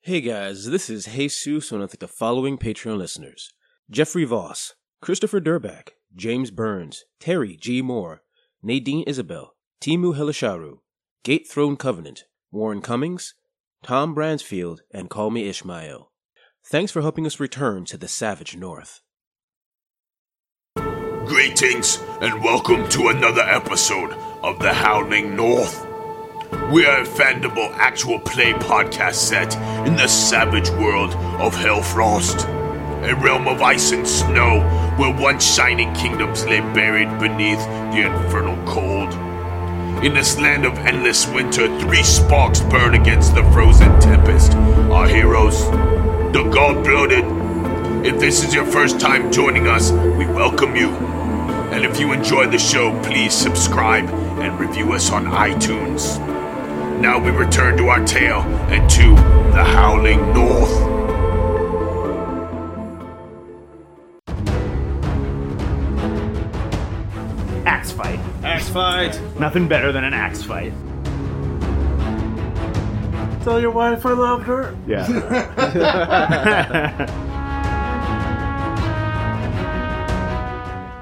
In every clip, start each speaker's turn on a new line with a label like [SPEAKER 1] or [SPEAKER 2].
[SPEAKER 1] Hey guys, this is Jesus and I thank the following Patreon listeners Jeffrey Voss, Christopher Durback, James Burns, Terry G. Moore, Nadine Isabel, Timu Helisharu, Gate Throne Covenant, Warren Cummings, Tom Bransfield, and Call Me Ishmael. Thanks for helping us return to the Savage North.
[SPEAKER 2] Greetings and welcome to another episode of The Howling North. We are a fandible actual play podcast set in the savage world of Hellfrost, a realm of ice and snow where once shining kingdoms lay buried beneath the infernal cold. In this land of endless winter, three sparks burn against the frozen tempest. Our heroes, the god bloated, if this is your first time joining us, we welcome you. And if you enjoy the show, please subscribe and review us on iTunes. Now we return to our tale and to the Howling North.
[SPEAKER 3] Axe fight.
[SPEAKER 4] Axe fight!
[SPEAKER 3] Nothing better than an axe fight.
[SPEAKER 4] Tell your wife I love her.
[SPEAKER 3] Yeah.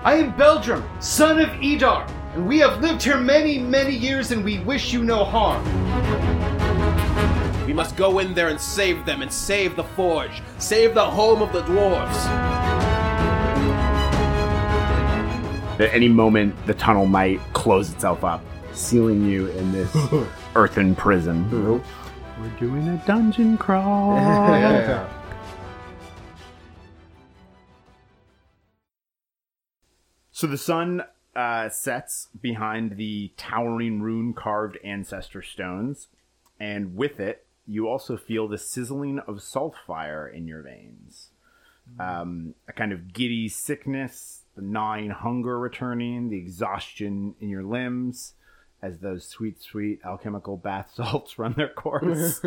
[SPEAKER 5] I am Beldrum, son of Edar, and we have lived here many, many years, and we wish you no harm.
[SPEAKER 6] We must go in there and save them and save the forge. Save the home of the dwarves.
[SPEAKER 3] At any moment, the tunnel might close itself up, sealing you in this earthen prison. We're doing a dungeon crawl. So the sun uh, sets behind the towering rune carved ancestor stones, and with it, you also feel the sizzling of salt fire in your veins. Um, a kind of giddy sickness, the gnawing hunger returning, the exhaustion in your limbs as those sweet, sweet alchemical bath salts run their course.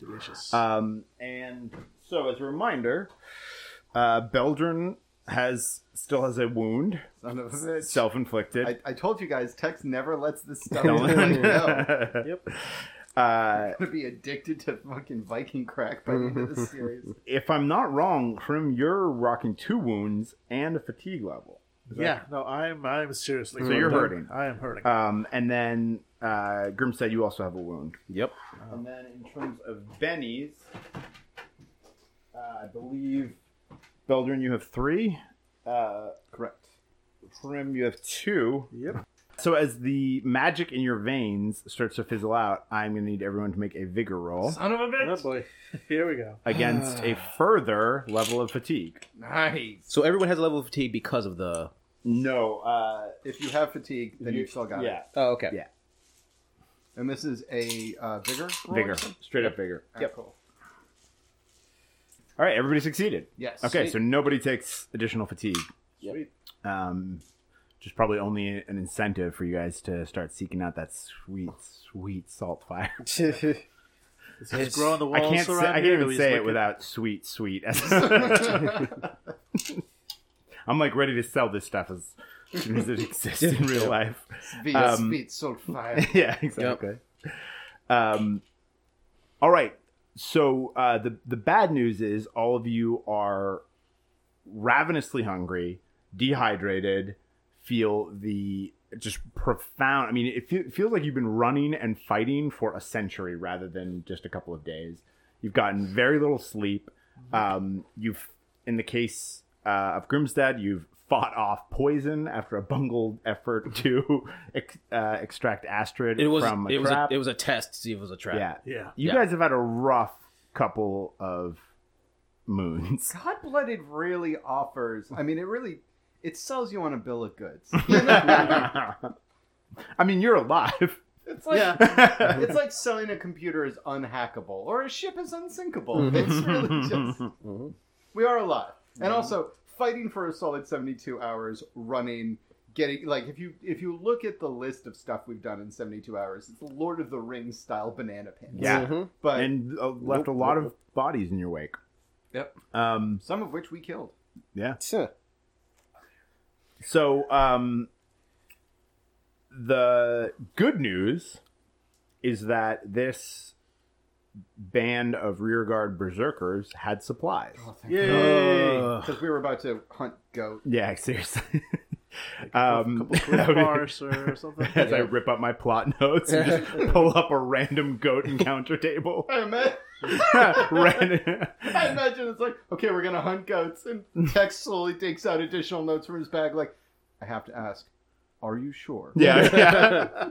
[SPEAKER 3] Delicious. Um, and so, as a reminder, uh, Beldrin has still has a wound
[SPEAKER 5] Son of a bitch.
[SPEAKER 3] self-inflicted.
[SPEAKER 5] I, Oh, I told you guys, Tex never lets this stuff really go.
[SPEAKER 3] Yep. Uh,
[SPEAKER 5] I'm gonna be addicted to fucking Viking crack by the end of this series.
[SPEAKER 3] if I'm not wrong, Krim, you're rocking two wounds and a fatigue level.
[SPEAKER 4] Yeah, no, I'm I'm seriously.
[SPEAKER 3] So you're
[SPEAKER 4] I'm-
[SPEAKER 3] hurting.
[SPEAKER 4] I am hurting.
[SPEAKER 3] Um, and then uh, Grim said you also have a wound.
[SPEAKER 6] Yep.
[SPEAKER 3] And then in terms of Benny's, uh, I believe Beldrin, you have three. Uh, correct. Krim, you have two.
[SPEAKER 4] Yep.
[SPEAKER 3] So as the magic in your veins starts to fizzle out, I'm gonna need everyone to make a vigor roll
[SPEAKER 5] Son of a
[SPEAKER 4] Oh
[SPEAKER 5] bitch!
[SPEAKER 4] boy, here we go.
[SPEAKER 3] against a further level of fatigue.
[SPEAKER 5] Nice.
[SPEAKER 6] So everyone has a level of fatigue because of the.
[SPEAKER 3] No, uh,
[SPEAKER 5] If you have fatigue, then you, have still got
[SPEAKER 3] yeah.
[SPEAKER 5] it.
[SPEAKER 6] Oh, okay.
[SPEAKER 3] Yeah.
[SPEAKER 5] And this is a uh, vigor. roll, you
[SPEAKER 3] Vigor,
[SPEAKER 5] said?
[SPEAKER 3] straight up vigor.
[SPEAKER 5] Alright, cool.
[SPEAKER 3] All right, everybody succeeded.
[SPEAKER 5] Yes.
[SPEAKER 3] Okay,
[SPEAKER 5] Sweet.
[SPEAKER 3] so nobody takes additional fatigue.
[SPEAKER 4] Sweet.
[SPEAKER 3] Um, just probably only an incentive for you guys to start seeking out that sweet, sweet salt fire.
[SPEAKER 4] It's, it's growing the
[SPEAKER 3] I
[SPEAKER 4] walls
[SPEAKER 3] can't. Say, I
[SPEAKER 4] around
[SPEAKER 3] can't
[SPEAKER 4] here,
[SPEAKER 3] even
[SPEAKER 4] he's
[SPEAKER 3] say it
[SPEAKER 4] wicked.
[SPEAKER 3] without sweet, sweet. I'm like ready to sell this stuff as soon as it exists in real life.
[SPEAKER 5] Via
[SPEAKER 3] Um,
[SPEAKER 5] speed, salt fire.
[SPEAKER 3] yeah, exactly. Um, all right. So uh, the the bad news is all of you are ravenously hungry, dehydrated, feel the just profound. I mean, it, fe- it feels like you've been running and fighting for a century rather than just a couple of days. You've gotten very little sleep. Um, you've, in the case uh, of Grimstad, you've fought off poison after a bungled effort to ex- uh, extract Astrid
[SPEAKER 6] It was
[SPEAKER 3] from a
[SPEAKER 6] it was a,
[SPEAKER 3] trap.
[SPEAKER 6] it was a test to see if it was a trap.
[SPEAKER 3] yeah.
[SPEAKER 4] Yeah.
[SPEAKER 3] You
[SPEAKER 6] Yeah.
[SPEAKER 3] guys have had a rough couple of moons.
[SPEAKER 5] God blooded really offers. I mean, it really it sells you on a bill of goods. You know?
[SPEAKER 3] I mean, you're alive.
[SPEAKER 5] It's like
[SPEAKER 3] yeah.
[SPEAKER 5] it's like selling a computer is unhackable or a ship is unsinkable. It's really just we are alive, and also fighting for a solid seventy-two hours, running, getting like if you if you look at the list of stuff we've done in seventy-two hours, it's Lord of the Rings style banana pants. but
[SPEAKER 3] And uh, left a lot of bodies in your wake.
[SPEAKER 5] Yep.
[SPEAKER 3] Um,
[SPEAKER 5] some of which we killed.
[SPEAKER 3] yeah. So, um, the good news is that this band of rearguard berserkers had supplies.
[SPEAKER 4] Yay!
[SPEAKER 5] Because we were about to hunt goat.
[SPEAKER 3] Yeah, seriously.
[SPEAKER 4] a
[SPEAKER 3] um,
[SPEAKER 4] couple
[SPEAKER 3] that
[SPEAKER 4] quick
[SPEAKER 3] would be-
[SPEAKER 4] bars or something.
[SPEAKER 3] as I rip up my plot notes and just pull up a random goat encounter table.
[SPEAKER 5] I imagine,
[SPEAKER 3] Ran-
[SPEAKER 5] I imagine it's like, okay, we're gonna hunt goats, and Tex slowly takes out additional notes from his bag. Like, I have to ask, are you sure?
[SPEAKER 3] yeah, yeah.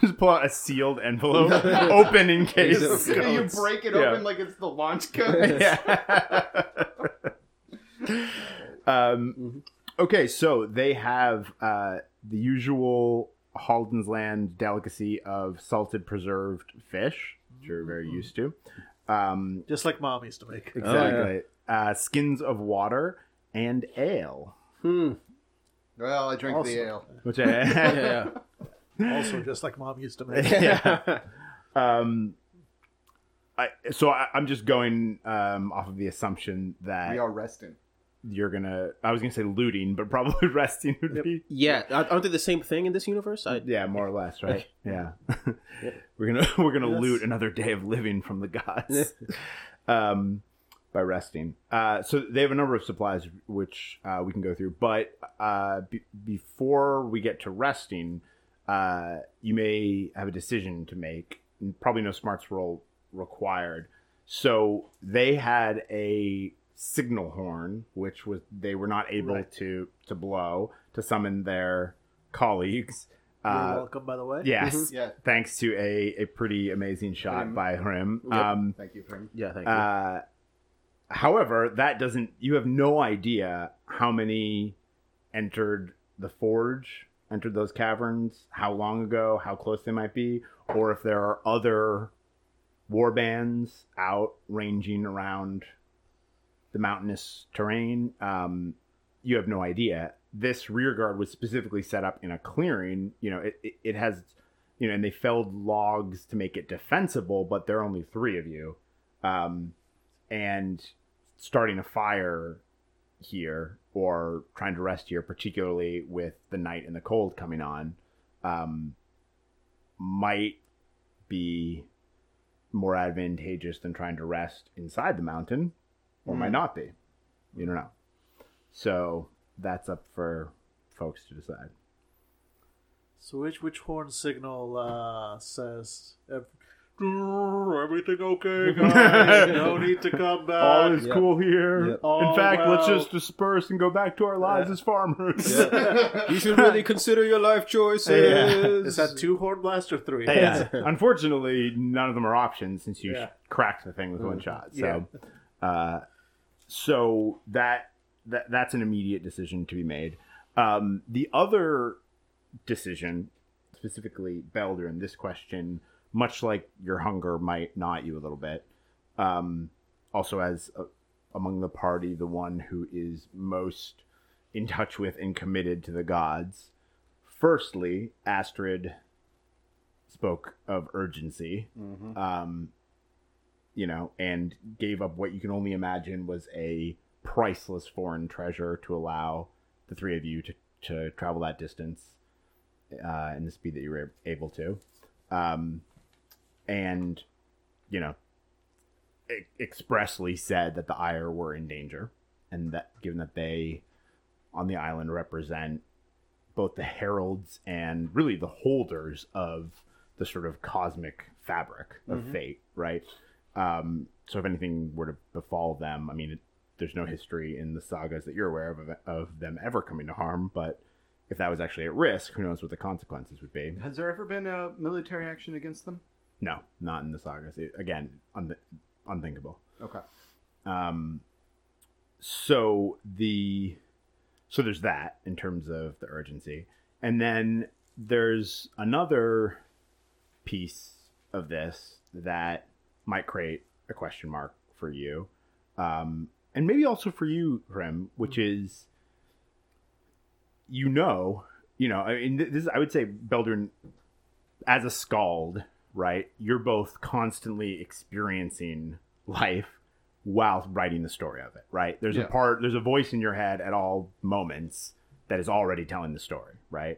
[SPEAKER 3] just pull out a sealed envelope, open in case.
[SPEAKER 5] you break it
[SPEAKER 3] Yeah.
[SPEAKER 5] open like it's the launch goat.
[SPEAKER 3] Yeah. um, okay, so they have uh, the usual Halden's Land delicacy of salted preserved fish, which you're very used to. Um,
[SPEAKER 4] Mm-hmm. Just like mom used to make.
[SPEAKER 3] Exactly. uh, skins of water and ale,
[SPEAKER 5] Well, I drink
[SPEAKER 4] Awesome.
[SPEAKER 5] the ale.
[SPEAKER 3] which I,
[SPEAKER 6] Yeah.
[SPEAKER 4] Also, just like mom used to make.
[SPEAKER 3] yeah. Um, I, so I, I'm just going um, off of the assumption that
[SPEAKER 5] We are resting.
[SPEAKER 3] you're gonna. I was gonna say looting, but probably resting would be
[SPEAKER 6] Yeah, aren't aren't they the same thing in this universe? I,
[SPEAKER 3] yeah, more or less, right? Yeah, we're gonna we're gonna
[SPEAKER 4] Yes.
[SPEAKER 3] loot another day of living from the gods, um, by resting. Uh, so they have a number of supplies which uh, we can go through, but uh, be- before we get to resting, uh, you may have a decision to make. Probably no smarts roll required. So they had a signal horn, which was they were not able
[SPEAKER 4] Right.
[SPEAKER 3] to to blow to summon their colleagues.
[SPEAKER 4] You're
[SPEAKER 3] Uh,
[SPEAKER 4] welcome, by the way.
[SPEAKER 3] Yes.
[SPEAKER 5] Mm-hmm. Yeah.
[SPEAKER 3] Thanks to a, a pretty amazing shot
[SPEAKER 5] Him.
[SPEAKER 3] by him. Um,
[SPEAKER 5] Thank you, Prim.
[SPEAKER 6] yeah, thank you.
[SPEAKER 3] uh, however, that doesn't, you have no idea how many entered the forge, entered those caverns, how long ago, how close they might be, or if there are other war bands out ranging around the mountainous terrain. Um, you have no idea. This rear guard was specifically set up in a clearing. You know, it, it, it has, you know, and they felled logs to make it defensible, but there are only three of you. Um, and starting a fire here or trying to rest here, particularly with the night and the cold coming on, um, might be more advantageous than trying to rest inside the mountain or might not be. You don't know. So that's up for folks to decide.
[SPEAKER 4] So which which horn signal uh, says ev- everything okay, guys? no need to come back.
[SPEAKER 3] All is
[SPEAKER 6] Yep.
[SPEAKER 3] cool here.
[SPEAKER 6] Yep.
[SPEAKER 4] All
[SPEAKER 3] In fact, let's
[SPEAKER 4] well.
[SPEAKER 3] just disperse and go back to our lives as farmers.
[SPEAKER 6] you should really consider your life choices.
[SPEAKER 3] Yeah.
[SPEAKER 4] Is that two horn blasts or three?
[SPEAKER 3] Yeah. Unfortunately, none of them are options since you
[SPEAKER 4] Yeah.
[SPEAKER 3] cracked the thing with one shot. So, uh, so that, that that's an immediate decision to be made. Um, the other decision, specifically Belder, in this question, much like your hunger might gnaw you a little bit, um, also as uh among the party the one who is most in touch with and committed to the gods. Firstly, Astrid spoke of urgency, um, you know, and gave up what you can only imagine was a priceless foreign treasure to allow the three of you to, to travel that distance uh, in the speed that you were able to. Um, and, you know, e- expressly said that the Ire were in danger, and that given that they on the island represent both the heralds and really the holders of the sort of cosmic fabric of fate, right? Um, so if anything were to befall them, I mean, it, there's no history in the sagas that you're aware of, of of them ever coming to harm, but if that was actually at risk, who knows what the consequences would be?
[SPEAKER 5] Has there ever been a military action against them?
[SPEAKER 3] No, not in the sagas. It, again, unth- unthinkable.
[SPEAKER 5] Okay.
[SPEAKER 3] Um, so the so there's that in terms of the urgency, and then there's another piece of this that might create a question mark for you, um, and maybe also for you, Grim, which is you know, you know, I mean, th- this is, I would say Beldrin as a scald, right? You're both constantly experiencing life while writing the story of it, right? There's
[SPEAKER 5] Yeah.
[SPEAKER 3] a part, there's a voice in your head at all moments that is already telling the story, right?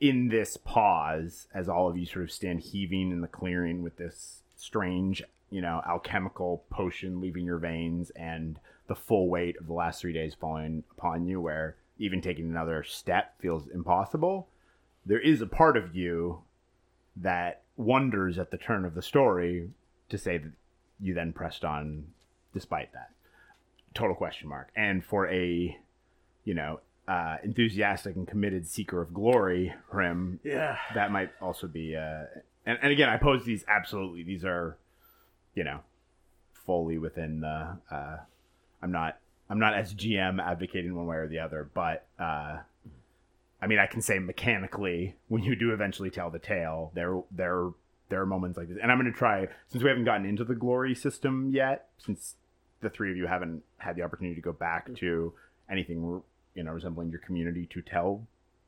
[SPEAKER 3] In this pause, as all of you sort of stand heaving in the clearing with this strange, you know, alchemical potion leaving your veins and the full weight of the last three days falling upon you, where even taking another step feels impossible. There is a part of you that wonders at the turn of the story to say that you then pressed on despite that. Total question mark. And for a, you know, uh, enthusiastic and committed seeker of glory, Rim,
[SPEAKER 4] Yeah.
[SPEAKER 3] that might also be uh and, and again i pose these absolutely these are you know fully within the uh i'm not i'm not as gm advocating one way or the other but uh i mean i can say mechanically when you do eventually tell the tale there there there are moments like this and i'm going to try since we haven't gotten into the glory system yet since the three of you haven't had the opportunity to go back to anything you know resembling your community to tell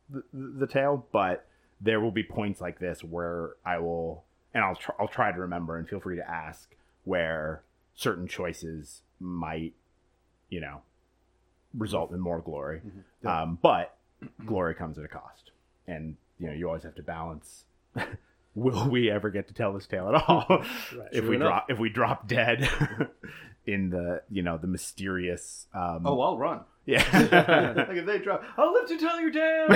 [SPEAKER 3] the, the tale, but there will be points like this where I will, and I'll tr- I'll try to remember, and feel free to ask where certain choices might, you know, result in more glory.
[SPEAKER 5] Mm-hmm.
[SPEAKER 3] Um, but glory comes at a cost, and you know you always have to balance. will we ever get to tell this tale at all? if we
[SPEAKER 1] enough.
[SPEAKER 3] drop if we drop dead in the you know the mysterious um,
[SPEAKER 5] Oh, I'll run.
[SPEAKER 3] yeah.
[SPEAKER 5] like if they drop, I'll live to tell your tale.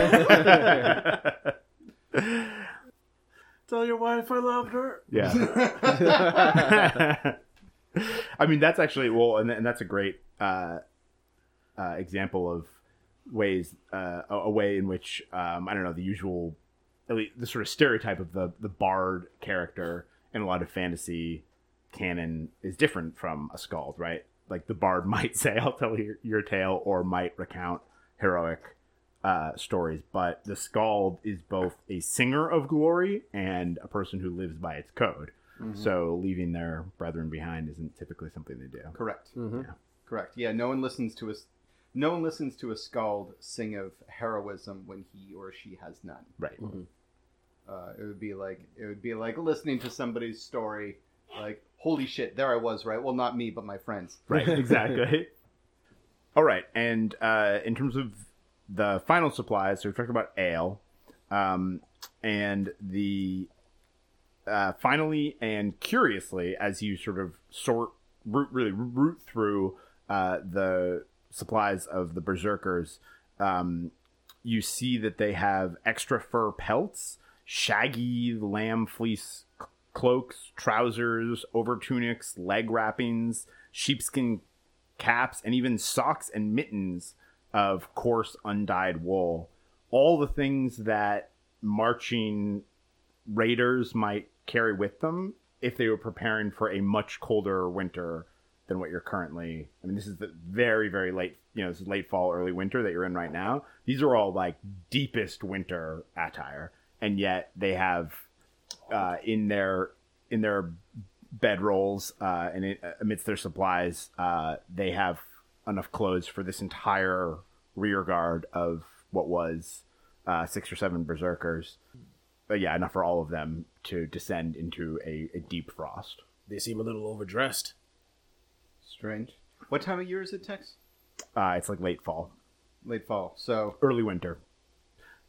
[SPEAKER 4] Tell your wife I loved her.
[SPEAKER 3] Yeah. I mean, that's actually well, and, and that's a great uh, uh, example of ways uh, a, a way in which um, I don't know the usual, at least the sort of stereotype of the the bard character in a lot of fantasy canon is different from a scald, right? Like the bard might say, "I'll tell your, your tale," or might recount heroic uh, stories, but the Scald is both a singer of glory and a person who lives by its code. So leaving their brethren behind isn't typically something they do.
[SPEAKER 5] Correct.
[SPEAKER 3] Yeah.
[SPEAKER 5] Correct. Yeah, no one listens to us. No one listens to a scald sing of heroism when he or she has none.
[SPEAKER 3] Right.
[SPEAKER 5] Uh, it would be like it would be like listening to somebody's story, like holy shit, there I was, right? Well, not me, but my friends.
[SPEAKER 3] Right. Exactly. All right. And uh, in terms of the final supplies, so we've talked about ale, um, and the uh, finally and curiously, as you sort of sort root really root through uh, the supplies of the berserkers, um, you see that they have extra fur pelts, shaggy lamb fleece c- cloaks, trousers, over tunics, leg wrappings, sheepskin caps, and even socks and mittens of coarse undyed wool. All the things that marching raiders might carry with them if they were preparing for a much colder winter than what you're currently. I mean, this is the very, very late, you know, this is late fall, early winter that you're in right now. These are all like deepest winter attire, and yet they have uh, in their in their bedrolls uh, and it, amidst their supplies, uh, they have enough clothes for this entire rear guard of what was uh, six or seven berserkers. But yeah, enough for all of them to descend into a, a deep frost.
[SPEAKER 1] They seem a little overdressed.
[SPEAKER 5] Strange. What time of year is it, Tex?
[SPEAKER 3] Uh, it's like late fall,
[SPEAKER 5] Late fall. So
[SPEAKER 3] early winter.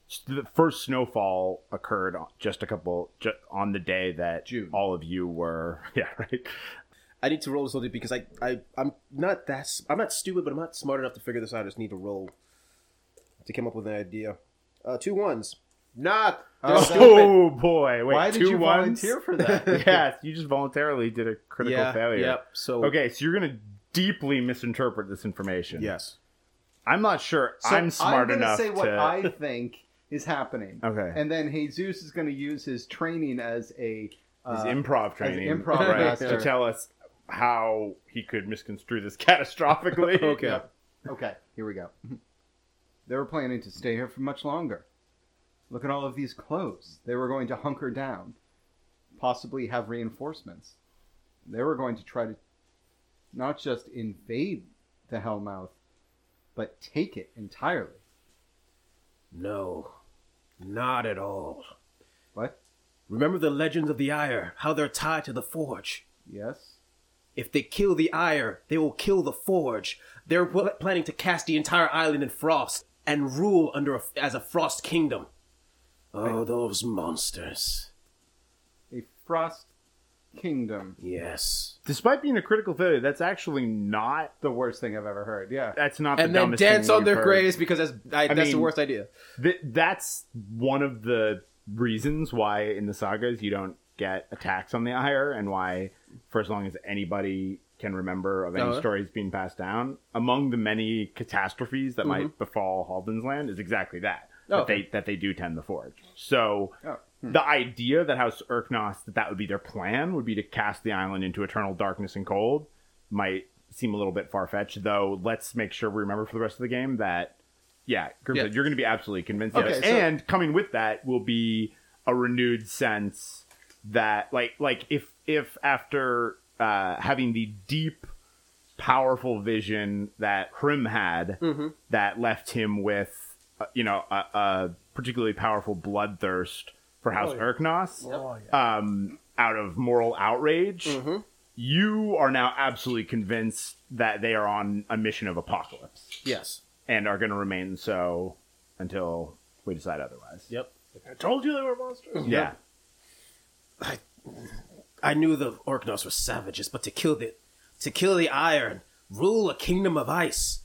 [SPEAKER 3] S- The first snowfall occurred on- just a couple ju- on the day that
[SPEAKER 5] June.
[SPEAKER 3] all of you were. Yeah, right.
[SPEAKER 6] I need to roll something because I, I I'm not that s- I'm not stupid, but I'm not smart enough to figure this out. I just need to roll to come up with an idea. Uh, two ones. Not
[SPEAKER 5] Oh,
[SPEAKER 3] Oh boy! Wait,
[SPEAKER 5] why did
[SPEAKER 3] two
[SPEAKER 5] you
[SPEAKER 3] ones?
[SPEAKER 5] volunteer for that?
[SPEAKER 3] yes, you just voluntarily did a critical
[SPEAKER 6] yeah,
[SPEAKER 3] failure.
[SPEAKER 6] Yep. So
[SPEAKER 3] Okay, so you're gonna deeply misinterpret this information.
[SPEAKER 6] Yes.
[SPEAKER 3] I'm not sure
[SPEAKER 5] So
[SPEAKER 3] I'm smart
[SPEAKER 5] gonna
[SPEAKER 3] enough
[SPEAKER 5] say what
[SPEAKER 3] to.
[SPEAKER 5] I think is happening.
[SPEAKER 3] Okay.
[SPEAKER 5] And then Jesus is going to use his training as a
[SPEAKER 3] His
[SPEAKER 5] uh,
[SPEAKER 3] improv training,
[SPEAKER 5] improv
[SPEAKER 3] right,
[SPEAKER 5] master.
[SPEAKER 3] to tell us how he could misconstrue this catastrophically.
[SPEAKER 6] Okay.
[SPEAKER 5] Okay, here we go. They were planning to stay here for much longer. Look at all of these clothes. They were going to hunker down, possibly have reinforcements. They were going to try to not just invade the Hellmouth, but take it entirely.
[SPEAKER 6] No. Not at all.
[SPEAKER 5] What?
[SPEAKER 6] Remember the legends of the Ire, how they're tied to the Forge.
[SPEAKER 5] Yes?
[SPEAKER 6] If they kill the Ire, they will kill the Forge. They're pl- planning to cast the entire island in frost and rule under a, as a frost kingdom. Oh, those monsters!
[SPEAKER 5] A frost Kingdom.
[SPEAKER 6] Yes.
[SPEAKER 3] Despite being a critical failure, that's actually not
[SPEAKER 5] The worst thing I've ever heard. Yeah.
[SPEAKER 3] that's not
[SPEAKER 6] And
[SPEAKER 3] the
[SPEAKER 6] then
[SPEAKER 3] dumbest
[SPEAKER 6] dance
[SPEAKER 3] thing
[SPEAKER 6] on
[SPEAKER 3] we've
[SPEAKER 6] their
[SPEAKER 3] heard.
[SPEAKER 6] graves because that's I, that's the
[SPEAKER 3] mean-
[SPEAKER 6] worst idea.
[SPEAKER 3] Th- that's one of the reasons why in the sagas you don't get attacks on the ire and why for as long as anybody can remember of any
[SPEAKER 6] Uh-huh.
[SPEAKER 3] stories being passed down among the many catastrophes that might befall Halvin's land is exactly that
[SPEAKER 6] Mm-hmm. Oh,
[SPEAKER 3] that
[SPEAKER 6] hmm.
[SPEAKER 3] they that they do tend the forge so
[SPEAKER 5] Oh.
[SPEAKER 3] the idea that house Erknos that that would be their plan would be to cast the island into eternal darkness and cold might seem a little bit far-fetched though let's make sure we remember for the rest of the game that yeah, Grim
[SPEAKER 6] Yeah.
[SPEAKER 3] said, you're going to be absolutely convinced of
[SPEAKER 5] Okay,
[SPEAKER 3] it.
[SPEAKER 5] so-
[SPEAKER 3] and coming with that will be a renewed sense that, like, like if if after uh, having the deep, powerful vision that Hrim had,
[SPEAKER 4] Mm-hmm.
[SPEAKER 3] that left him with, uh, you know, a, a particularly powerful bloodthirst for House
[SPEAKER 4] Oh, yeah.
[SPEAKER 3] Erknos,
[SPEAKER 4] Oh, yeah.
[SPEAKER 3] um, out of moral outrage. You are now absolutely convinced that they are on a mission of apocalypse
[SPEAKER 6] Yes.
[SPEAKER 3] and are going to remain so until we decide otherwise.
[SPEAKER 6] Yep.
[SPEAKER 4] I told you they were monsters.
[SPEAKER 3] Yeah.
[SPEAKER 6] I knew the Orknos were savages, but to kill the to kill the iron, rule a kingdom of ice.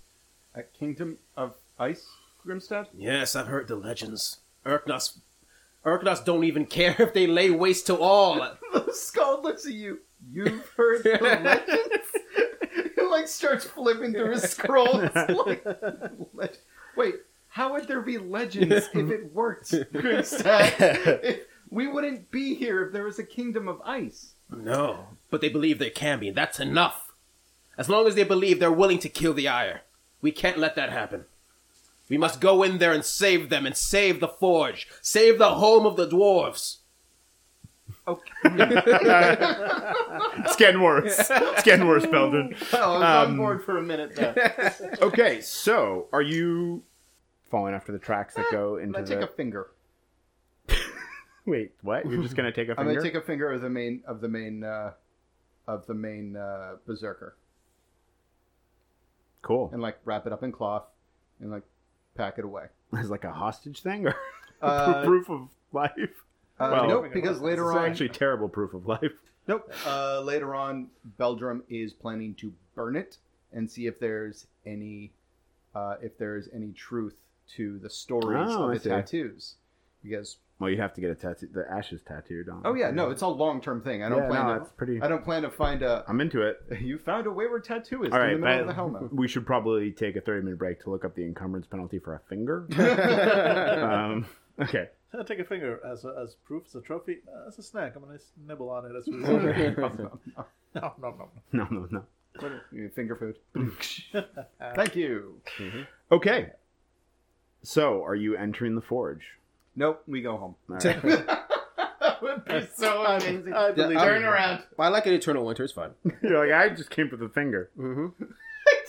[SPEAKER 5] A Kingdom of Ice, Grimstad?
[SPEAKER 6] Yes, I've heard the legends. Orknos Orknos don't even care if they lay waste to all.
[SPEAKER 5] The skull looks at you. You've heard the legends? He like starts flipping through his scroll. It's like, leg- wait, how would there be legends if it worked, Grimstad? If- we wouldn't be here if there was a kingdom of ice.
[SPEAKER 6] No, but they believe there can be. and That's enough. As long as they believe they're willing to kill the ire, we can't let that happen. We must go in there and save them and save the forge, save the home of the dwarves.
[SPEAKER 5] Okay.
[SPEAKER 3] It's getting worse. it's getting worse, Belden.
[SPEAKER 5] Well, Oh, I was
[SPEAKER 3] Um,
[SPEAKER 5] on board for a minute though.
[SPEAKER 3] Okay, so are you falling after the tracks that go
[SPEAKER 5] I'm
[SPEAKER 3] into
[SPEAKER 5] gonna
[SPEAKER 3] the...
[SPEAKER 5] take a finger.
[SPEAKER 3] Wait, what? You're just going to take a
[SPEAKER 5] I'm
[SPEAKER 3] finger?
[SPEAKER 5] gonna take a finger of the main of the main uh, of the main uh, berserker
[SPEAKER 3] Cool.
[SPEAKER 5] and like wrap it up in cloth and like pack it away.
[SPEAKER 3] It's like a hostage thing or
[SPEAKER 5] Uh,
[SPEAKER 3] proof of life?
[SPEAKER 5] Uh,
[SPEAKER 3] Well,
[SPEAKER 5] nope, because later
[SPEAKER 3] It's
[SPEAKER 5] on,
[SPEAKER 3] actually terrible proof of life.
[SPEAKER 5] nope. Uh, later on, Beldrum is planning to burn it and see if there's any, uh, if there's any truth to the stories
[SPEAKER 3] Oh, I
[SPEAKER 5] of the
[SPEAKER 3] see.
[SPEAKER 5] tattoos. Because
[SPEAKER 3] Well, you'd have to get a tattoo, the ashes tattooed on.
[SPEAKER 5] oh yeah, no, it's a long term thing. I don't
[SPEAKER 3] Yeah,
[SPEAKER 5] plan
[SPEAKER 3] no,
[SPEAKER 5] to.
[SPEAKER 3] it's pretty-
[SPEAKER 5] I don't plan to find a.
[SPEAKER 3] I'm into it.
[SPEAKER 5] You found a wayward tattooist
[SPEAKER 3] All right,
[SPEAKER 5] in the middle of the
[SPEAKER 3] but
[SPEAKER 5] helmet.
[SPEAKER 3] we should probably take a 30 minute break to look up the encumbrance penalty for a finger. um, okay.
[SPEAKER 4] Can I take a finger as a, as proof, as a trophy, uh, as a snack. I'm gonna s- nibble on it. As we no, no, no.
[SPEAKER 3] No, no, no.
[SPEAKER 5] You mean Finger food. Thank you.
[SPEAKER 3] Okay. So, are you entering the forge?
[SPEAKER 5] Nope, we go home.
[SPEAKER 3] All right.
[SPEAKER 5] That would be so amazing.
[SPEAKER 4] I believe
[SPEAKER 6] I'm-
[SPEAKER 4] you.
[SPEAKER 5] around.
[SPEAKER 6] I like an eternal winter. It's fine.
[SPEAKER 3] You're like, I just came with a finger.
[SPEAKER 5] I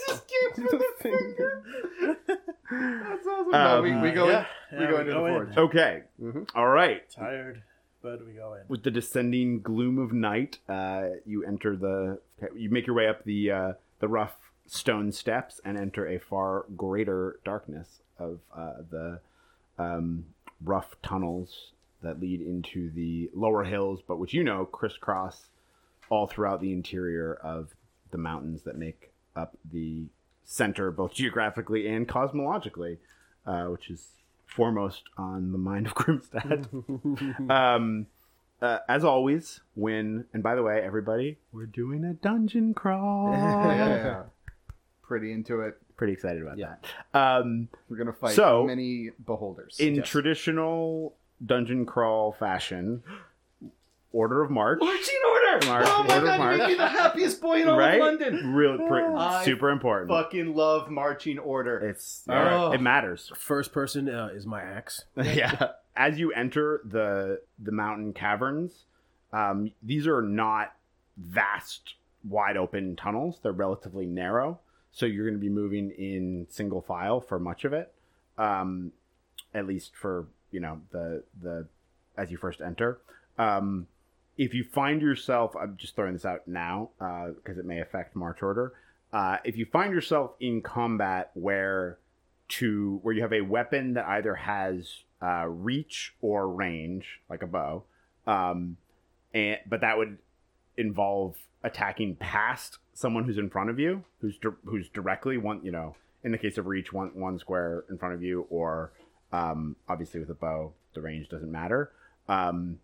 [SPEAKER 5] just came with a finger. That's
[SPEAKER 6] Um,
[SPEAKER 5] awesome. no,
[SPEAKER 6] uh,
[SPEAKER 5] we, we go
[SPEAKER 4] Yeah, yeah,
[SPEAKER 5] in. we go into the forge.
[SPEAKER 3] Okay.
[SPEAKER 5] Mm-hmm.
[SPEAKER 6] Mhm.
[SPEAKER 3] All right.
[SPEAKER 4] Tired, but we go in.
[SPEAKER 3] With the descending gloom of night, uh, you enter the. You make your way up the uh, the rough stone steps and enter a far greater darkness of uh, the um, rough tunnels that lead into the lower hills, but which you know crisscross all throughout the interior of the mountains that make up the center, both geographically and cosmologically, uh, which is foremost on the mind of Grimstad. um, uh, as always, when and by the way, everybody, we're doing a dungeon crawl.
[SPEAKER 5] Yeah. Pretty into it.
[SPEAKER 3] Pretty excited about that. Um,
[SPEAKER 5] We're gonna fight
[SPEAKER 3] So-
[SPEAKER 5] many beholders.
[SPEAKER 3] in traditional dungeon crawl fashion, Order of March.
[SPEAKER 5] marching order.
[SPEAKER 3] March,
[SPEAKER 5] oh my
[SPEAKER 3] order
[SPEAKER 5] god,
[SPEAKER 3] march.
[SPEAKER 5] you make me the happiest boy in all
[SPEAKER 3] right?
[SPEAKER 5] of London.
[SPEAKER 3] Real, pre-
[SPEAKER 5] I
[SPEAKER 3] super important.
[SPEAKER 5] Fucking love marching order.
[SPEAKER 3] It's uh,
[SPEAKER 5] Oh.
[SPEAKER 3] it matters.
[SPEAKER 6] First person uh, is my axe.
[SPEAKER 3] yeah. As you enter the the mountain caverns, um, these are not vast, wide open tunnels. They're relatively narrow, so you're going to be moving in single file for much of it, um, at least for you know the the as you first enter. Um, if you find yourself, I'm just throwing this out now because it may affect March order. Uh, if you find yourself in combat where to where you have a weapon that either has uh, reach or range, like a bow, um, and but that would involve attacking past someone who's in front of you, who's di- who's directly one, you know, in the case of reach, one one square in front of you, or um, obviously with a bow, the range doesn't matter. Um,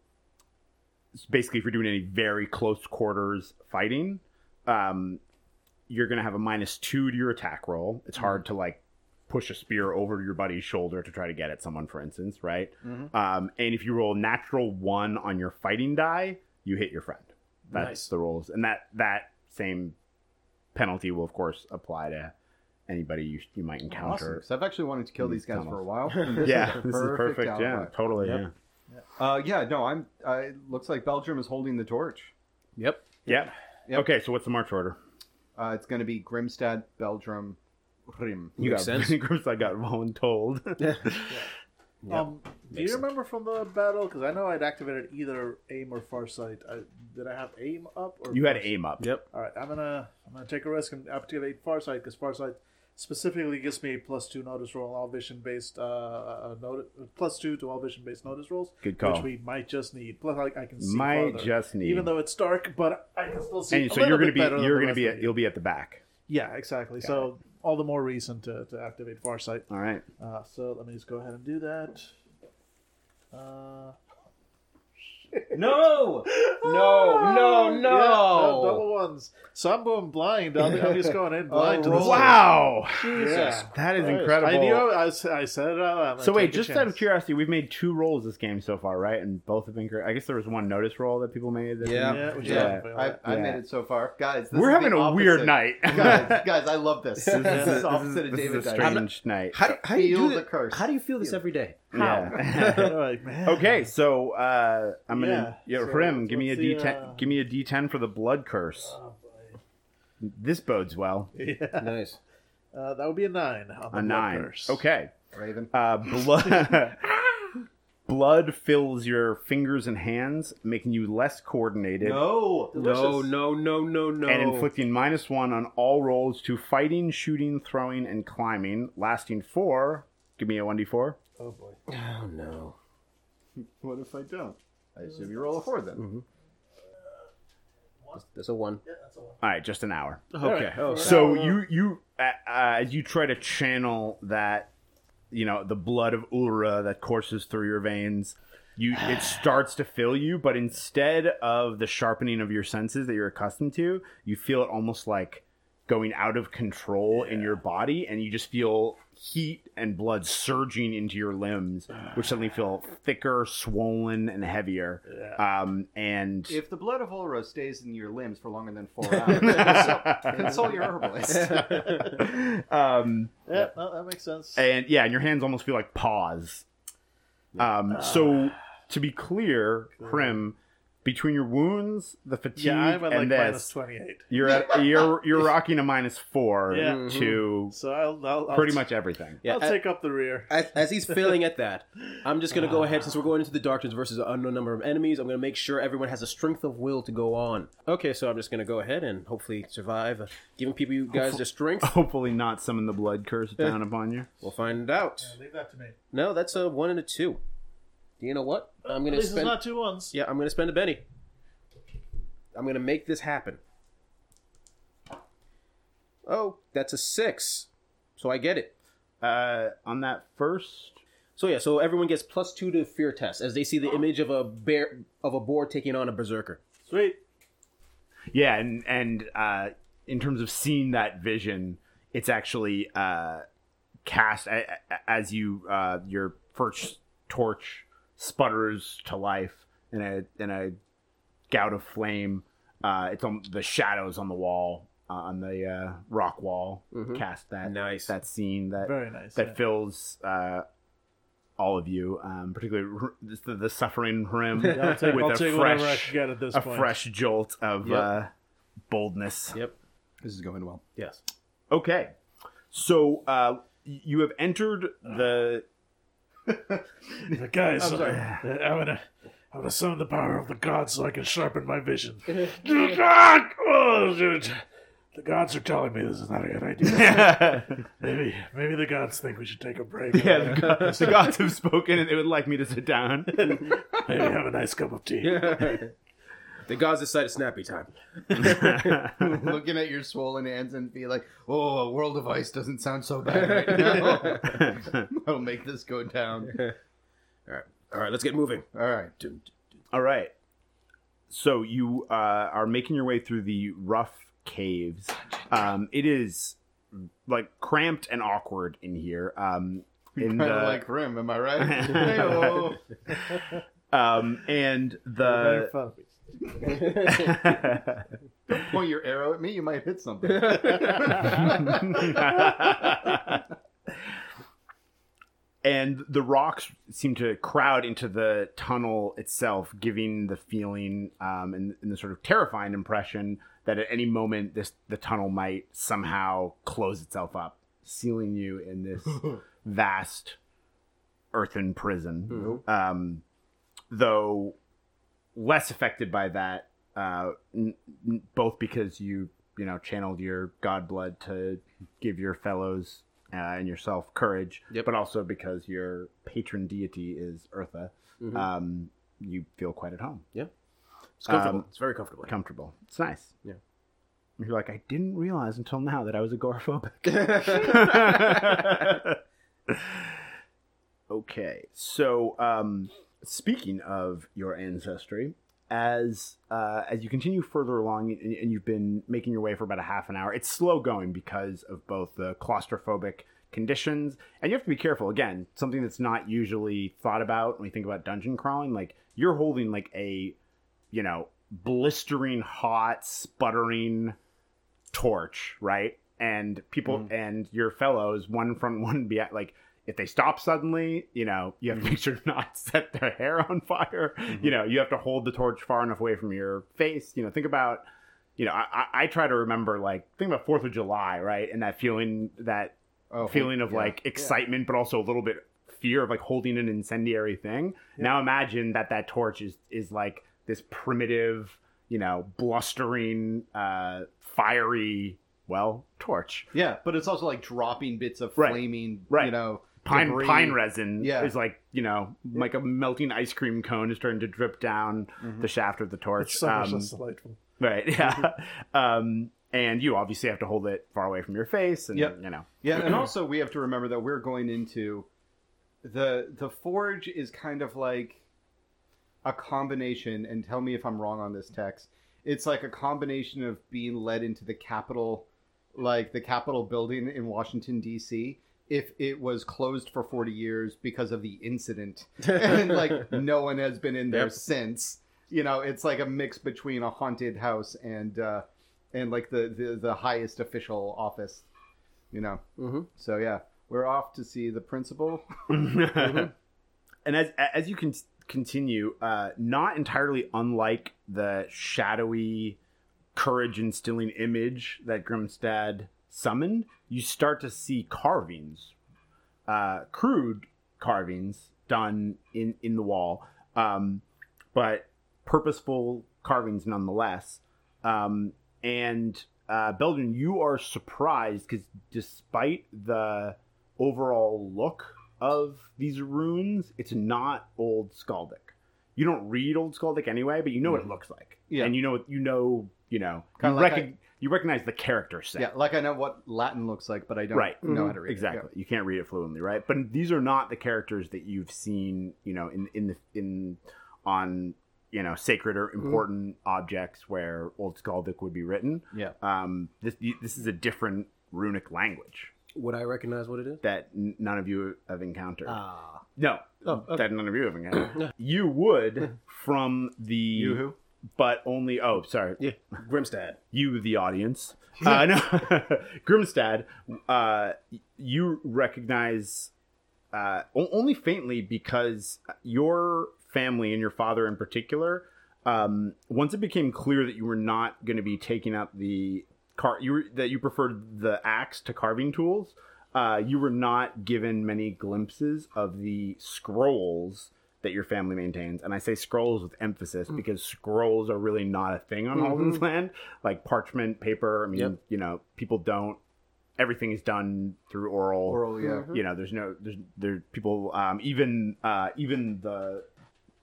[SPEAKER 3] s- basically, if you're doing any very close quarters fighting, um, you're gonna have a minus two to your attack roll. It's hard to like push a spear over your buddy's shoulder to try to get at someone, for instance, right? Um, and if you roll natural one on your fighting die, you hit your friend. That's
[SPEAKER 6] Nice.
[SPEAKER 3] the rules, and that that same penalty will of course apply to anybody you you might
[SPEAKER 5] Awesome.
[SPEAKER 3] encounter.
[SPEAKER 5] 'cause I've actually wanted to kill these guys
[SPEAKER 3] Dumbass.
[SPEAKER 5] for a while. and this
[SPEAKER 3] Yeah,
[SPEAKER 5] a
[SPEAKER 3] this is perfect. Yeah,
[SPEAKER 5] outlet.
[SPEAKER 3] totally. Yeah.
[SPEAKER 5] Uh, yeah, no, I'm. Uh, it looks like Belgium is holding the torch.
[SPEAKER 6] Yep.
[SPEAKER 3] Yep.
[SPEAKER 5] Yep.
[SPEAKER 3] Okay, so what's the march order?
[SPEAKER 5] Uh, it's going to be Grimstad, Belgium, Rim.
[SPEAKER 3] You
[SPEAKER 6] Makes
[SPEAKER 3] got
[SPEAKER 6] sense.
[SPEAKER 3] groups I got voluntold.
[SPEAKER 7] Um, do you remember from the battle? Because I know I'd activated either aim or farsight. I, did I have aim up? Or
[SPEAKER 3] you had
[SPEAKER 7] farsight?
[SPEAKER 3] aim up.
[SPEAKER 6] Yep.
[SPEAKER 7] All right, I'm gonna I'm gonna take a risk and activate farsight because farsight specifically gives me a plus two notice roll on all vision based uh, uh notice plus two to all vision based notice rolls.
[SPEAKER 3] Good call.
[SPEAKER 7] Which we might just need. Plus, I, I can see.
[SPEAKER 3] Might
[SPEAKER 7] farther.
[SPEAKER 3] just need.
[SPEAKER 7] Even though it's dark, but I can still see.
[SPEAKER 3] And
[SPEAKER 7] a
[SPEAKER 3] so you're
[SPEAKER 7] little
[SPEAKER 3] gonna
[SPEAKER 7] bit
[SPEAKER 3] be
[SPEAKER 7] better than
[SPEAKER 3] you're
[SPEAKER 7] the
[SPEAKER 3] gonna be
[SPEAKER 7] rest
[SPEAKER 3] at,
[SPEAKER 7] of
[SPEAKER 3] you'll be at the back.
[SPEAKER 7] you. Yeah, exactly. so all the more reason to, to activate farsight.
[SPEAKER 3] All right.
[SPEAKER 7] Uh, so let me just go ahead and do that. Uh,
[SPEAKER 6] No. No. No.
[SPEAKER 7] Ah, yeah, no,
[SPEAKER 6] No.
[SPEAKER 7] double ones. So I'm going blind. I'm, I'm just going in blind. to this
[SPEAKER 5] roll.
[SPEAKER 7] one.
[SPEAKER 3] Oh, Wow,
[SPEAKER 7] Yeah.
[SPEAKER 3] that is
[SPEAKER 7] Christ.
[SPEAKER 3] incredible.
[SPEAKER 7] I knew I, was, I said it out loud.
[SPEAKER 3] so
[SPEAKER 7] I
[SPEAKER 3] wait,
[SPEAKER 7] took a
[SPEAKER 3] just
[SPEAKER 7] chance.
[SPEAKER 3] out of curiosity, we've made two rolls this game so far, right? And both have been. cor- I guess there was one notice roll that people made. That
[SPEAKER 6] Yeah.
[SPEAKER 7] Yeah, which
[SPEAKER 5] Yeah,
[SPEAKER 7] yeah.
[SPEAKER 5] I, I
[SPEAKER 3] Yeah.
[SPEAKER 5] made it so far, guys. This
[SPEAKER 3] we're
[SPEAKER 5] is
[SPEAKER 3] having
[SPEAKER 5] the
[SPEAKER 3] a weird
[SPEAKER 5] opposite.
[SPEAKER 3] night.
[SPEAKER 5] guys, guys, I love this. This,
[SPEAKER 3] this
[SPEAKER 5] is
[SPEAKER 3] is a,
[SPEAKER 5] opposite of
[SPEAKER 3] this is
[SPEAKER 5] David.
[SPEAKER 3] a
[SPEAKER 5] Diamond.
[SPEAKER 3] strange night.
[SPEAKER 6] How do, how do you
[SPEAKER 5] Feel
[SPEAKER 6] do
[SPEAKER 5] the
[SPEAKER 6] thi-
[SPEAKER 5] curse.
[SPEAKER 6] How do you feel this every day?
[SPEAKER 3] Yeah.
[SPEAKER 7] like, man.
[SPEAKER 3] okay, so uh, I'm gonna. Yeah,
[SPEAKER 7] Yeah, so
[SPEAKER 3] Hrim, give me a
[SPEAKER 7] let's see,
[SPEAKER 3] D10.
[SPEAKER 7] uh,
[SPEAKER 3] give me a D10 for the blood curse. this bodes well.
[SPEAKER 7] Yeah.
[SPEAKER 6] Nice.
[SPEAKER 7] Uh, that would be a nine. On the
[SPEAKER 3] A
[SPEAKER 7] blood
[SPEAKER 3] nine.
[SPEAKER 7] curse.
[SPEAKER 3] Okay.
[SPEAKER 5] Raven.
[SPEAKER 3] Uh, blood. blood fills your fingers and hands, making you less coordinated.
[SPEAKER 5] no.
[SPEAKER 6] No. No. No. No. No.
[SPEAKER 3] and inflicting minus one on all rolls to fighting, shooting, throwing, and climbing, lasting four. Give me a one d four.
[SPEAKER 7] Oh boy.
[SPEAKER 6] oh no.
[SPEAKER 5] What if I don't? I assume you roll a four
[SPEAKER 3] Mm-hmm.
[SPEAKER 5] then.
[SPEAKER 6] That's a one.
[SPEAKER 3] All right, just an hour.
[SPEAKER 6] Okay. Oh,
[SPEAKER 3] So you you uh, uh, as you try to channel that, you know, the blood of Ulra that courses through your veins. You, it starts to fill you, but instead of the sharpening of your senses that you're accustomed to, you feel it almost like going out of control in your body, and you just feel heat and blood surging into your limbs, which suddenly feel thicker, swollen, and heavier. Um, and
[SPEAKER 5] If the blood of Ulra stays in your limbs for longer than four hours, consult- consult your herbalist.
[SPEAKER 3] um,
[SPEAKER 7] Yeah, no, that makes sense.
[SPEAKER 3] and yeah, and your hands almost feel like paws. Um, so to be clear, Krim, between your wounds, the fatigue,
[SPEAKER 7] yeah, I'm at like
[SPEAKER 3] and
[SPEAKER 7] minus
[SPEAKER 3] this,
[SPEAKER 7] twenty-eight.
[SPEAKER 3] you're at you're you're rocking a minus four
[SPEAKER 7] Yeah.
[SPEAKER 3] to
[SPEAKER 7] So I'll, I'll, I'll
[SPEAKER 3] pretty
[SPEAKER 7] t-
[SPEAKER 3] much everything.
[SPEAKER 6] Yeah.
[SPEAKER 7] I'll
[SPEAKER 6] a-
[SPEAKER 7] take up the rear.
[SPEAKER 6] as, as he's failing at that, I'm just going to go ahead, since we're going into the darkness versus an unknown number of enemies, I'm going to make sure everyone has a strength of will to go on. Okay, so I'm just going to go ahead and hopefully survive, uh, giving people you guys their strength.
[SPEAKER 3] Hopefully, not summon the blood curse down upon you.
[SPEAKER 6] We'll find out.
[SPEAKER 7] Leave that to me.
[SPEAKER 6] No, that's a one and a two. Do you know what? I'm
[SPEAKER 7] At
[SPEAKER 6] going to
[SPEAKER 7] least it's
[SPEAKER 6] spend.
[SPEAKER 7] not two ones.
[SPEAKER 6] Yeah, I'm going to spend a penny. I'm going to make this happen. Oh, that's a six. So I get it.
[SPEAKER 3] Uh, on that first,
[SPEAKER 6] So yeah, so everyone gets plus two to fear test as they see the image of a bear of a boar taking on a berserker.
[SPEAKER 7] Sweet.
[SPEAKER 3] yeah, and and uh, in terms of seeing that vision, it's actually uh, cast a- a- as you uh, your first torch sputters to life in a in a gout of flame. Uh, it's on the shadows on the wall uh, on the uh, rock wall. Cast that
[SPEAKER 6] Nice.
[SPEAKER 3] that scene that
[SPEAKER 7] Mm-hmm. Very nice.
[SPEAKER 3] that
[SPEAKER 7] yeah.
[SPEAKER 3] fills uh, all of you, um, particularly r- the, the suffering rim
[SPEAKER 7] I'll take,
[SPEAKER 3] with
[SPEAKER 7] I'll
[SPEAKER 3] a
[SPEAKER 7] take whatever I
[SPEAKER 3] fresh
[SPEAKER 7] can get at this
[SPEAKER 3] a
[SPEAKER 7] point.
[SPEAKER 3] fresh jolt of
[SPEAKER 6] Yep.
[SPEAKER 3] uh, boldness.
[SPEAKER 6] Yep.
[SPEAKER 5] This is going well.
[SPEAKER 6] Yes.
[SPEAKER 3] Okay, so uh, y- you have entered the
[SPEAKER 7] Like, Guys, I'm, I'm gonna, I'm gonna summon the power of the gods so I can sharpen my vision. Oh, dude. The gods are telling me this is not a good idea.
[SPEAKER 3] yeah.
[SPEAKER 7] maybe, maybe the gods think we should take a break.
[SPEAKER 3] The, go- the gods have spoken, and they would like me to sit down.
[SPEAKER 7] Maybe have a nice cup of tea.
[SPEAKER 6] The gods decided snappy time.
[SPEAKER 5] looking at your swollen hands and be like, "Oh, a world of ice doesn't sound so bad right now. I'll make this go down."
[SPEAKER 6] All right, all right, let's get moving.
[SPEAKER 5] All right.
[SPEAKER 6] Dun, dun.
[SPEAKER 3] All right. So you uh, are making your way through the rough caves. Um, it is like cramped and awkward in here. Um, in
[SPEAKER 5] Kind
[SPEAKER 3] the-
[SPEAKER 5] of like Rim, am I right? Hey-oh.
[SPEAKER 3] um, and the
[SPEAKER 5] Point your arrow at me, you might hit something.
[SPEAKER 3] and the rocks seem to crowd into the tunnel itself, giving the feeling um, and, and the sort of terrifying impression that at any moment this the tunnel might somehow close itself up, sealing you in this vast earthen prison. Um, though less affected by that, uh, n- n- both because you you know channeled your god blood to give your fellows uh, and yourself courage, but also because your patron deity is Eartha. Um, you feel quite at home,
[SPEAKER 6] It's comfortable.
[SPEAKER 3] Um,
[SPEAKER 6] it's very comfortable.
[SPEAKER 3] comfortable. It's nice.
[SPEAKER 6] Yeah.
[SPEAKER 3] You're like, I didn't realize until now that I was agoraphobic. okay, so um, speaking of your ancestry, as uh, as you continue further along and, and you've been making your way for about a half an hour, it's slow going because of both the claustrophobic conditions and you have to be careful again something that's not usually thought about when we think about dungeon crawling like you're holding like a you know blistering hot sputtering torch, right? And people and your fellows, one front, one behind, like if they stop suddenly, you know, you have to make sure to not set their hair on fire. You know, you have to hold the torch far enough away from your face. You know, think about, you know, I, I, I try to remember like think about Fourth of July, right? And that feeling, that
[SPEAKER 5] Oh,
[SPEAKER 3] feeling of
[SPEAKER 5] yeah.
[SPEAKER 3] like excitement, but also a little bit fear of like holding an incendiary thing. Now imagine that that torch is is like this primitive, you know, blustering, uh, fiery, well, torch.
[SPEAKER 5] Yeah, but it's also like dropping bits of
[SPEAKER 3] Right.
[SPEAKER 5] flaming,
[SPEAKER 3] Right.
[SPEAKER 5] you know,
[SPEAKER 3] Pine
[SPEAKER 5] debris.
[SPEAKER 3] pine resin
[SPEAKER 5] Yeah.
[SPEAKER 3] is like you know like a melting ice cream cone is starting to drip down
[SPEAKER 5] Mm-hmm.
[SPEAKER 3] the shaft of the torch.
[SPEAKER 4] It's so much
[SPEAKER 3] Um,
[SPEAKER 4] less delightful.
[SPEAKER 3] right, yeah. um, and you obviously have to hold it far away from your face, and
[SPEAKER 5] Yep.
[SPEAKER 3] you know,
[SPEAKER 5] Yeah, and also we have to remember that we're going into the the forge is kind of like a combination and tell me if I'm wrong on this text. It's like a combination of being led into the Capitol like the Capitol building in Washington DC if it was closed for 40 years because of the incident and like no one has been in there
[SPEAKER 6] Yep.
[SPEAKER 5] since. You know, it's like a mix between a haunted house and uh and like the the, the highest official office, you know.
[SPEAKER 6] Mhm.
[SPEAKER 5] So yeah, we're off to see the principal.
[SPEAKER 3] and as as you can continue, uh, not entirely unlike the shadowy courage instilling image that Grimstad summoned, you start to see carvings, uh, crude carvings done in in the wall, um, but purposeful carvings nonetheless. Um, and uh, Belgian, you are surprised because despite the overall look of these runes, it's not old Skaldic. You don't read old Skaldic anyway, but you know what it looks like,
[SPEAKER 5] Mm-hmm. Yeah.
[SPEAKER 3] and you know you know you know you,
[SPEAKER 5] Kinda like
[SPEAKER 3] recog- you recognize the character set,
[SPEAKER 5] yeah, like I know what Latin looks like, but I don't
[SPEAKER 3] right?
[SPEAKER 5] know how to read it.
[SPEAKER 3] exactly. You can't read it fluently, right? But these are not the characters that you've seen, you know, in in the in on you know sacred or important objects where old Skaldic would be written.
[SPEAKER 5] Yeah.
[SPEAKER 3] Um, this this is a different runic language
[SPEAKER 6] Would I recognize what it is?
[SPEAKER 3] that n- none of you have encountered.
[SPEAKER 6] Ah,
[SPEAKER 3] No, that none of you have encountered. you would from the you
[SPEAKER 5] who?
[SPEAKER 3] but only. Oh, sorry,
[SPEAKER 6] yeah, Grimstad.
[SPEAKER 3] you, the audience. Uh, no, Grimstad, uh, you recognize uh, o- only faintly because your family and your father in particular. Um, once it became clear that you were not going to be taking up the car, you were, that you preferred the axe to carving tools. Uh, you were not given many glimpses of the scrolls that your family maintains, and I say scrolls with emphasis because scrolls are really not a thing on Alden's Land. Like parchment, paper. I mean,
[SPEAKER 6] Yep.
[SPEAKER 3] you know, people don't. Everything is done through oral Mm-hmm.
[SPEAKER 5] Oral, yeah.
[SPEAKER 3] you know there's no there's there people um even uh even the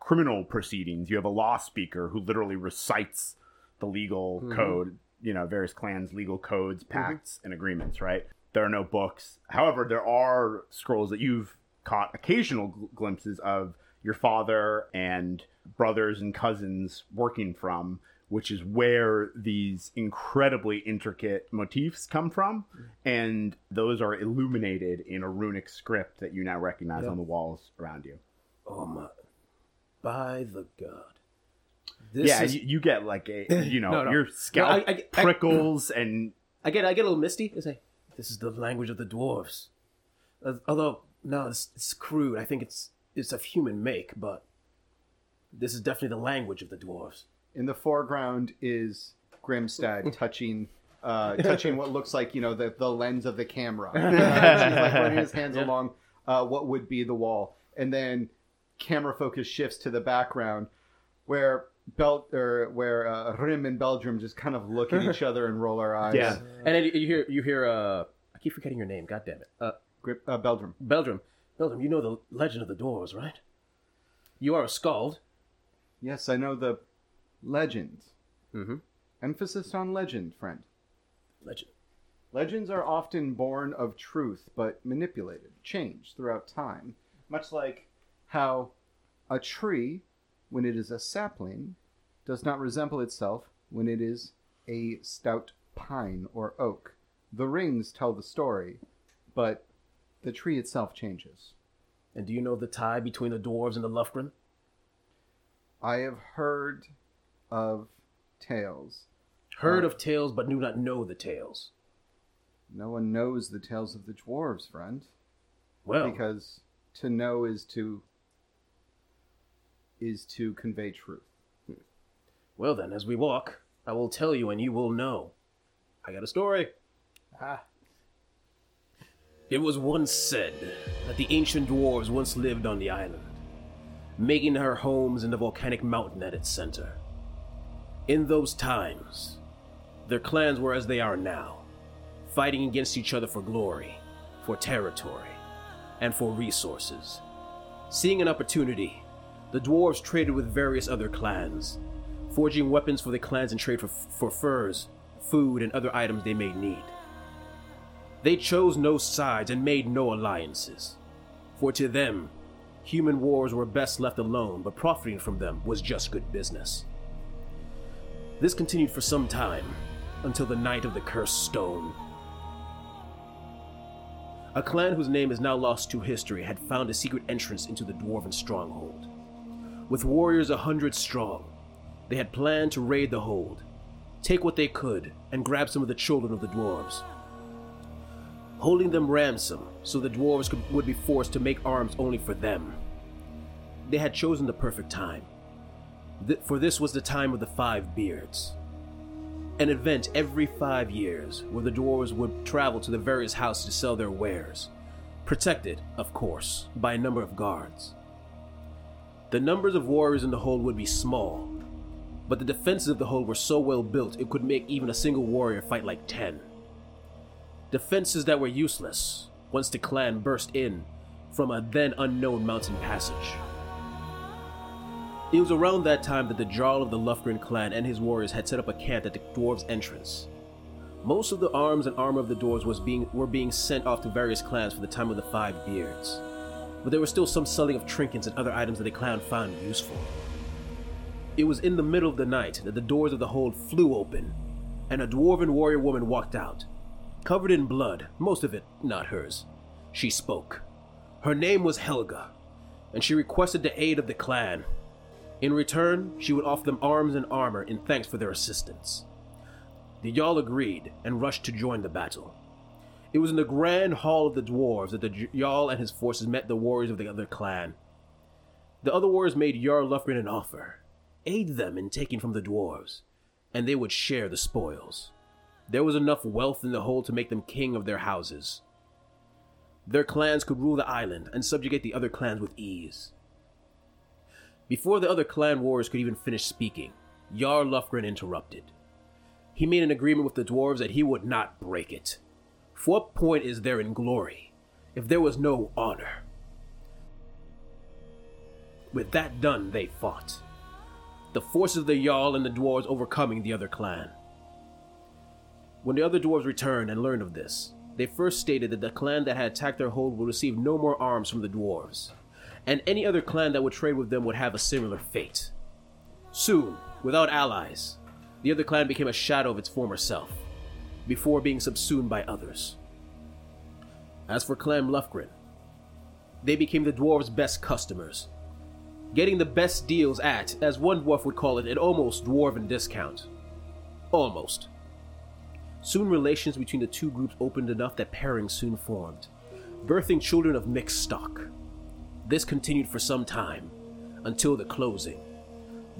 [SPEAKER 3] criminal proceedings, you have a law speaker who literally recites the legal code, you know, various clans' legal codes, pacts, and agreements, right? There are no books. However, there are scrolls that you've caught occasional gl- glimpses of your father and brothers and cousins working from, which is where these incredibly intricate motifs come from. And those are illuminated in a runic script that you now recognize on the walls around you.
[SPEAKER 6] Oh my! By the god! This
[SPEAKER 3] yeah,
[SPEAKER 6] is,
[SPEAKER 3] you, you get like a you know
[SPEAKER 6] No, no.
[SPEAKER 3] your scalp
[SPEAKER 6] No, I- I- I-
[SPEAKER 3] prickles and
[SPEAKER 6] I get I get a little misty. I say, "This is the language of the dwarves." Uh, although no, it's, it's crude. I think it's it's of human make, but this is definitely the language of the dwarves.
[SPEAKER 5] In the foreground is Grimstad touching. Uh, touching what looks like you know the, the lens of the camera. Uh, she's like running his hands along uh, what would be the wall, and then camera focus shifts to the background where Bel or where uh, Rim and Belgium just kind of look at each other and roll our eyes.
[SPEAKER 3] Yeah.
[SPEAKER 6] And then you, you hear you hear uh, I keep forgetting your name. God damn it, uh,
[SPEAKER 5] Grip, uh, Belgium.
[SPEAKER 6] Beldrum. Beldrum, you know the legend of the dwarves, right? You are a scald.
[SPEAKER 5] Yes, I know the legend.
[SPEAKER 6] Mhm.
[SPEAKER 5] Emphasis on legend, friend.
[SPEAKER 6] Legend.
[SPEAKER 5] Legends are often born of truth, but manipulated, changed throughout time. Much like how a tree, when it is a sapling, does not resemble itself when it is a stout pine or oak. The rings tell the story, but the tree itself changes.
[SPEAKER 6] And do you know the tie between the dwarves and the Lufgren?
[SPEAKER 5] I have heard of tales.
[SPEAKER 6] Heard of tales, but do not know the tales.
[SPEAKER 5] No one knows the tales of the dwarves, friend.
[SPEAKER 6] Well,
[SPEAKER 5] because to know is to is to convey truth.
[SPEAKER 6] well then, as we walk, I will tell you, and you will know. I got a story. It was once said that the ancient dwarves once lived on the island, making her homes in the volcanic mountain at its center. In those times, their clans were as they are now, fighting against each other for glory, for territory, and for resources. Seeing an opportunity, the dwarves traded with various other clans, forging weapons for the clans in trade for, for furs, food, and other items they may need. They chose no sides and made no alliances. For to them, human wars were best left alone, but profiting from them was just good business. This continued for some time, until the night of the cursed stone. A clan whose name is now lost to history had found a secret entrance into the dwarven stronghold. With warriors a hundred strong, they had planned to raid the hold, take what they could, and grab some of the children of the dwarves holding them ransom so the dwarves could, would be forced to make arms only for them. They had chosen the perfect time, Th- for this was the time of the Five Beards. An event every five years where the dwarves would travel to the various houses to sell their wares, protected, of course, by a number of guards. The numbers of warriors in the hold would be small, but the defenses of the hold were so well built it could make even a single warrior fight like ten defenses that were useless once the clan burst in from a then unknown mountain passage. It was around that time that the Jarl of the Lufgren clan and his warriors had set up a camp at the dwarves' entrance. Most of the arms and armor of the dwarves was being, were being sent off to various clans for the time of the Five Beards, but there was still some selling of trinkets and other items that the clan found useful. It was in the middle of the night that the doors of the hold flew open, and a dwarven warrior woman walked out, Covered in blood, most of it not hers, she spoke. Her name was Helga, and she requested the aid of the clan. In return, she would offer them arms and armor in thanks for their assistance. The Jarl agreed and rushed to join the battle. It was in the grand hall of the dwarves that the Jarl and his forces met the warriors of the other clan. The other warriors made Jarl Lufgren an offer aid them in taking from the dwarves, and they would share the spoils. There was enough wealth in the hold to make them king of their houses. Their clans could rule the island and subjugate the other clans with ease. Before the other clan warriors could even finish speaking, Jarl Lufgren interrupted. He made an agreement with the dwarves that he would not break it. For what point is there in glory if there was no honor? With that done, they fought. The forces of the Jarl and the dwarves overcoming the other clan. When the other dwarves returned and learned of this, they first stated that the clan that had attacked their hold would receive no more arms from the dwarves, and any other clan that would trade with them would have a similar fate. Soon, without allies, the other clan became a shadow of its former self, before being subsumed by others. As for Clan Lufgren, they became the dwarves' best customers, getting the best deals at, as one dwarf would call it, an almost dwarven discount. Almost. Soon relations between the two groups opened enough that pairings soon formed, birthing children of mixed stock. This continued for some time, until the closing.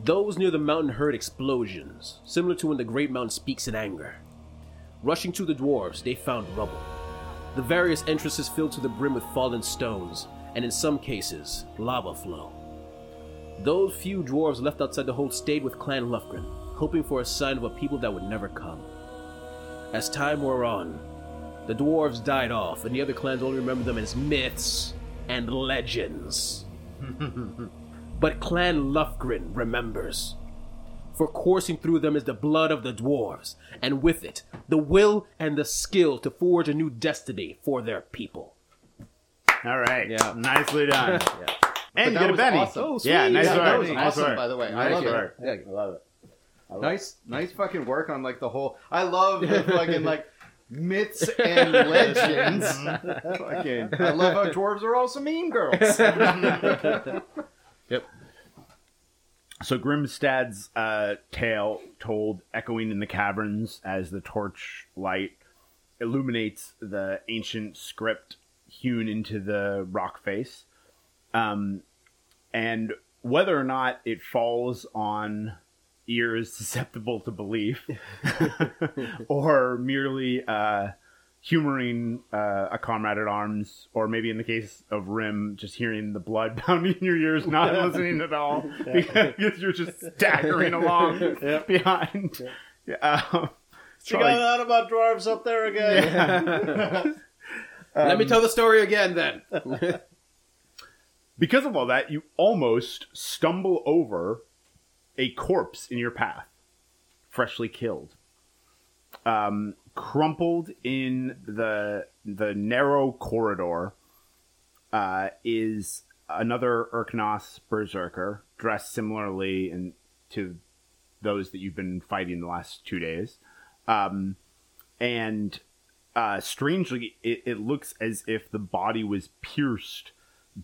[SPEAKER 6] Those near the mountain heard explosions, similar to when the Great Mountain speaks in anger. Rushing to the dwarves, they found rubble. The various entrances filled to the brim with fallen stones, and in some cases, lava flow. Those few dwarves left outside the hold stayed with Clan Lufgren, hoping for a sign of a people that would never come. As time wore on, the dwarves died off, and the other clans only remembered them as myths and legends. but Clan Lufgren remembers. For coursing through them is the blood of the dwarves, and with it, the will and the skill to forge a new destiny for their people.
[SPEAKER 3] All right.
[SPEAKER 1] Yeah.
[SPEAKER 3] Nicely done. And you
[SPEAKER 5] that
[SPEAKER 3] get a
[SPEAKER 5] was
[SPEAKER 3] Benny.
[SPEAKER 5] awesome. Oh,
[SPEAKER 3] Yeah,
[SPEAKER 5] sweet.
[SPEAKER 3] nice
[SPEAKER 5] Yeah,
[SPEAKER 3] work.
[SPEAKER 5] that was
[SPEAKER 3] nice
[SPEAKER 5] awesome,
[SPEAKER 3] work.
[SPEAKER 5] by the way. I
[SPEAKER 3] Nice
[SPEAKER 5] like it.
[SPEAKER 3] work.
[SPEAKER 7] Yeah, I love it.
[SPEAKER 5] Nice, nice fucking work on like the whole. I love the fucking like myths and legends. fucking, I love how dwarves are also mean girls.
[SPEAKER 3] So Grimstad's uh, tale told, echoing in the caverns as the torch light illuminates the ancient script hewn into the rock face. Um, and whether or not it falls on ears susceptible to belief or merely uh, humoring uh, a comrade at arms, or maybe in the case of Rim, just hearing the blood pounding in your ears, not listening at all because you're just staggering along behind. Yeah. Um,
[SPEAKER 7] You got that about dwarves up there again.
[SPEAKER 3] Um,
[SPEAKER 6] Let me tell the story again then.
[SPEAKER 3] because of all that, you almost stumble over a corpse in your path, freshly killed, um, crumpled in the the narrow corridor. Uh, is another Erknos berserker dressed similarly in, to those that you've been fighting the last two days, um, and uh, strangely, it, it looks as if the body was pierced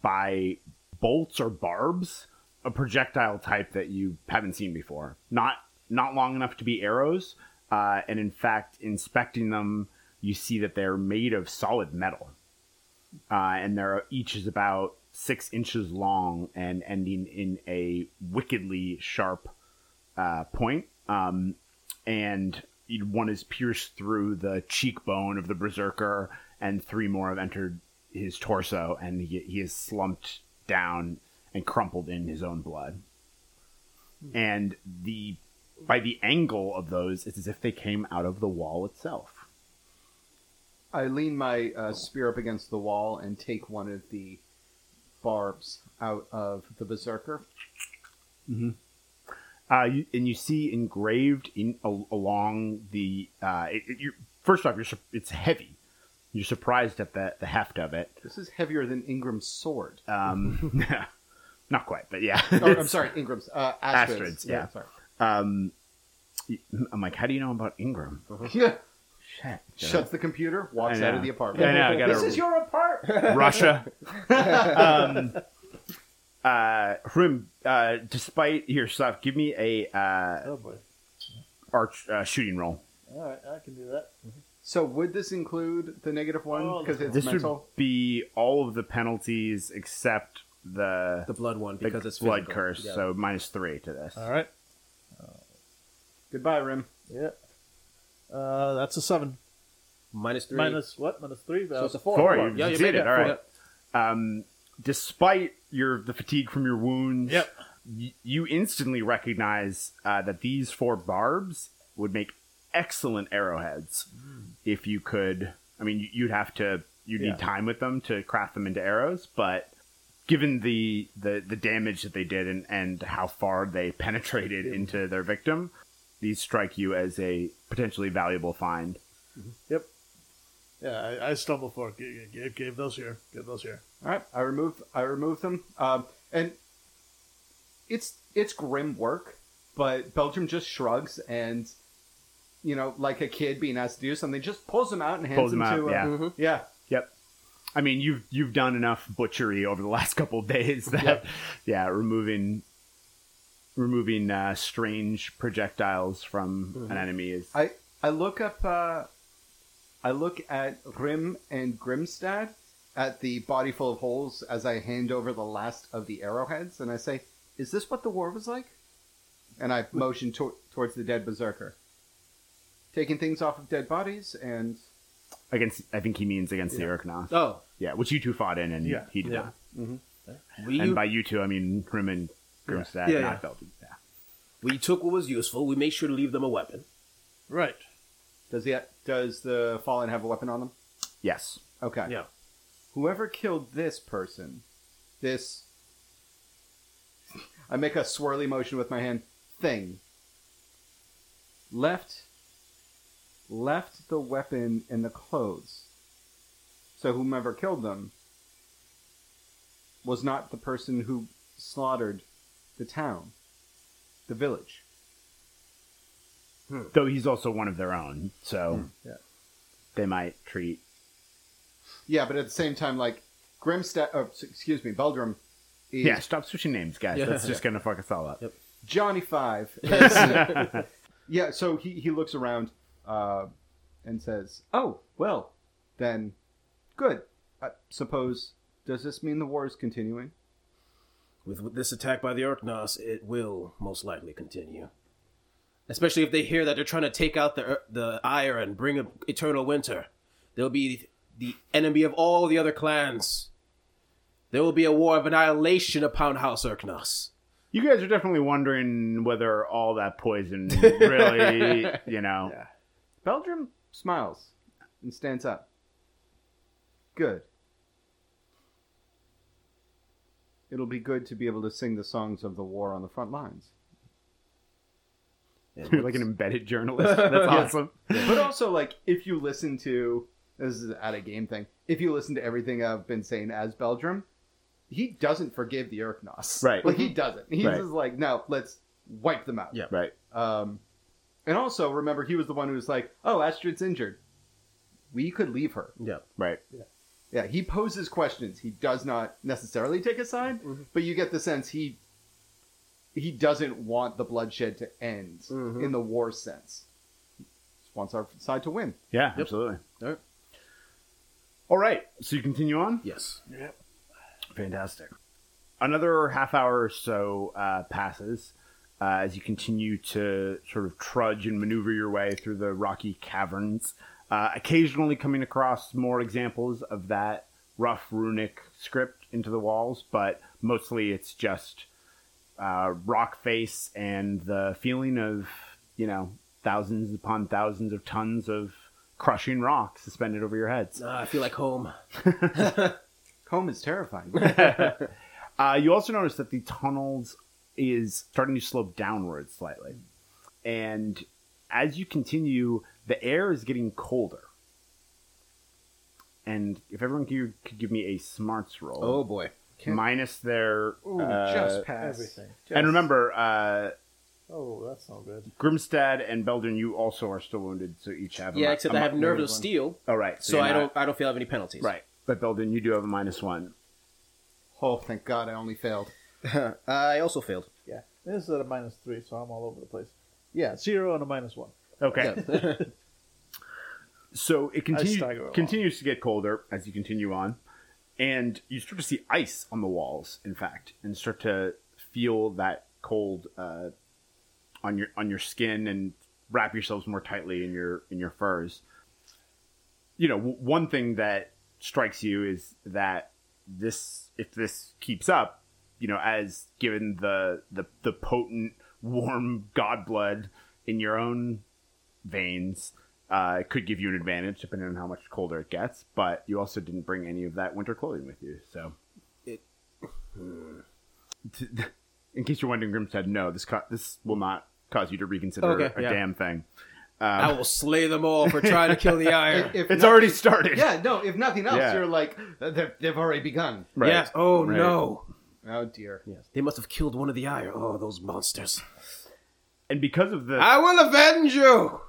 [SPEAKER 3] by bolts or barbs, a projectile type that you haven't seen before. Not not long enough to be arrows, uh, and in fact, inspecting them, you see that they're made of solid metal, uh, and they're each is about six inches long and ending in a wickedly sharp uh, point. Um, and one is pierced through the cheekbone of the berserker, and three more have entered his torso, and he, he is slumped down and crumpled in his own blood.
[SPEAKER 5] Hmm.
[SPEAKER 3] And the by the angle of those, it's as if they came out of the wall itself.
[SPEAKER 5] I lean my uh, spear up against the wall and take one of the barbs out of the berserker.
[SPEAKER 3] Uh, you, and you see engraved in al- along the. Uh, it, it- you, first off, you're sur- it's heavy. You're surprised at the the heft of it.
[SPEAKER 5] This is heavier than Ingram's sword.
[SPEAKER 3] Um, not quite, but yeah.
[SPEAKER 5] Or, Oh, I'm sorry, Ingram's uh,
[SPEAKER 3] Astrid's,
[SPEAKER 5] Astrid's.
[SPEAKER 3] yeah.
[SPEAKER 5] sorry.
[SPEAKER 3] Um, I'm like, how do you know about Ingram?
[SPEAKER 5] Shuts the computer, walks
[SPEAKER 3] I
[SPEAKER 5] out
[SPEAKER 3] know.
[SPEAKER 5] of the apartment.
[SPEAKER 3] I know, I gotta-
[SPEAKER 5] this is your apartment.
[SPEAKER 3] Russia. um, uh, Hrim, uh, despite your stuff, give me a uh,
[SPEAKER 7] Oh boy.
[SPEAKER 3] arch uh, shooting roll.
[SPEAKER 7] All right, I can do that.
[SPEAKER 5] so would this include the negative one
[SPEAKER 7] Oh,
[SPEAKER 5] because it's
[SPEAKER 3] This
[SPEAKER 5] mental?
[SPEAKER 3] would be all of the penalties except the,
[SPEAKER 6] The blood one
[SPEAKER 3] the
[SPEAKER 6] because it's
[SPEAKER 3] blood
[SPEAKER 6] physical.
[SPEAKER 3] curse.
[SPEAKER 6] Yeah.
[SPEAKER 3] So minus three to this.
[SPEAKER 7] All right.
[SPEAKER 5] Goodbye, Rim.
[SPEAKER 7] Yeah. Uh, that's a seven.
[SPEAKER 6] minus three.
[SPEAKER 7] Minus uh, what? Minus three.
[SPEAKER 6] so it's a
[SPEAKER 7] Val?
[SPEAKER 6] four.
[SPEAKER 3] Four,
[SPEAKER 6] Four.
[SPEAKER 3] you
[SPEAKER 6] Yeah, you
[SPEAKER 3] did
[SPEAKER 6] made
[SPEAKER 3] it.
[SPEAKER 6] it.
[SPEAKER 3] All
[SPEAKER 6] Four.
[SPEAKER 3] right. Um, despite your the fatigue from your wounds,
[SPEAKER 7] Yep.
[SPEAKER 3] y- you instantly recognize uh, that these four barbs would make excellent arrowheads if you could. I mean, you- you'd have to. You would
[SPEAKER 7] Hmm. Yeah.
[SPEAKER 3] need time with them to craft them into arrows, but given the, the, the damage that they did and, and how far they penetrated into their victim, these strike you as a potentially valuable find.
[SPEAKER 7] Yeah, I, I stumble for it. G- g- Give, give those here. Give those here.
[SPEAKER 5] All right, I removed I removed them, um, and it's it's grim work, but Belgium just shrugs and you know, like a kid being asked to do something, just pulls them out and hands
[SPEAKER 3] Pulls them
[SPEAKER 5] them,
[SPEAKER 3] out,
[SPEAKER 5] to
[SPEAKER 3] yeah.
[SPEAKER 5] Uh, yeah.
[SPEAKER 3] Yep. I mean, you've you've done enough butchery over the last couple of days that,
[SPEAKER 5] Yep.
[SPEAKER 3] yeah, removing removing uh, strange projectiles from an enemy is
[SPEAKER 5] I I look up uh, I look at Grim and Grimstad at the body full of holes as I hand over the last of the arrowheads, and I say, "Is this what the war was like?" And I motion to- towards the dead berserker, taking things off of dead bodies, and
[SPEAKER 3] against. I think he means against the Urknoth.
[SPEAKER 6] Oh,
[SPEAKER 3] Yeah, which you two fought in, and
[SPEAKER 4] Yeah.
[SPEAKER 3] he did not.
[SPEAKER 6] we
[SPEAKER 3] And by you two, I mean Grim and Grimstad,
[SPEAKER 6] Yeah,
[SPEAKER 3] not
[SPEAKER 6] yeah.
[SPEAKER 3] Belgium. Yeah.
[SPEAKER 6] we took what was useful. We made sure to leave them a weapon.
[SPEAKER 7] Right.
[SPEAKER 5] does the does the fallen have a weapon on them?
[SPEAKER 3] Yes.
[SPEAKER 5] Okay.
[SPEAKER 6] Yeah.
[SPEAKER 5] Whoever killed this person, this. I make a swirly motion with my hand. Thing. Left. Left the weapon in the clothes. So whomever killed them was not the person who slaughtered the town, the village.
[SPEAKER 3] Though he's also one of their own, so
[SPEAKER 5] Yeah.
[SPEAKER 3] they might treat.
[SPEAKER 5] Yeah, but at the same time, like Grimstad, oh, s- excuse me, Beldrum. Is
[SPEAKER 3] Yeah, stop switching names, guys.
[SPEAKER 6] Yeah.
[SPEAKER 3] That's just gonna fuck us all up.
[SPEAKER 5] Johnny Five. is- yeah, so he, he looks around uh, and says, Oh, well, then, good. I suppose, does this mean the war is continuing?
[SPEAKER 6] With this attack by the Arknos, it will most likely continue. Especially if they hear that they're trying to take out the Ur- the Ire and bring a eternal winter. They'll be the enemy of all the other clans. There will be a war of annihilation upon House Arknos.
[SPEAKER 3] You guys are definitely wondering whether all that poison really, you know.
[SPEAKER 5] Belgium smiles and stands up. Good. It'll be good to be able to sing the songs of the war on the front lines.
[SPEAKER 3] You're like an embedded journalist. That's awesome.
[SPEAKER 5] but also like if you listen to this is an out of game thing if you listen to everything i've been saying as beldrum he doesn't forgive the Urknos.
[SPEAKER 3] Right.
[SPEAKER 5] like he doesn't he's
[SPEAKER 3] Right.
[SPEAKER 5] just like no let's wipe them out
[SPEAKER 6] Yeah.
[SPEAKER 3] Right.
[SPEAKER 5] um and also remember he was the one who was like oh astrid's injured we could leave her
[SPEAKER 6] Yeah.
[SPEAKER 3] Right.
[SPEAKER 5] yeah he poses questions he does not necessarily take a side
[SPEAKER 3] Mm-hmm.
[SPEAKER 5] but you get the sense he he doesn't want the bloodshed to end
[SPEAKER 3] Mm-hmm.
[SPEAKER 6] Mm-hmm.
[SPEAKER 5] in the war sense Just wants our side to win
[SPEAKER 3] Yeah, absolutely.
[SPEAKER 6] All right.
[SPEAKER 3] All right. So you continue on?
[SPEAKER 6] Yes.
[SPEAKER 3] Fantastic. Another half hour or so uh, passes uh, as you continue to sort of trudge and maneuver your way through the rocky caverns, uh, occasionally coming across more examples of that rough runic script into the walls, but mostly it's just uh, rock face and the feeling of, you know, thousands upon thousands of tons of crushing rock suspended over your heads.
[SPEAKER 6] Ah, I feel like home.
[SPEAKER 5] Home is terrifying.
[SPEAKER 3] Uh, you also notice that the tunnels is starting to slope downward slightly, and as you continue, the air is getting colder. And if everyone could, could give me a smarts roll,
[SPEAKER 6] Oh boy.
[SPEAKER 3] minus their
[SPEAKER 5] Ooh,
[SPEAKER 3] uh,
[SPEAKER 5] just pass.
[SPEAKER 7] Everything.
[SPEAKER 3] and remember, uh,
[SPEAKER 7] Oh, that's not good.
[SPEAKER 3] Grimstad and Beldrin, you also are still wounded, so each have a
[SPEAKER 6] Yeah,
[SPEAKER 3] mi-
[SPEAKER 6] except
[SPEAKER 3] a
[SPEAKER 6] I
[SPEAKER 3] mi-
[SPEAKER 6] have nerve of steel,
[SPEAKER 3] All right,
[SPEAKER 6] so
[SPEAKER 3] you're
[SPEAKER 6] I
[SPEAKER 3] not-
[SPEAKER 6] don't I don't feel I have any penalties.
[SPEAKER 3] right, but Beldrin, you do have a minus one.
[SPEAKER 5] Oh, thank God, I only failed.
[SPEAKER 6] I also failed.
[SPEAKER 7] Yeah. This is at a minus three, so I'm all over the place. Yeah, zero and a minus one.
[SPEAKER 3] Okay. so it
[SPEAKER 7] stagger
[SPEAKER 3] continue,
[SPEAKER 7] along.
[SPEAKER 3] continues to get colder as you continue on, and you start to see ice on the walls. In fact, and start to feel that cold uh, on your on your skin, and wrap yourselves more tightly in your in your furs. You know, w- one thing that strikes you is that this if this keeps up, you know, as given the the, the potent warm god blood in your own veins. Uh, it could give you an advantage depending on how much colder it gets, but you also didn't bring any of that winter clothing with you. So In case you're wondering, Grim said, no, this ca- this will not cause you to reconsider
[SPEAKER 6] Okay,
[SPEAKER 3] a
[SPEAKER 6] yeah.
[SPEAKER 3] damn thing.
[SPEAKER 6] I will slay them all for trying to kill the iron.
[SPEAKER 5] If
[SPEAKER 3] It's
[SPEAKER 5] not-
[SPEAKER 3] already started.
[SPEAKER 5] Yeah, no, if nothing else,
[SPEAKER 3] Yeah.
[SPEAKER 5] you're like, they've, they've already begun.
[SPEAKER 3] Right.
[SPEAKER 6] Yes. Oh no.
[SPEAKER 5] Oh, dear.
[SPEAKER 6] They must have killed one of the iron. Oh, those monsters.
[SPEAKER 3] And because of the
[SPEAKER 6] I will avenge you.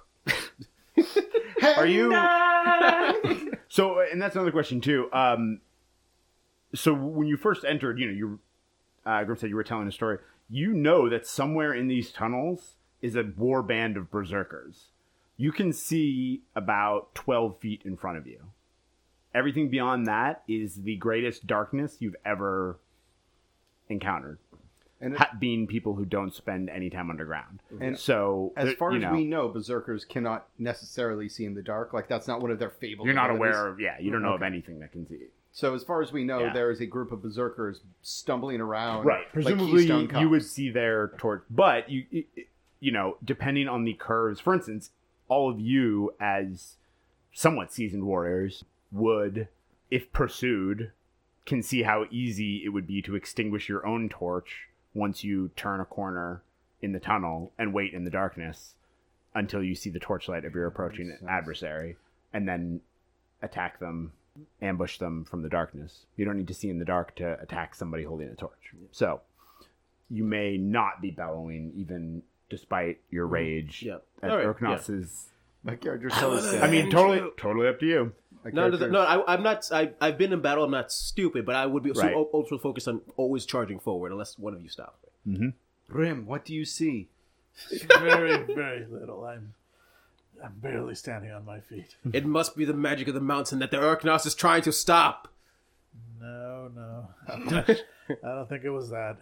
[SPEAKER 3] Are you? so, and that's another question too. Um, so when you first entered, you know, you, uh, Grim said you were telling a story. You know that somewhere in these tunnels is a war band of berserkers. You can see about twelve feet in front of you. Everything beyond that is the greatest darkness you've ever encountered.
[SPEAKER 5] And-
[SPEAKER 3] And being people who don't spend any time underground.
[SPEAKER 5] And
[SPEAKER 3] so,
[SPEAKER 5] As
[SPEAKER 3] there-
[SPEAKER 5] far
[SPEAKER 3] you
[SPEAKER 5] as
[SPEAKER 3] know,
[SPEAKER 5] we know, berserkers cannot necessarily see in the dark. Like, that's not one of their fabled
[SPEAKER 3] you're not
[SPEAKER 5] abilities.
[SPEAKER 3] aware of. Yeah, you don't know of anything that can see.
[SPEAKER 5] So as far as we know,
[SPEAKER 3] Yeah.
[SPEAKER 5] there is a group of berserkers stumbling around.
[SPEAKER 3] right
[SPEAKER 5] like
[SPEAKER 3] presumably
[SPEAKER 5] Keystone Cops.
[SPEAKER 3] you would see their torch but you you know depending on the curves for instance all of you as somewhat seasoned warriors would if pursued can see how easy it would be to extinguish your own torch once you turn a corner in the tunnel and wait in the darkness until you see the torchlight of your approaching adversary and then attack them ambush them from the darkness. You don't need to see in the dark to attack somebody holding a torch. So you may not be bellowing even despite your rage
[SPEAKER 6] Mm-hmm. Yeah.
[SPEAKER 3] at
[SPEAKER 6] All right,
[SPEAKER 3] Erknos's.
[SPEAKER 5] My character's so sad.
[SPEAKER 3] I mean, totally, totally up to you.
[SPEAKER 5] My
[SPEAKER 6] No, no,
[SPEAKER 5] character-
[SPEAKER 6] no I, I'm not. I, I've been in battle. I'm not stupid, but I would be
[SPEAKER 3] Right.
[SPEAKER 6] so ultra focused on always charging forward, unless one of you stops.
[SPEAKER 5] Grim, what do you see?
[SPEAKER 7] very, very little. I'm, I'm barely standing on my feet.
[SPEAKER 6] It must be the magic of the mountain that the Urknos is trying to stop.
[SPEAKER 7] No, no. I don't think it was that.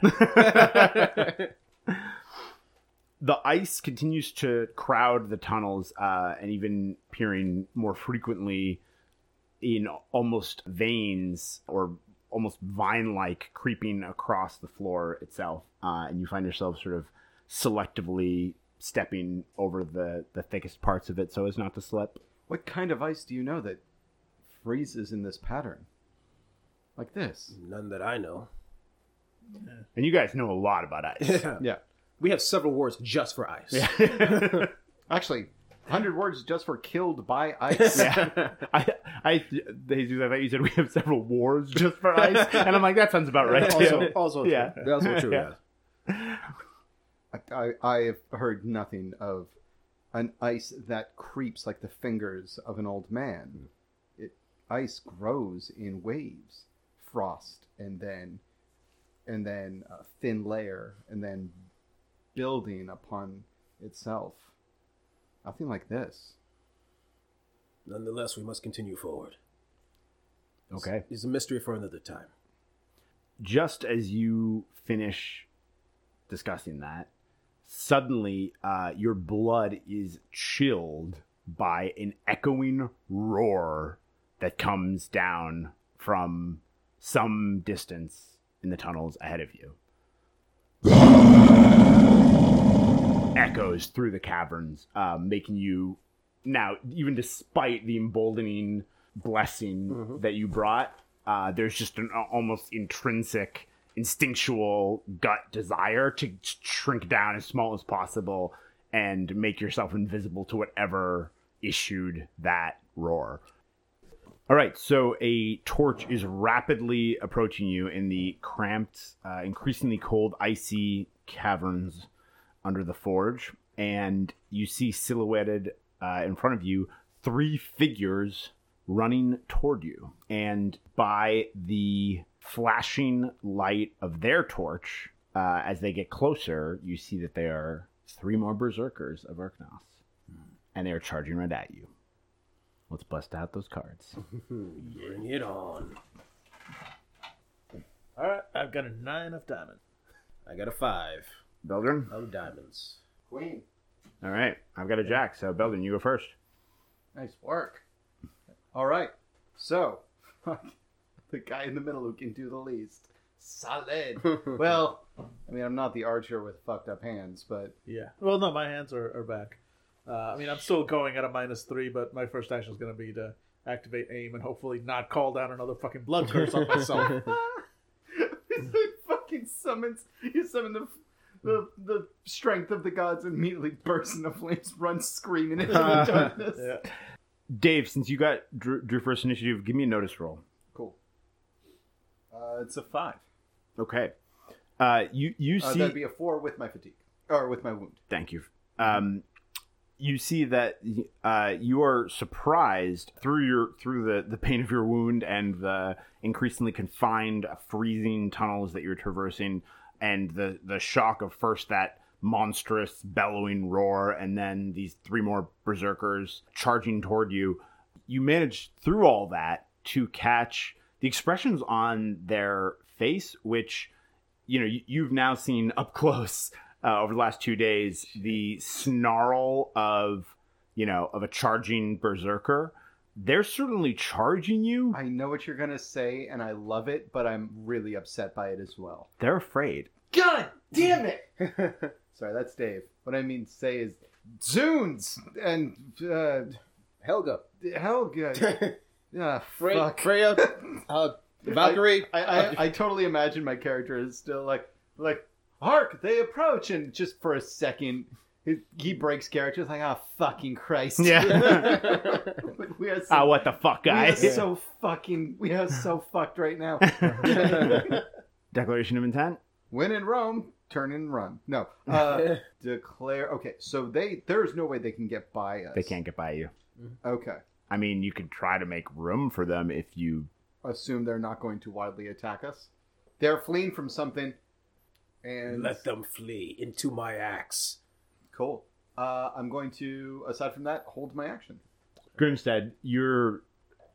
[SPEAKER 3] The ice continues to crowd the tunnels uh, and even appearing more frequently in almost veins or almost vine like creeping across the floor itself. Uh, and you find yourself sort of selectively stepping over the, the thickest parts of it so as not to slip.
[SPEAKER 5] What kind of ice do you know that freezes in this pattern? Like this.
[SPEAKER 6] None that I know.
[SPEAKER 3] And you guys know a lot about ice.
[SPEAKER 5] Yeah.
[SPEAKER 6] We have several words just for ice.
[SPEAKER 5] Actually, 100 words just for killed by ice.
[SPEAKER 3] I, I, Jesus, I thought you said we have several wars just for ice, and I'm like, that sounds about right.
[SPEAKER 5] Also,
[SPEAKER 3] too.
[SPEAKER 5] also
[SPEAKER 3] yeah.
[SPEAKER 6] That's what true.
[SPEAKER 3] Yeah.
[SPEAKER 5] I, I have heard nothing of an ice that creeps like the fingers of an old man. It, ice grows in waves, frost, and then, and then a thin layer, and then building upon itself. Nothing like this.
[SPEAKER 6] Nonetheless, we must continue forward.
[SPEAKER 3] Okay.
[SPEAKER 6] It's a mystery for another time.
[SPEAKER 3] just as you finish discussing that, suddenly uh, your blood is chilled by an echoing roar that comes down from some distance in the tunnels ahead of you. Echoes through the caverns, uh, making you now, even despite the emboldening blessing that you brought, uh, there's just an a- almost intrinsic, instinctual gut desire to shrink down as small as possible and make yourself invisible to whatever issued that roar. All right, so a torch is rapidly approaching you in the cramped, uh, increasingly cold, icy caverns under the forge, and you see silhouetted uh, in front of you three figures running toward you. And by the flashing light of their torch, uh, as they get closer, you see that they are three more berserkers of Arknos, and they are charging right at you. Let's bust out those cards.
[SPEAKER 6] Bring it on.
[SPEAKER 7] All right, I've got a nine of diamond.
[SPEAKER 6] I got a five.
[SPEAKER 3] Belden?
[SPEAKER 6] No diamonds.
[SPEAKER 5] Queen,
[SPEAKER 3] All right. I've got a jack, so Belden, you go first.
[SPEAKER 5] nice work. All right, so the guy in the middle who can do the least. Solid. well, I mean, I'm not the archer with fucked up hands, but
[SPEAKER 7] Yeah. Well, no, my hands are, are back. Uh, I mean, I'm still going at a minus three, but my first action is going to be to activate aim and hopefully not call down another fucking blood curse on myself.
[SPEAKER 5] It's like He summons. He summons the. The, the strength of the gods and immediately bursts into flames, runs screaming into the darkness.
[SPEAKER 3] Dave, since you got drew, drew first initiative, give me a notice roll.
[SPEAKER 5] Cool. Uh, it's a five.
[SPEAKER 3] Okay. Uh, you you
[SPEAKER 5] Uh,
[SPEAKER 3] see.
[SPEAKER 5] that'd be a four with my fatigue or with my wound.
[SPEAKER 3] Thank you. Um, you see that uh, you are surprised through your through the the pain of your wound and the increasingly confined, freezing tunnels that you're traversing, and the the shock of first that monstrous bellowing roar, and then these three more berserkers charging toward you. You manage through all that to catch the expressions on their face, which you know you- you've now seen up close uh, over the last two days the snarl of you know of a charging berserker they're certainly charging you
[SPEAKER 5] I know what you're gonna say, and I love it, but I'm really upset by it as well.
[SPEAKER 3] they're afraid
[SPEAKER 5] God damn it! Sorry, that's Dave. What I mean to say is Zunes and uh,
[SPEAKER 6] Helga.
[SPEAKER 5] Helga. Ah,
[SPEAKER 6] Frey-
[SPEAKER 5] fuck.
[SPEAKER 6] Freya. Uh, Valkyrie.
[SPEAKER 5] I, I, I totally imagine my character is still like like hark they approach and just for a second he, he breaks character. It's like ah fucking Christ Like, we are so,
[SPEAKER 3] oh what the fuck
[SPEAKER 5] we are
[SPEAKER 3] guys
[SPEAKER 5] so fucking we are so fucked right now.
[SPEAKER 3] declaration of intent
[SPEAKER 5] When in Rome, turn and run. No, uh, declare. Okay, so they there's no way they can get by us.
[SPEAKER 3] they can't get by you
[SPEAKER 5] Okay,
[SPEAKER 3] i mean you could try to make room for them if you
[SPEAKER 5] assume they're not going to wildly attack us. They're fleeing from something, and
[SPEAKER 6] Let them flee into my axe.
[SPEAKER 5] cool. Uh, I'm going to aside from that hold my action.
[SPEAKER 3] grimstead you're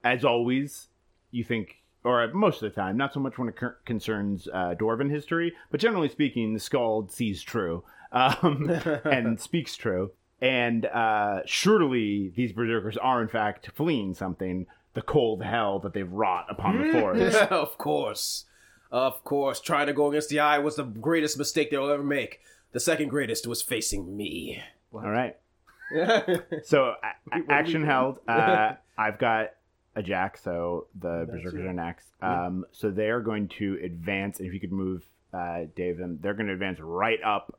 [SPEAKER 3] as always you think or most of the time not so much when it cur- concerns uh, dwarven history but generally speaking the scald sees true um, and speaks true and uh, surely these berserkers are in fact fleeing something the cold hell that they've wrought upon the forest
[SPEAKER 6] of course. Of course. Trying to go against the eye was the greatest mistake they'll ever make. The second greatest was facing me.
[SPEAKER 3] all right so a- a- action held uh, i've got a jack so the berserkers are next um, so they are going to advance and if you could move uh, dave them they're going to advance right up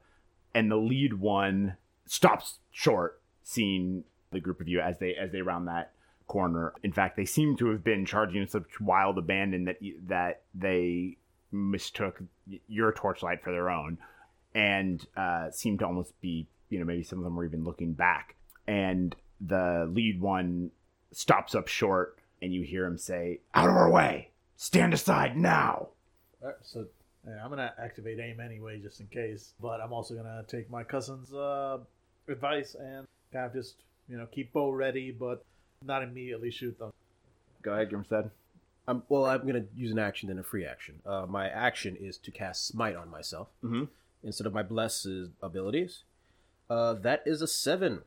[SPEAKER 3] and the lead one stops short seeing the group of you as they as they round that corner in fact they seem to have been charging in such wild abandon that y- that they mistook y- your torchlight for their own and uh, seemed to almost be, you know, maybe some of them were even looking back. And the lead one stops up short, and you hear him say, "Out of our way! Stand aside now!"
[SPEAKER 7] All right, so yeah, I'm gonna activate aim anyway, just in case. But I'm also gonna take my cousin's uh, advice and kind of just you know keep bow ready, but not immediately shoot them.
[SPEAKER 3] Go ahead, Grimstead.
[SPEAKER 6] Um, well, I'm going to use an action and a free action. Uh, my action is to cast Smite on myself
[SPEAKER 3] Mhm.
[SPEAKER 6] instead of my Blessed abilities. Uh, that is a seven.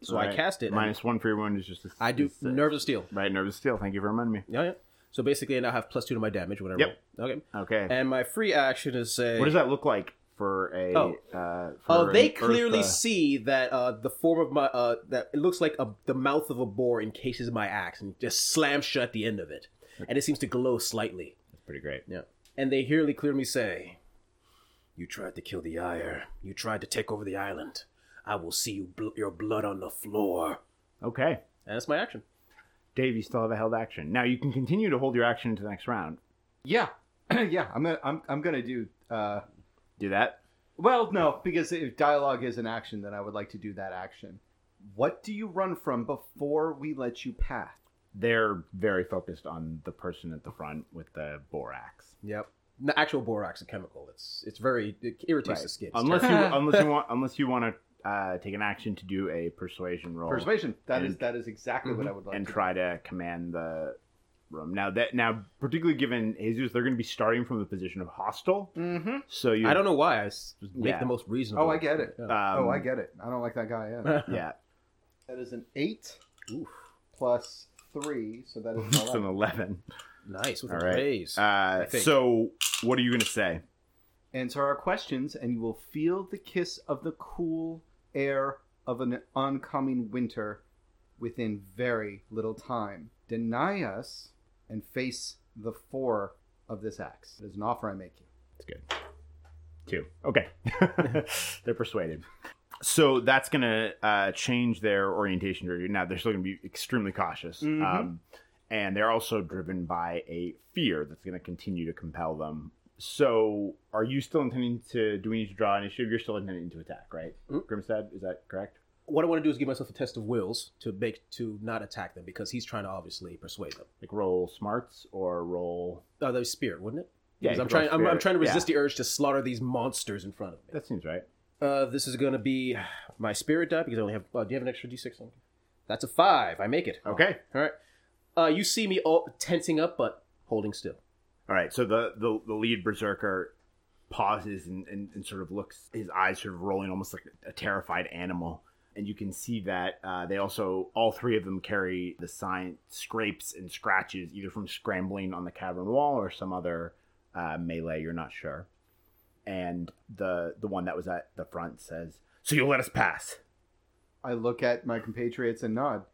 [SPEAKER 6] So I cast it.
[SPEAKER 3] Minus one for your wound is just. A,
[SPEAKER 6] I do
[SPEAKER 3] is a-
[SPEAKER 6] Nerve of Steel.
[SPEAKER 3] Right, nervous steel. Thank you for reminding me.
[SPEAKER 6] Yeah, yeah. So basically, I now have plus two to my damage, whatever.
[SPEAKER 3] Yep.
[SPEAKER 6] Okay.
[SPEAKER 3] Okay.
[SPEAKER 6] And my free action is say.
[SPEAKER 3] what does that look like for a?
[SPEAKER 6] Oh.
[SPEAKER 3] uh,
[SPEAKER 6] Oh,
[SPEAKER 3] for
[SPEAKER 6] they
[SPEAKER 3] an
[SPEAKER 6] clearly
[SPEAKER 3] Eartha-
[SPEAKER 6] see that uh, the form of my uh, that it looks like a, the mouth of a boar encases my axe and just slams shut the end of it, and it seems to glow slightly.
[SPEAKER 3] That's pretty great.
[SPEAKER 6] Yeah, and they hearly clearly say, "You tried to kill the Ire. You tried to take over the island. I will see you bl- your blood on the floor."
[SPEAKER 3] Okay,
[SPEAKER 6] And that's my action.
[SPEAKER 3] Dave, you still have a held action. Now you can continue to hold your action into the next round.
[SPEAKER 5] Yeah, yeah. I'm gonna I'm I'm gonna do. Uh,
[SPEAKER 3] Do that.
[SPEAKER 5] well, no, because if dialogue is an action, then I would like to do that action. What do you run from before we let you pass?
[SPEAKER 3] They're very focused on the person at the front with the borax.
[SPEAKER 6] Yep. The actual borax, a chemical. It's it's very it irritates
[SPEAKER 3] Right.
[SPEAKER 6] the skin. It's
[SPEAKER 3] unless you
[SPEAKER 6] terrible.
[SPEAKER 3] unless you want unless you want to uh, take an action to do a persuasion roll
[SPEAKER 5] Persuasion. That is
[SPEAKER 3] And-
[SPEAKER 5] that is exactly what I would like.
[SPEAKER 3] and
[SPEAKER 5] to
[SPEAKER 3] try to command the room. Now that now particularly given Jesus, they're going to be starting from the position of hostile.
[SPEAKER 5] Mm-hmm.
[SPEAKER 3] So you,
[SPEAKER 6] I don't know why I s- make
[SPEAKER 3] Yeah.
[SPEAKER 6] the most reasonable.
[SPEAKER 5] Oh, I get it.
[SPEAKER 6] Yeah.
[SPEAKER 3] Um,
[SPEAKER 5] oh, I get it. I don't like that guy. Yeah.
[SPEAKER 3] Yeah,
[SPEAKER 5] that is an eight
[SPEAKER 6] Oof.
[SPEAKER 5] plus three, so that is an
[SPEAKER 3] it's an
[SPEAKER 5] eleven.
[SPEAKER 3] eleven.
[SPEAKER 6] Nice with
[SPEAKER 3] All
[SPEAKER 6] a
[SPEAKER 3] right.
[SPEAKER 6] raise.
[SPEAKER 3] Uh,
[SPEAKER 6] think.
[SPEAKER 3] so what are you going to say?
[SPEAKER 5] Answer our questions, and you will feel the kiss of the cool air of an oncoming winter within very little time. Deny us and face the four of this axe. It is an offer I make you.
[SPEAKER 3] It's good. Two. Okay. They're persuaded. So that's going to uh, change their orientation. to- Now, they're still going to be extremely cautious. Um, and they're also driven by a fear that's going to continue to compel them. So, are you still intending to? Do we need to draw initiative? You're still intending to attack, right? Grimstad, is that correct?
[SPEAKER 6] What I want to do is give myself a test of wills to make to not attack them because he's trying to obviously persuade them.
[SPEAKER 3] Like roll smarts or roll?
[SPEAKER 6] Oh, that was spirit, wouldn't it?
[SPEAKER 3] Yeah,
[SPEAKER 6] Because
[SPEAKER 3] you
[SPEAKER 6] I'm
[SPEAKER 3] could roll
[SPEAKER 6] trying. I'm, I'm
[SPEAKER 3] spirit.
[SPEAKER 6] trying to resist
[SPEAKER 3] Yeah.
[SPEAKER 6] the urge to slaughter these monsters in front of me.
[SPEAKER 3] That seems right.
[SPEAKER 6] Uh, this is gonna be my spirit die because I only have. Uh, do you have an extra d6 on? That's a five. I make it.
[SPEAKER 3] Okay.
[SPEAKER 6] All right. Uh, you see me all tensing up, but holding still.
[SPEAKER 3] All right, so the, the, the lead berserker pauses and, and, and sort of looks, his eyes sort of rolling almost like a terrified animal. And you can see that uh, they also, all three of them carry the sign scrapes and scratches, either from scrambling on the cavern wall or some other uh, melee, you're not sure. And the, the one that was at the front says, So you'll let us pass?
[SPEAKER 5] I look at my compatriots and nod.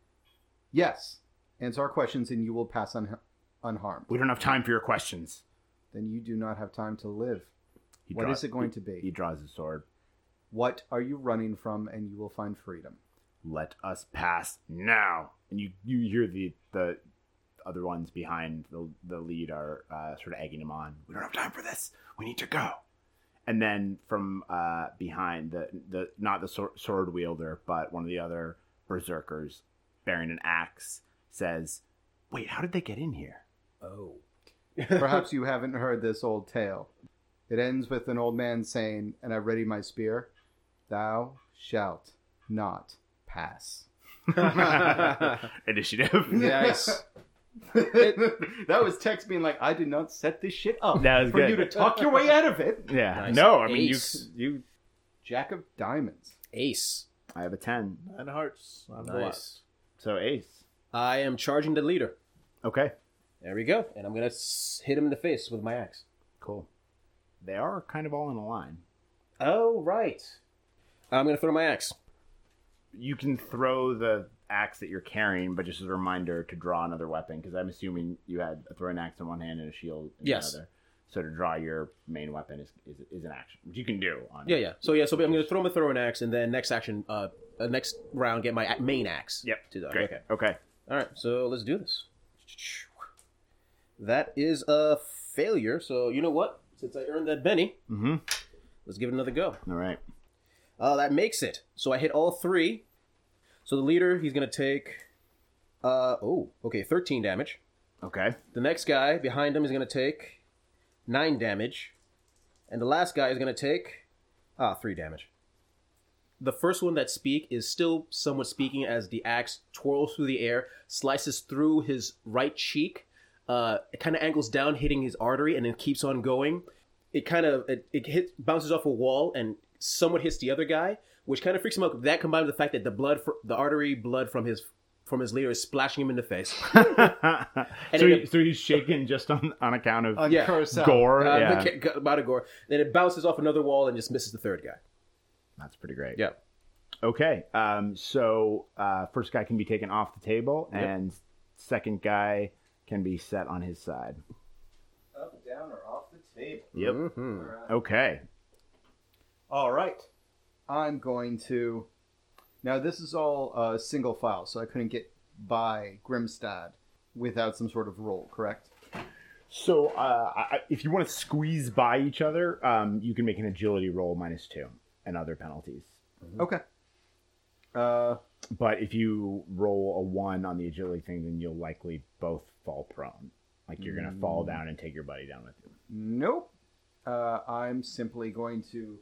[SPEAKER 5] Yes. Answer our questions and you will pass un- unharmed.
[SPEAKER 3] We don't have time for your questions.
[SPEAKER 5] Then you do not have time to live.
[SPEAKER 3] He
[SPEAKER 5] What
[SPEAKER 3] draws-
[SPEAKER 5] is it going to
[SPEAKER 3] He
[SPEAKER 5] be?
[SPEAKER 3] draws his sword.
[SPEAKER 5] What are you running from and you will find freedom?
[SPEAKER 3] let us pass now and you you hear the the other ones behind the, the lead are uh, sort of egging him on we don't have time for this we need to go and then from uh, behind the the not the sword, sword wielder but one of the other berserkers bearing an axe says wait how did they get in here
[SPEAKER 6] Oh.
[SPEAKER 5] Perhaps you haven't heard this old tale. It ends with an old man saying, and I ready my spear, Thou shalt not pass.
[SPEAKER 3] initiative
[SPEAKER 5] Nice. that was text being like, I did not set this shit up
[SPEAKER 3] That was
[SPEAKER 5] for
[SPEAKER 3] good.
[SPEAKER 5] you to talk your way out of it.
[SPEAKER 3] yeah
[SPEAKER 6] Nice.
[SPEAKER 3] no i mean you,
[SPEAKER 6] Ace.
[SPEAKER 3] you
[SPEAKER 5] Jack of diamonds.
[SPEAKER 6] Ace.
[SPEAKER 3] i have a 10
[SPEAKER 7] Nine hearts. I'm the last.
[SPEAKER 6] Nice.
[SPEAKER 3] so ace
[SPEAKER 6] I am charging the leader.
[SPEAKER 3] okay
[SPEAKER 6] There we go. And I'm gonna s- hit him in the face with my axe.
[SPEAKER 3] cool they are kind of all in a line
[SPEAKER 6] Oh right. I'm gonna throw my axe.
[SPEAKER 3] you can throw the axe that you're carrying, but just as a reminder to draw another weapon, because I'm assuming you had a throwing axe in one hand and a shield in
[SPEAKER 6] Yes.
[SPEAKER 3] the other. So to draw your main weapon is, is, is an action, which you can do on
[SPEAKER 6] Yeah, yeah. So yeah, so I'm gonna throw him a throwing axe, and then next action, uh, uh next round, get my a- main axe.
[SPEAKER 3] Yep.
[SPEAKER 6] To the,
[SPEAKER 3] Great.
[SPEAKER 6] Okay.
[SPEAKER 3] Okay.
[SPEAKER 6] All right. So let's do this. That is a failure. So you know what? Since I earned that Benny,
[SPEAKER 3] Mhm.
[SPEAKER 6] let's give it another go.
[SPEAKER 3] All right.
[SPEAKER 6] Uh, that makes it. So I hit all three. So the leader, he's gonna take. Uh oh. Okay, 13 damage.
[SPEAKER 3] Okay.
[SPEAKER 6] The next guy behind him is going to take nine damage, and the last guy is going to take ah three damage. The first one that speak is still somewhat speaking as the axe twirls through the air, slices through his right cheek. Uh, it kind of angles down, hitting his artery, and then keeps on going. It kind of it, it hits bounces off a wall and somewhat hits the other guy, which kind of freaks him out. That combined with the fact that the blood, fr- the artery blood from his from his leader is splashing him in the face.
[SPEAKER 3] so,
[SPEAKER 6] it-
[SPEAKER 3] he, so he's shaken just on, on account of
[SPEAKER 5] On
[SPEAKER 6] Yeah.
[SPEAKER 5] Curacao.
[SPEAKER 3] gore.
[SPEAKER 6] Uh,
[SPEAKER 3] yeah.
[SPEAKER 6] the ca- about a gore. Then it bounces off another wall and just misses the third guy.
[SPEAKER 3] That's pretty great.
[SPEAKER 6] Yeah.
[SPEAKER 3] Okay. Um, so uh, first guy can be taken off the table, and second guy can be set on his side.
[SPEAKER 5] Up, down, or off the table.
[SPEAKER 3] Yep. Okay.
[SPEAKER 5] All right. I'm going to. Now, this is all uh, single file, so I couldn't get by Grimstad without some sort of roll, correct?
[SPEAKER 3] So, uh, I, I- if you want to squeeze by each other, um, you can make an agility roll minus two and other penalties.
[SPEAKER 5] Okay. Uh,
[SPEAKER 3] But if you roll a one on the agility thing, then you'll likely both fall prone. Like you're going to fall down and take your buddy down with you.
[SPEAKER 5] nope. Uh, I'm simply going to.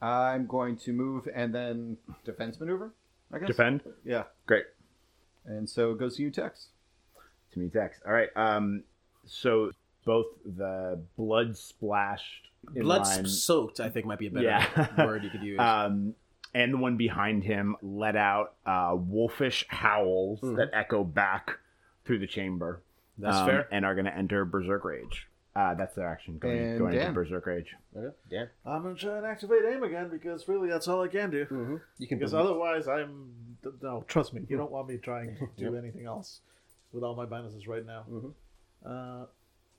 [SPEAKER 5] I'm going to move and then defense maneuver, I guess.
[SPEAKER 3] Defend.
[SPEAKER 5] Yeah.
[SPEAKER 3] Great.
[SPEAKER 5] And so it goes to you, Tex.
[SPEAKER 3] To me, Dex. All right. Um, so both the blood splashed in
[SPEAKER 6] Blood
[SPEAKER 3] line-
[SPEAKER 6] soaked, I think, might be a better
[SPEAKER 3] Yeah.
[SPEAKER 6] word you could use.
[SPEAKER 3] um, and the one behind him let out uh, wolfish howls that echo back through the chamber. Um,
[SPEAKER 6] That's fair.
[SPEAKER 3] And are going to enter Berserk Rage. Uh, that's their action going,
[SPEAKER 5] And
[SPEAKER 3] going into
[SPEAKER 5] Dan.
[SPEAKER 3] Berserk Rage.
[SPEAKER 6] Okay. Yeah.
[SPEAKER 7] I'm gonna try and activate aim again because really that's all I can do.
[SPEAKER 6] Mm-hmm. You can Mm-hmm.
[SPEAKER 7] Because otherwise, I'm th- no. Trust me, you don't want me
[SPEAKER 6] Mm-hmm.
[SPEAKER 7] trying to do anything else with all my bonuses right now. Uh,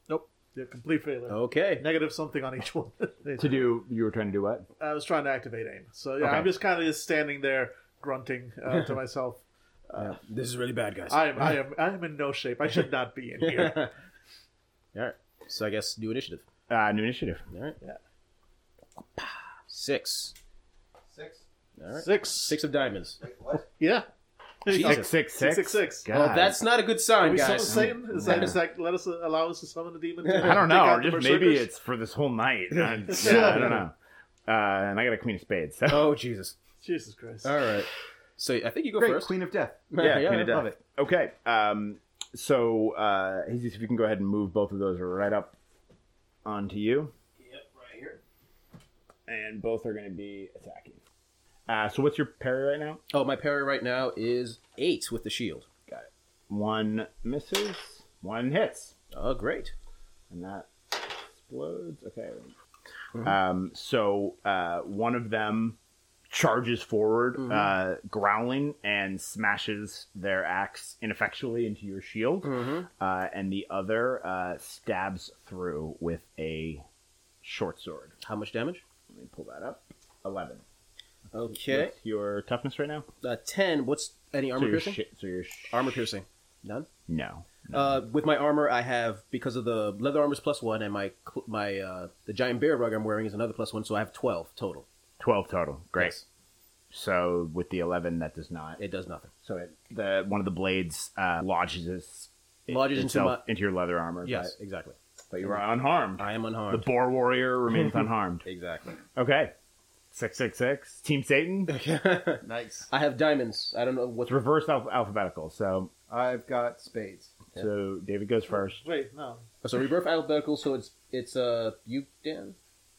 [SPEAKER 7] nope. Yeah, complete failure.
[SPEAKER 6] Okay.
[SPEAKER 7] Negative something on each one.
[SPEAKER 3] To do, you were trying to do what?
[SPEAKER 7] I was trying to activate aim. So yeah,
[SPEAKER 3] Okay.
[SPEAKER 7] I'm just kind of just standing there grunting uh, to myself. Uh,
[SPEAKER 6] This is really bad, guys.
[SPEAKER 7] I am, I am, I am in no shape. I should not be in here.
[SPEAKER 6] All right. So I guess new initiative.
[SPEAKER 3] Uh, new initiative.
[SPEAKER 6] All right. Yeah. Six.
[SPEAKER 5] Six.
[SPEAKER 6] All right.
[SPEAKER 7] Six.
[SPEAKER 6] Six of diamonds.
[SPEAKER 5] Wait, what?
[SPEAKER 7] Yeah.
[SPEAKER 6] Jesus.
[SPEAKER 3] Six, six,
[SPEAKER 7] Six, six.
[SPEAKER 3] God.
[SPEAKER 6] Well, that's not a good sign,
[SPEAKER 7] we summon
[SPEAKER 6] guys.
[SPEAKER 7] Satan? Is that, is that let us allow us to summon the demon?
[SPEAKER 3] I don't know. Or
[SPEAKER 7] Take out the
[SPEAKER 3] just maybe
[SPEAKER 7] berserkers?
[SPEAKER 3] it's for this whole night. I, yeah, I don't know. Uh, and I got a queen of spades. So.
[SPEAKER 6] Oh Jesus!
[SPEAKER 7] Jesus Christ.
[SPEAKER 6] All right. So I think you go
[SPEAKER 5] Great,
[SPEAKER 6] first.
[SPEAKER 5] Queen of Death.
[SPEAKER 3] yeah,
[SPEAKER 6] yeah,
[SPEAKER 3] Queen of
[SPEAKER 6] yeah.
[SPEAKER 3] Death. Okay. Um, so, uh, Jesus, if you can go ahead and move both of those right up onto you. Yep, right here. And both are going to be attacking. Uh, so, what's your parry right now?
[SPEAKER 6] Oh, my parry right now is eight with the shield.
[SPEAKER 3] One misses, one hits,
[SPEAKER 6] Oh, great.
[SPEAKER 3] and that explodes. Okay. Um, so, uh, one of them charges forward, uh, growling, and smashes their axe ineffectually into your shield. uh, and the other uh, stabs through with a short sword.
[SPEAKER 6] How much damage?
[SPEAKER 3] Let me pull that up. Eleven. Oh,
[SPEAKER 6] Okay.
[SPEAKER 3] What's your toughness right now?
[SPEAKER 6] Uh, ten. What's any armor
[SPEAKER 3] so your
[SPEAKER 6] piercing?
[SPEAKER 3] shi- so your sh-
[SPEAKER 6] Armor piercing. None.
[SPEAKER 3] no. no.
[SPEAKER 6] Uh, with my armor, I have because of the leather armor is plus one, and my cl- my uh, the giant bear rug I'm wearing is another plus one, so I have twelve total.
[SPEAKER 3] Twelve total. Great.
[SPEAKER 6] Yes.
[SPEAKER 3] So with the eleven, that does not.
[SPEAKER 6] It does nothing.
[SPEAKER 3] so it, the one of the blades uh, lodges its,
[SPEAKER 6] Lodges into
[SPEAKER 3] itself
[SPEAKER 6] my-
[SPEAKER 3] into your leather armor.
[SPEAKER 6] Yes, exactly.
[SPEAKER 3] but, but you are unharmed.
[SPEAKER 6] I am
[SPEAKER 3] The
[SPEAKER 6] unharmed.
[SPEAKER 3] boar warrior remains unharmed.
[SPEAKER 6] Exactly.
[SPEAKER 3] Okay. Six six six. Team Satan.
[SPEAKER 5] Nice.
[SPEAKER 6] I have diamonds. I don't know what's
[SPEAKER 3] It's reverse alph- alphabetical. So
[SPEAKER 5] I've got spades.
[SPEAKER 3] so David goes first.
[SPEAKER 7] Wait, no.
[SPEAKER 6] so rebirth alphabetical. So it's it's uh you Dan.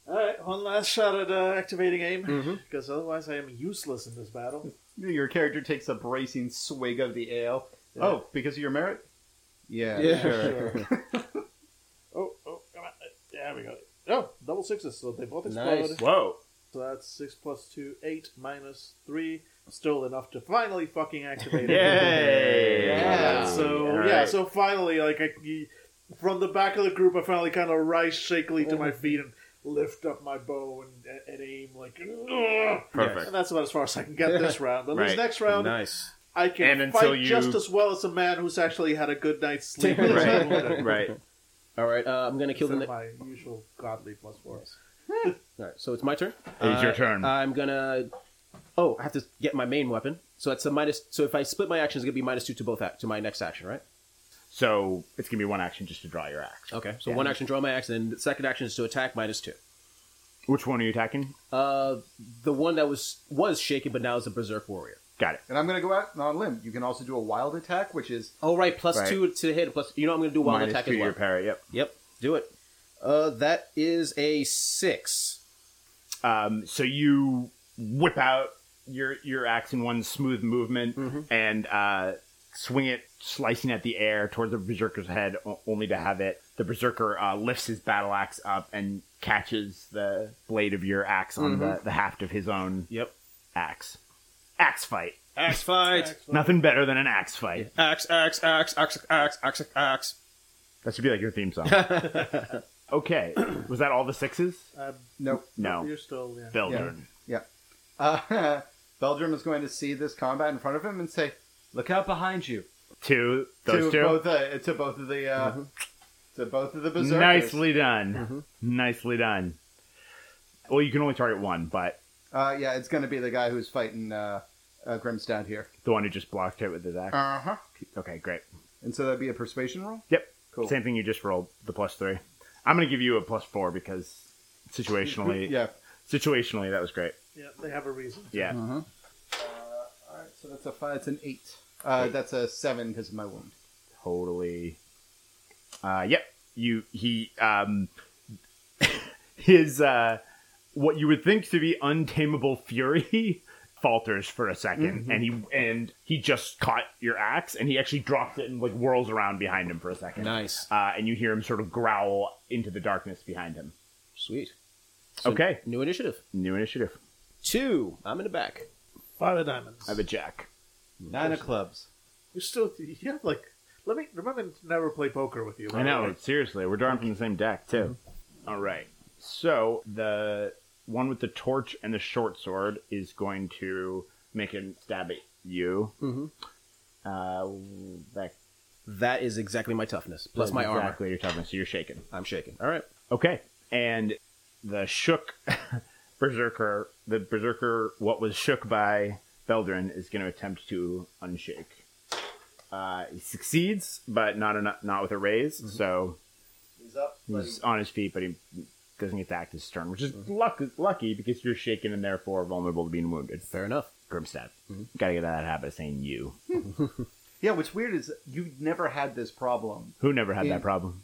[SPEAKER 7] All right, one last shot at uh, activating aim,
[SPEAKER 6] Mm-hmm.
[SPEAKER 7] because otherwise I am useless in this battle.
[SPEAKER 5] Your character takes a bracing swig of the ale. Oh, because of your merit? Yeah,
[SPEAKER 6] Yeah.
[SPEAKER 5] sure.
[SPEAKER 7] Oh, oh, come on. There we go. Oh, double sixes, so they both explode.
[SPEAKER 6] Nice.
[SPEAKER 3] Whoa.
[SPEAKER 7] So that's six plus two, eight minus three. Still enough to finally fucking activate it.
[SPEAKER 3] Yay!
[SPEAKER 5] Yeah.
[SPEAKER 7] So
[SPEAKER 3] All
[SPEAKER 7] yeah,
[SPEAKER 3] right.
[SPEAKER 7] so finally, like I, you- from the back of the group, I finally kind of rise shakily to my feet and lift up my bow and, and aim like. "Ugh."
[SPEAKER 3] Perfect.
[SPEAKER 7] And that's about as far as I can get this round. But
[SPEAKER 3] Right.
[SPEAKER 7] this next round,
[SPEAKER 6] Nice.
[SPEAKER 7] I can
[SPEAKER 3] And until
[SPEAKER 7] fight
[SPEAKER 3] you-
[SPEAKER 7] just as well as a man who's actually had a good night's sleep. with his
[SPEAKER 3] Right.
[SPEAKER 7] wounded.
[SPEAKER 3] right.
[SPEAKER 6] All right. Uh, I'm gonna kill the.
[SPEAKER 7] Instead of
[SPEAKER 6] Ne- All
[SPEAKER 7] my usual godly plus four.
[SPEAKER 6] right. So it's my turn.
[SPEAKER 3] It's your
[SPEAKER 6] Uh,
[SPEAKER 3] turn.
[SPEAKER 6] I'm gonna. Oh, I have to get my main weapon. So that's a minus. So if I split my actions, it's gonna be minus two to both act to my next action, right?
[SPEAKER 3] So it's gonna be one action just to draw your axe.
[SPEAKER 6] Okay. So one action, draw my axe, and the second action is to attack minus two.
[SPEAKER 3] Which one are you attacking?
[SPEAKER 6] Uh, the one that was was shaken, but now is a berserk warrior.
[SPEAKER 3] Got it.
[SPEAKER 5] And I'm going to go out on a limb. You can also do a wild attack, which is
[SPEAKER 6] Oh right, plus
[SPEAKER 3] Right.
[SPEAKER 6] two to hit. Plus, you know, I'm gonna do wild
[SPEAKER 3] Minus
[SPEAKER 6] attack
[SPEAKER 3] two
[SPEAKER 6] as
[SPEAKER 3] to
[SPEAKER 6] well.
[SPEAKER 3] your parry. Yep.
[SPEAKER 6] Yep, do it. Uh, that is a six.
[SPEAKER 3] Um, so you whip out your your axe in one smooth movement
[SPEAKER 6] Mm-hmm.
[SPEAKER 3] and uh, swing it, slicing at the air towards the berserker's head, o- only to have it. The berserker uh, lifts his battle axe up and catches the blade of your axe on the, the haft of his own
[SPEAKER 6] Mm-hmm. Yep.
[SPEAKER 3] axe. Axe fight.
[SPEAKER 6] Axe fight.
[SPEAKER 3] Nothing better than an axe fight.
[SPEAKER 6] Axe, axe, axe, axe, axe, axe, axe.
[SPEAKER 3] That should be like your theme song. okay. Was that all the sixes?
[SPEAKER 5] no.
[SPEAKER 3] No.
[SPEAKER 7] uh, You're still yeah.
[SPEAKER 3] Beldrin.
[SPEAKER 5] Yeah. Uh, Beldrum is going to see this combat in front of him and say, "Look out behind you!"
[SPEAKER 3] Two. Those
[SPEAKER 5] to
[SPEAKER 3] two. Mm-hmm.
[SPEAKER 5] both uh, to both of the uh, to both of the berserkers. Mm-hmm.
[SPEAKER 3] Nicely done. Nicely done. Well, you can only target one, but
[SPEAKER 5] Uh, yeah, it's going to be the guy who's fighting uh, uh, Grimstad here.
[SPEAKER 3] the one who just blocked it with his axe.
[SPEAKER 5] Uh huh.
[SPEAKER 3] okay, great.
[SPEAKER 5] And so that'd be a persuasion roll.
[SPEAKER 3] Yep.
[SPEAKER 5] Cool.
[SPEAKER 3] Same thing you just rolled, the plus three. I'm going to give you a plus four because situationally,
[SPEAKER 5] Yeah. Mm-hmm.
[SPEAKER 3] situationally, that was great.
[SPEAKER 7] yeah, they have a reason.
[SPEAKER 3] Yeah.
[SPEAKER 5] All right. So that's a five. It's an eight. Uh, that's a seven because of my wound.
[SPEAKER 3] totally uh yep you he um his uh what you would think to be untamable fury falters for a 2nd and he and he just caught your axe and he actually dropped it and like whirls around behind him for a second
[SPEAKER 6] Nice.
[SPEAKER 3] uh, and you hear him sort of growl into the darkness behind him
[SPEAKER 6] Sweet.
[SPEAKER 3] okay
[SPEAKER 6] New initiative.
[SPEAKER 3] new initiative
[SPEAKER 6] Two. I'm in the back.
[SPEAKER 7] Five of diamonds.
[SPEAKER 3] i have a jack
[SPEAKER 5] Nine of clubs.
[SPEAKER 7] You're still you have like Let me remember to never play poker with you. by
[SPEAKER 3] I
[SPEAKER 7] the
[SPEAKER 3] know,
[SPEAKER 7] way.
[SPEAKER 3] seriously. We're drawing from the same deck, too.
[SPEAKER 6] Mm-hmm.
[SPEAKER 3] All right. So the one with the torch and the short sword is going to make a stab at you.
[SPEAKER 6] Mhm.
[SPEAKER 3] Uh, that
[SPEAKER 6] That is exactly my toughness plus my
[SPEAKER 3] exactly
[SPEAKER 6] armor.
[SPEAKER 3] your toughness, so you're shaken.
[SPEAKER 6] I'm shaking. All right.
[SPEAKER 3] Okay. And the shook berserker, the berserker, what was shook by Beldrin, is going to attempt to unshake. Uh, he succeeds, but not enough, not with a raise.
[SPEAKER 6] Mm-hmm.
[SPEAKER 3] So
[SPEAKER 5] He's up. but
[SPEAKER 3] he's on his feet, but he doesn't get to act his turn, which is luck- lucky because you're shaken and therefore vulnerable to being wounded.
[SPEAKER 6] Fair enough.
[SPEAKER 3] Grimstab. Got to get out of that habit of saying you.
[SPEAKER 5] Yeah, what's weird is you've never had this problem.
[SPEAKER 3] Who never had
[SPEAKER 5] Yeah.
[SPEAKER 3] that problem?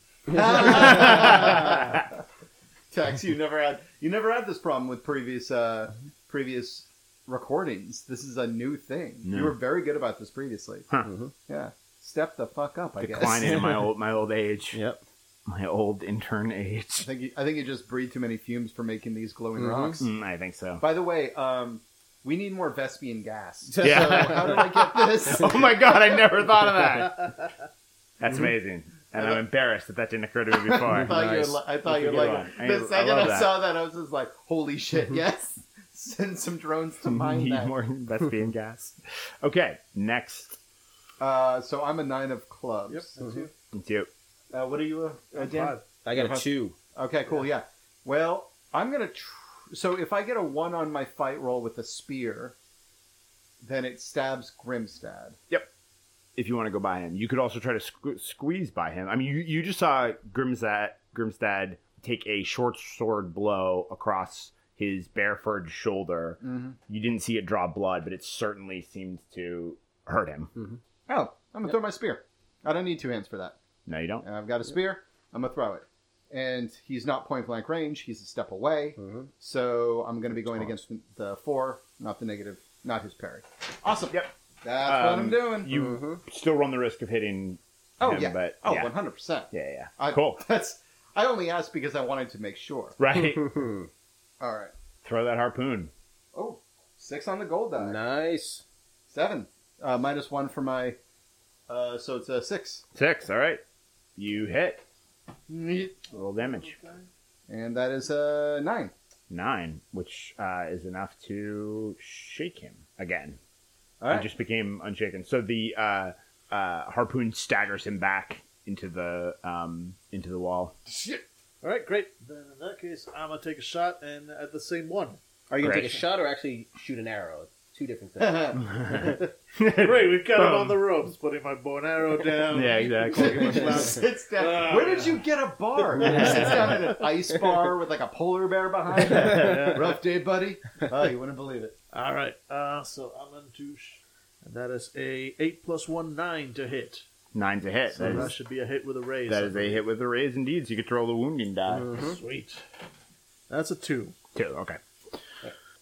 [SPEAKER 5] Tex, you never had you never had this problem with previous uh previous recordings. This is a new thing. You were very good about this previously.
[SPEAKER 3] Huh.
[SPEAKER 5] Yeah. Step the fuck up, I guess.
[SPEAKER 3] Declining in my old my old age,
[SPEAKER 6] Yep.
[SPEAKER 3] my old intern
[SPEAKER 5] I
[SPEAKER 3] age.
[SPEAKER 5] think you, I think you just breathe too many fumes for making these glowing rocks.
[SPEAKER 3] Mm, I think so.
[SPEAKER 5] By the way, um, we need more Vespian gas.
[SPEAKER 3] Yeah.
[SPEAKER 5] So how do I get this?
[SPEAKER 3] oh my god, I never thought of that. That's amazing. And I'm embarrassed that that didn't occur to me
[SPEAKER 5] I
[SPEAKER 3] before.
[SPEAKER 5] thought you
[SPEAKER 6] Nice.
[SPEAKER 5] were, li- I thought
[SPEAKER 3] That's a
[SPEAKER 5] you were
[SPEAKER 3] good
[SPEAKER 5] like
[SPEAKER 3] one. I-
[SPEAKER 5] the
[SPEAKER 3] I
[SPEAKER 5] second
[SPEAKER 3] love
[SPEAKER 5] I,
[SPEAKER 3] that. Mm-hmm.
[SPEAKER 5] saw that I was just like, holy shit, yes. Send some drones to mine
[SPEAKER 3] Need
[SPEAKER 5] that.
[SPEAKER 3] more Vespian gas. Okay, next.
[SPEAKER 5] Uh, so I'm a nine of clubs.
[SPEAKER 3] It's you.
[SPEAKER 5] Mm-hmm. Uh, what are you, uh, Dan?
[SPEAKER 7] Five.
[SPEAKER 6] I got a two.
[SPEAKER 5] Okay, cool. Yeah. Well, I'm gonna. Tr- so if I get a one on my fight roll with a spear, then it stabs Grimstad.
[SPEAKER 3] If you want to go by him, you could also try to sque- squeeze by him. I mean, you, you just saw Grimstad, Grimstad take a short sword blow across his barefoot shoulder. You didn't see it draw blood, but it certainly seemed to hurt him.
[SPEAKER 5] Oh, I'm gonna throw my spear. I don't need two hands for that.
[SPEAKER 3] No, you don't.
[SPEAKER 5] And I've got a spear. I'm gonna throw it. And he's not point blank range. He's a step away.
[SPEAKER 3] Mm-hmm.
[SPEAKER 5] So I'm gonna be going against the, the four, not the negative, not his parry. Awesome.
[SPEAKER 3] Yep.
[SPEAKER 5] That's what I'm
[SPEAKER 3] Um,
[SPEAKER 5] doing. Mm-hmm.
[SPEAKER 3] You still run the risk of hitting.
[SPEAKER 5] oh
[SPEAKER 3] him,
[SPEAKER 5] yeah.
[SPEAKER 3] but
[SPEAKER 5] oh,
[SPEAKER 3] yeah.
[SPEAKER 5] 100. percent
[SPEAKER 3] Yeah, yeah.
[SPEAKER 5] I,
[SPEAKER 3] cool.
[SPEAKER 5] That's. I only asked because I wanted to make sure.
[SPEAKER 3] Right.
[SPEAKER 5] All right.
[SPEAKER 3] Throw that harpoon.
[SPEAKER 5] Oh, six on the gold die.
[SPEAKER 6] Nice.
[SPEAKER 5] Seven. Uh, minus one for my. Uh, so it's a six.
[SPEAKER 3] Six. All right. You hit. Roll damage.
[SPEAKER 5] And that is a nine.
[SPEAKER 3] Nine, which uh, is enough to shake him again.
[SPEAKER 5] All right.
[SPEAKER 3] He just became unshaken. So the uh, uh, harpoon staggers him back into the um, into the wall.
[SPEAKER 7] All right, great. Then in that case, I'm gonna take a shot and at the same one.
[SPEAKER 6] Are you gonna
[SPEAKER 3] Great.
[SPEAKER 6] take a shot or actually shoot an arrow? Two different things.
[SPEAKER 7] Great, we've got him
[SPEAKER 3] Boom.
[SPEAKER 7] on the ropes. Putting my bow and arrow down.
[SPEAKER 3] Yeah, exactly.
[SPEAKER 5] sits down. Where did you get a bar? He sits down at an ice bar with like a polar bear behind him. Rough day, buddy. Oh, you wouldn't believe it.
[SPEAKER 7] All right. Uh, so I'm going to, sh- and that is a eight plus one nine to hit.
[SPEAKER 3] Nine to hit.
[SPEAKER 7] So
[SPEAKER 3] That
[SPEAKER 7] that,
[SPEAKER 3] is,
[SPEAKER 7] should be a hit with a raise.
[SPEAKER 3] that is a hit with a raise indeed. So you get to roll the wounding die.
[SPEAKER 7] Uh, Sweet. Mm-hmm. That's a two.
[SPEAKER 3] Two. Okay.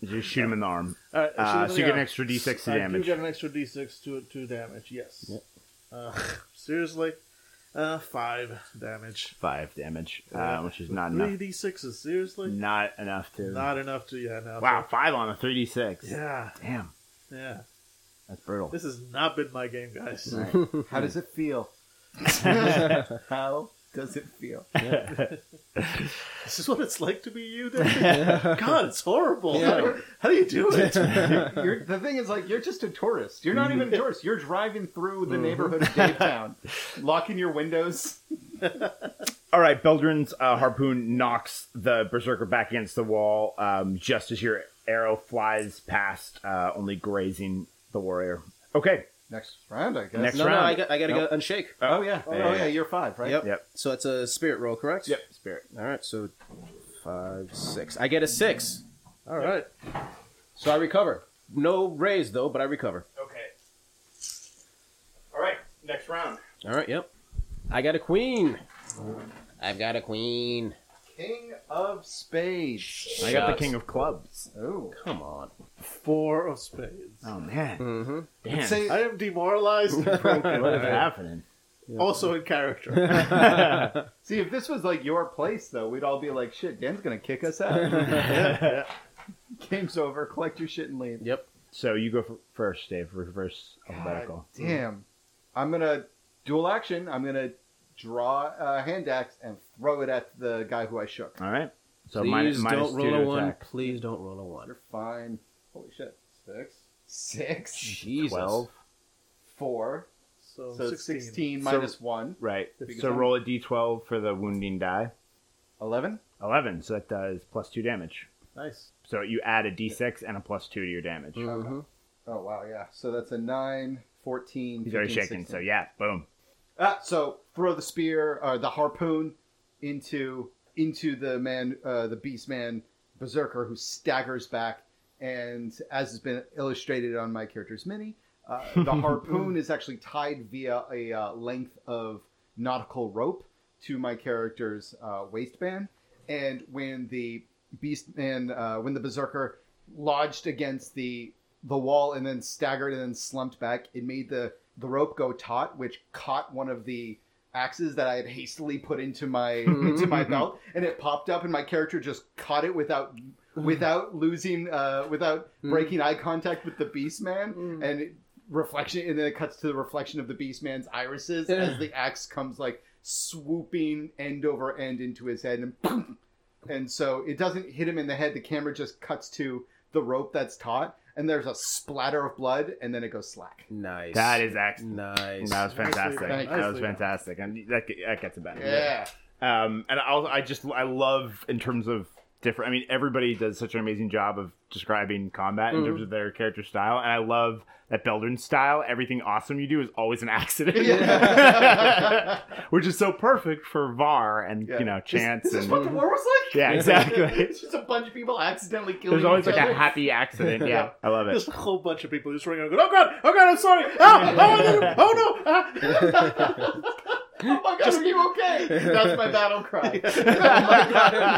[SPEAKER 3] You Just shoot him in the arm.
[SPEAKER 7] All right, I should
[SPEAKER 3] Uh,
[SPEAKER 7] have
[SPEAKER 3] so
[SPEAKER 7] the
[SPEAKER 3] you get an
[SPEAKER 7] arrow.
[SPEAKER 3] extra d6 to
[SPEAKER 7] I
[SPEAKER 3] damage.
[SPEAKER 7] do get an extra d6 to to damage. Yes. Uh, seriously, uh, five damage.
[SPEAKER 3] Five damage, uh, which is not
[SPEAKER 7] Three
[SPEAKER 3] enough.
[SPEAKER 7] d6s. Seriously,
[SPEAKER 3] Not enough to.
[SPEAKER 7] not enough to yeah. No,
[SPEAKER 3] wow, five on a 3d6.
[SPEAKER 7] Yeah.
[SPEAKER 3] Damn,
[SPEAKER 7] Yeah.
[SPEAKER 3] that's brutal.
[SPEAKER 7] This has not been my game, guys.
[SPEAKER 5] How does it feel? How does it feel?
[SPEAKER 7] This is what it's like to be you, David. God, it's horrible. How do you do it?
[SPEAKER 5] You're, the thing is, like, you're just a tourist. You're not even a tourist. You're driving through the neighborhood of Davetown, locking your windows.
[SPEAKER 3] All right, Beldrin's uh, harpoon knocks the berserker back against the wall um, just as your arrow flies past, uh, only grazing the warrior. Okay. Uh,
[SPEAKER 5] Next round, I guess.
[SPEAKER 3] Next
[SPEAKER 6] no,
[SPEAKER 3] round.
[SPEAKER 6] no, I, got, I gotta go unshake.
[SPEAKER 5] Oh yeah. Oh
[SPEAKER 3] Yeah.
[SPEAKER 5] yeah. You're five, right?
[SPEAKER 6] Yep.
[SPEAKER 3] Yep.
[SPEAKER 6] So that's a spirit roll, correct?
[SPEAKER 3] Spirit.
[SPEAKER 6] All right. So five, six. I get a six.
[SPEAKER 7] All right.
[SPEAKER 6] So I recover. No raise though, but I recover.
[SPEAKER 3] Okay. All right, next round.
[SPEAKER 6] All right. Yep. I got a queen. I've got a queen.
[SPEAKER 5] King of Spades.
[SPEAKER 3] I got the
[SPEAKER 6] Shucks.
[SPEAKER 3] king of clubs.
[SPEAKER 5] Oh.
[SPEAKER 6] Come on.
[SPEAKER 7] Four of spades.
[SPEAKER 3] Oh, man.
[SPEAKER 1] Hmm.
[SPEAKER 3] Mm-hmm. Damn.
[SPEAKER 5] Say,
[SPEAKER 7] I am demoralized and broken.
[SPEAKER 3] what is happening?
[SPEAKER 7] also in character.
[SPEAKER 5] see, if this was like your place, though, we'd all be like, "Shit, Dan's gonna kick us out." Game's over. Collect your shit and leave.
[SPEAKER 6] Yep.
[SPEAKER 3] Mm. So you go f- first, Dave. Reverse alphabetical.
[SPEAKER 5] Damn. I'm gonna dual action. I'm gonna draw a hand axe and throw it at the guy who I shook.
[SPEAKER 3] All right. So
[SPEAKER 1] Please
[SPEAKER 3] minus, minus
[SPEAKER 1] don't roll
[SPEAKER 3] two
[SPEAKER 1] a
[SPEAKER 3] to
[SPEAKER 1] one.
[SPEAKER 3] attack.
[SPEAKER 1] Please don't roll a one.
[SPEAKER 5] You're fine. Holy shit. Six, six,
[SPEAKER 1] Jesus.
[SPEAKER 3] Twelve.
[SPEAKER 5] four.
[SPEAKER 7] So,
[SPEAKER 5] So
[SPEAKER 7] 16.
[SPEAKER 5] 16, minus one.
[SPEAKER 3] Right.
[SPEAKER 5] Because
[SPEAKER 3] So
[SPEAKER 5] I'm-
[SPEAKER 3] roll a d12 for the wounding die.
[SPEAKER 5] 11?
[SPEAKER 3] 11. So that does plus two damage.
[SPEAKER 7] Nice.
[SPEAKER 3] So you add a d6 and a plus two to your damage.
[SPEAKER 1] Mm-hmm.
[SPEAKER 5] Oh, wow, yeah. So that's a 9, 14,
[SPEAKER 3] He's already
[SPEAKER 5] 15,
[SPEAKER 3] shaken.
[SPEAKER 5] 16.
[SPEAKER 3] So yeah, boom.
[SPEAKER 5] Ah, so throw the spear, or the harpoon, into into the man, uh, the beast man berserker who staggers back. And as has been illustrated on my character's mini, uh, the harpoon is actually tied via a uh, length of nautical rope to my character's uh, waistband. And when the beast man, uh, when the berserker lodged against the the wall and then staggered and then slumped back, it made the the rope go taut, which caught one of the axes that I had hastily put into my into my belt, and it popped up, and my character just caught it without without losing uh, without breaking eye contact with the beast man, and it, reflection, and then it cuts to the reflection of the beast man's irises as the axe comes like swooping end over end into his head, and boom. and so it doesn't hit him in the head. The camera just cuts to the rope that's taut. And there's a splatter of blood, and then it goes slack.
[SPEAKER 6] Nice.
[SPEAKER 3] That is excellent.
[SPEAKER 6] nice.
[SPEAKER 3] That was
[SPEAKER 7] Nicely done.
[SPEAKER 3] fantastic. That was
[SPEAKER 7] Nicely done.
[SPEAKER 3] fantastic, and that, ge- that gets it better.
[SPEAKER 5] Yeah.
[SPEAKER 3] Um, and I, I just I love in terms of different. I mean, everybody does such an amazing job of describing combat in terms of their character style, and I love that Beldrin's style. Everything awesome you do is always an accident,
[SPEAKER 5] Yeah.
[SPEAKER 3] which is so perfect for Var and
[SPEAKER 5] Yeah.
[SPEAKER 3] you know chance
[SPEAKER 5] Is this
[SPEAKER 3] and
[SPEAKER 5] what the war was like?
[SPEAKER 3] Yeah, exactly.
[SPEAKER 5] it's just a bunch of people accidentally killing
[SPEAKER 3] there's always
[SPEAKER 5] each
[SPEAKER 3] like a
[SPEAKER 5] other.
[SPEAKER 3] happy accident. Yeah, I love it.
[SPEAKER 7] There's a whole bunch of people just running around going, oh god, oh god, I'm sorry. Ah, oh, oh, no, oh no. ah."
[SPEAKER 5] Oh my god, are you okay? That's my battle cry.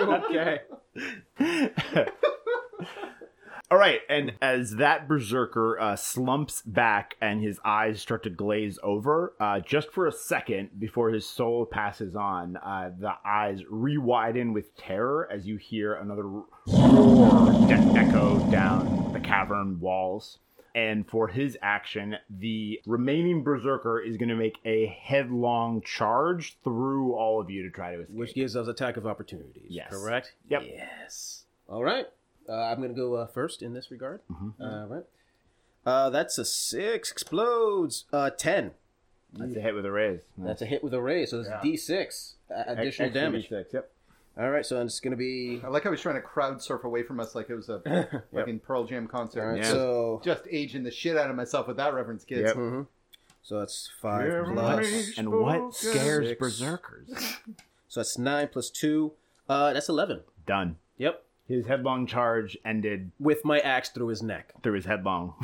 [SPEAKER 3] Oh
[SPEAKER 6] okay.
[SPEAKER 3] All right, and as that berserker uh, slumps back and his eyes start to glaze over, uh, just for a second before his soul passes on, uh, the eyes rewiden with terror as you hear another roar de- echo down the cavern walls. And for his action, the remaining berserker is going to make a headlong charge through all of you to try to escape.
[SPEAKER 6] Which gives us attack of opportunities.
[SPEAKER 3] Yes.
[SPEAKER 6] Correct?
[SPEAKER 3] Yep.
[SPEAKER 6] Yes. All right. Uh, I'm going to go uh, first in this regard.
[SPEAKER 3] Mm-hmm.
[SPEAKER 6] All right. Uh, that's a six. Explodes. Uh, 10.
[SPEAKER 3] That's a hit with a raise.
[SPEAKER 6] That's a hit with a raise, so that's D6 uh, additional
[SPEAKER 3] Extra
[SPEAKER 6] damage.
[SPEAKER 3] D6, yep.
[SPEAKER 6] All right, so it's going to be.
[SPEAKER 5] I like how he's trying to crowd surf away from us like it was a fucking Pearl Jam concert.
[SPEAKER 6] All right,
[SPEAKER 3] Yeah.
[SPEAKER 6] so
[SPEAKER 5] Just aging the shit out of myself with that reference, kids.
[SPEAKER 3] Yep.
[SPEAKER 6] so that's five plus.
[SPEAKER 3] And what scares
[SPEAKER 6] Six.
[SPEAKER 3] berserkers?
[SPEAKER 6] So that's nine plus two. Uh, that's eleven.
[SPEAKER 3] Done.
[SPEAKER 6] Yep,
[SPEAKER 3] His headlong charge ended
[SPEAKER 6] with my axe through his neck.
[SPEAKER 3] through his headlong.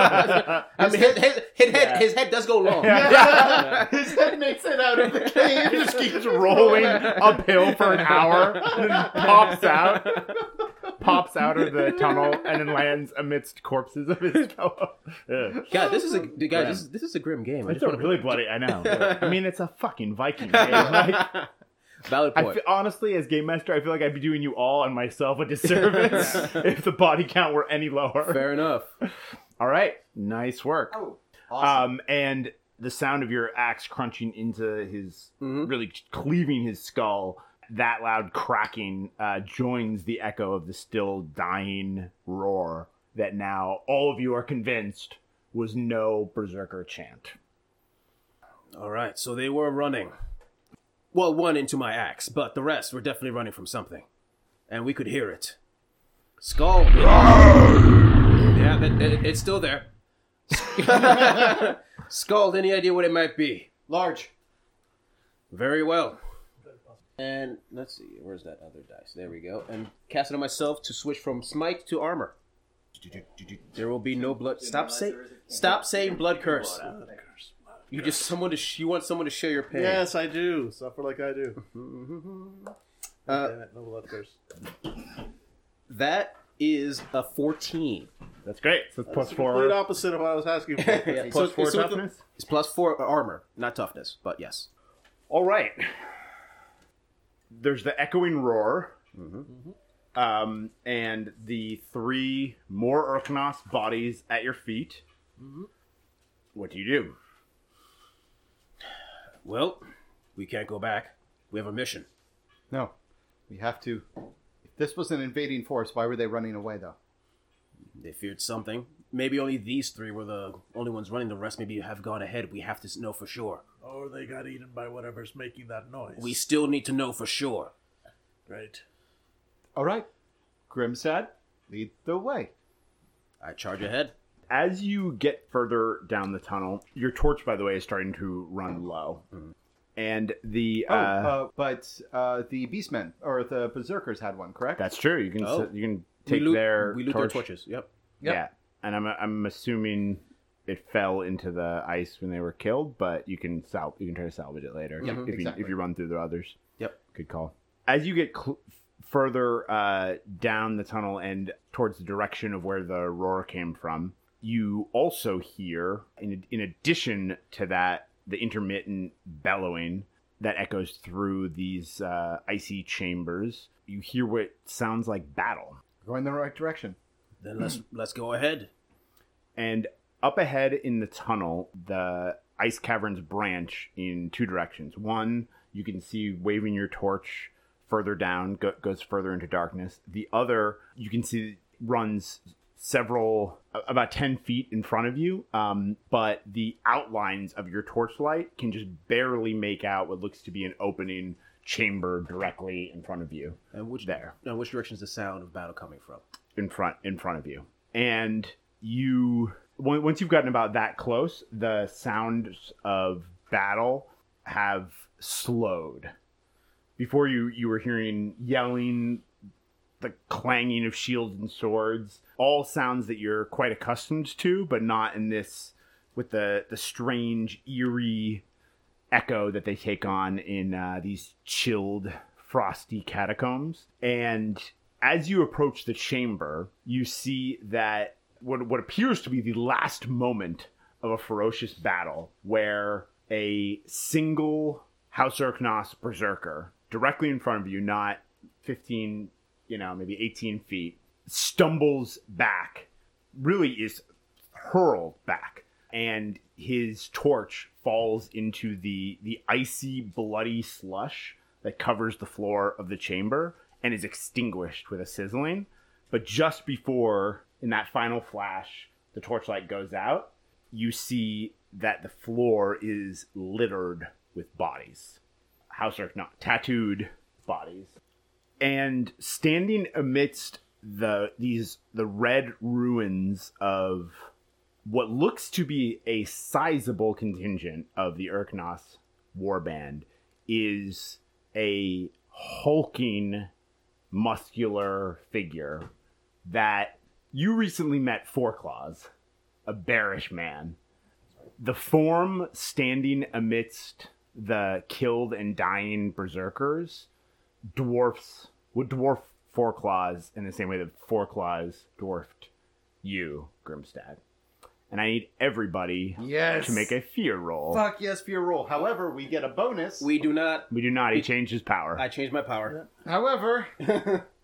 [SPEAKER 6] I mean, his, his, his head his head does go long.
[SPEAKER 5] His head makes it out of the cave.
[SPEAKER 3] he just keeps rolling uphill for an hour and then pops out. Pops out of the tunnel and then lands amidst corpses of his fellow. Yeah.
[SPEAKER 6] God, this is a dude, guys. This, is- this is a grim game. I
[SPEAKER 3] It's
[SPEAKER 6] just
[SPEAKER 3] a
[SPEAKER 6] want
[SPEAKER 3] really bloody. I know. I mean, it's a fucking Viking game. Like,
[SPEAKER 6] to valid
[SPEAKER 3] I
[SPEAKER 6] point.
[SPEAKER 3] fe- honestly, as game master, I feel like I'd be doing you all and myself a disservice if the body count were any lower.
[SPEAKER 6] Fair enough.
[SPEAKER 3] All right, nice work.
[SPEAKER 5] Oh, awesome.
[SPEAKER 3] Um, and the sound of your axe crunching into his,
[SPEAKER 6] Mhm.
[SPEAKER 3] really cleaving his skull, that loud cracking uh, joins the echo of the still dying roar that now all of you are convinced was no berserker chant.
[SPEAKER 6] All right, so they were running. Well, one into my axe, but the rest were definitely running from something, and we could hear it. Skull. yeah, it, it- it's still there. Skull. Any idea what it might be?
[SPEAKER 5] Large.
[SPEAKER 6] Very well. And let's see, where's that other dice? There we go. And cast it on myself to switch from smite to armor. There will be no blood. Stop saying, stop saying blood curse. You just someone to sh- you want someone to share your pain.
[SPEAKER 7] yes, I do. Suffer like I do.
[SPEAKER 6] Uh,
[SPEAKER 7] Damn it, no blood curse.
[SPEAKER 6] That is a fourteen.
[SPEAKER 3] That's great. So it's plus
[SPEAKER 7] It's the
[SPEAKER 3] four.
[SPEAKER 7] complete opposite of what I was asking for.
[SPEAKER 6] Yeah,
[SPEAKER 3] plus
[SPEAKER 6] so-
[SPEAKER 3] four
[SPEAKER 6] so the-
[SPEAKER 3] toughness.
[SPEAKER 6] It's plus four armor, not toughness, but yes.
[SPEAKER 3] All right. There's the echoing roar. Um, and the three more Urknos
[SPEAKER 6] Mm-hmm.
[SPEAKER 3] bodies at your feet. What do you do?
[SPEAKER 6] Well, we can't go back. We have a mission.
[SPEAKER 5] No, we have to. If this was an invading force, why were they running away though?
[SPEAKER 6] They feared something. Maybe only these three were the only ones running. The rest maybe have gone ahead. We have to s- know for sure.
[SPEAKER 7] Or Oh, they got eaten by whatever's making that noise.
[SPEAKER 6] We still need to know for sure.
[SPEAKER 7] right.
[SPEAKER 5] All right, Grimsad, lead the way.
[SPEAKER 6] I charge ahead.
[SPEAKER 3] As you get further down the tunnel, your torch, by the way, is starting to run low, and the
[SPEAKER 5] Mm-hmm. Oh,
[SPEAKER 3] uh,
[SPEAKER 5] uh, but uh, the beastmen or the berserkers had one, correct?
[SPEAKER 3] that's true. You can
[SPEAKER 6] Oh.
[SPEAKER 3] s- you can take
[SPEAKER 6] we loot,
[SPEAKER 3] their
[SPEAKER 6] we loot
[SPEAKER 3] torch.
[SPEAKER 6] their torches. Yep.
[SPEAKER 5] Yep.
[SPEAKER 3] Yeah, and I'm I'm assuming it fell into the ice when they were killed, but you can sal- you can try to salvage it later
[SPEAKER 5] Yeah,
[SPEAKER 3] if, you,
[SPEAKER 5] exactly.
[SPEAKER 3] if you run through the others.
[SPEAKER 6] Yep.
[SPEAKER 3] Good call. As you get cl- further uh, down the tunnel and towards the direction of where the roar came from, you also hear, in, in addition to that, the intermittent bellowing that echoes through these uh, icy chambers. You hear what sounds like battle.
[SPEAKER 5] Going the right direction.
[SPEAKER 6] Then let's let's go ahead.
[SPEAKER 3] And up ahead in the tunnel, the ice caverns branch in two directions. One, you can see waving your torch further down, go- goes further into darkness. The other, you can see runs several, a- about 10 feet in front of you, um, but the outlines of your torchlight can just barely make out what looks to be an opening chamber directly in front of you
[SPEAKER 6] And which
[SPEAKER 3] There.
[SPEAKER 6] And which direction is the sound of battle coming from?
[SPEAKER 3] in front in front of you and you on- once you've gotten about that close the sounds of battle have slowed before you you were hearing yelling the clanging of shields and swords all sounds that you're quite accustomed to but not in this with the the strange eerie echo that they take on in uh, these chilled, frosty catacombs. And as you approach the chamber, you see that what, what appears to be the last moment of a ferocious battle where a single House Arknos berserker directly in front of you, not 15, you know, maybe 18 feet, stumbles back, really is hurled back and his torch falls into the the icy bloody slush that covers the floor of the chamber and is extinguished with a sizzling but just before in that final flash the torchlight goes out you see that the floor is littered with bodies house or not tattooed bodies and standing amidst the these the red ruins of what looks to be a sizable contingent of the Urknos warband is a hulking, muscular figure that you recently met Four Claws, a bearish man. The form standing amidst the killed and dying berserkers dwarfs would dwarf Four Claws in the same way that Four Claws dwarfed you, Grimstad. And I need everybody
[SPEAKER 5] Yes.
[SPEAKER 3] to make a fear roll.
[SPEAKER 5] Fuck yes for your roll. However, we get a bonus.
[SPEAKER 6] We do not.
[SPEAKER 3] We do not. He changed his power.
[SPEAKER 6] I change my power.
[SPEAKER 5] However,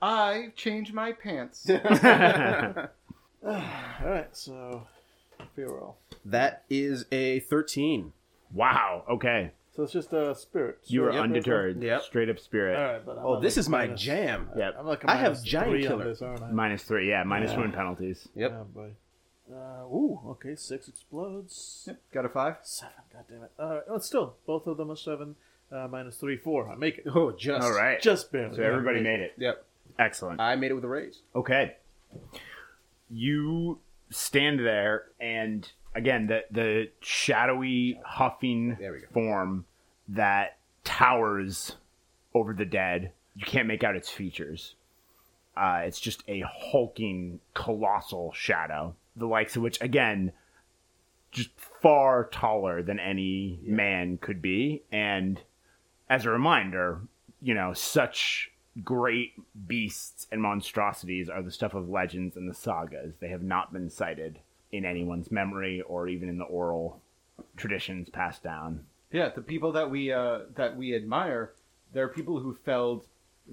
[SPEAKER 5] I change my pants.
[SPEAKER 7] All right. So, fear roll.
[SPEAKER 6] That is a thirteen.
[SPEAKER 3] wow. Okay.
[SPEAKER 7] So it's just uh, a spirit.
[SPEAKER 3] You are
[SPEAKER 7] Straight up
[SPEAKER 3] undeterred.
[SPEAKER 6] Yep.
[SPEAKER 3] Straight up spirit.
[SPEAKER 7] fear roll? All right, but I'm
[SPEAKER 6] Oh,
[SPEAKER 7] at,
[SPEAKER 6] this
[SPEAKER 7] like,
[SPEAKER 6] is my
[SPEAKER 7] minus-
[SPEAKER 6] jam.
[SPEAKER 3] Yep.
[SPEAKER 7] I'm like a
[SPEAKER 6] I have
[SPEAKER 7] minus
[SPEAKER 6] giant
[SPEAKER 7] three on
[SPEAKER 6] killer.
[SPEAKER 7] this, aren't I?
[SPEAKER 3] Minus three. Yeah. minus one penalties.
[SPEAKER 6] Yep.
[SPEAKER 7] Yeah, boy. Uh, ooh, okay, six explodes.
[SPEAKER 5] Yep, got a five.
[SPEAKER 7] Seven, god damn it. All right, oh, still, both of them are seven. Uh, minus three, four. I make it.
[SPEAKER 6] Oh, just.
[SPEAKER 3] All right.
[SPEAKER 7] Just barely.
[SPEAKER 3] so everybody made it.
[SPEAKER 6] Yep. Uh,
[SPEAKER 3] Excellent.
[SPEAKER 6] I made it with a raise.
[SPEAKER 3] Okay. You stand there, and again, the the shadowy huffing
[SPEAKER 6] There we go.
[SPEAKER 3] form that towers over the dead. You can't make out its features. Uh, it's just a hulking, colossal shadow, the likes of which, again, just far taller than any man could be, and as a reminder, you know, such great beasts and monstrosities are the stuff of legends and the sagas. They have not been cited in anyone's memory or even in the oral traditions passed down.
[SPEAKER 5] Yeah, the people that we uh, that we admire, they're people who felled,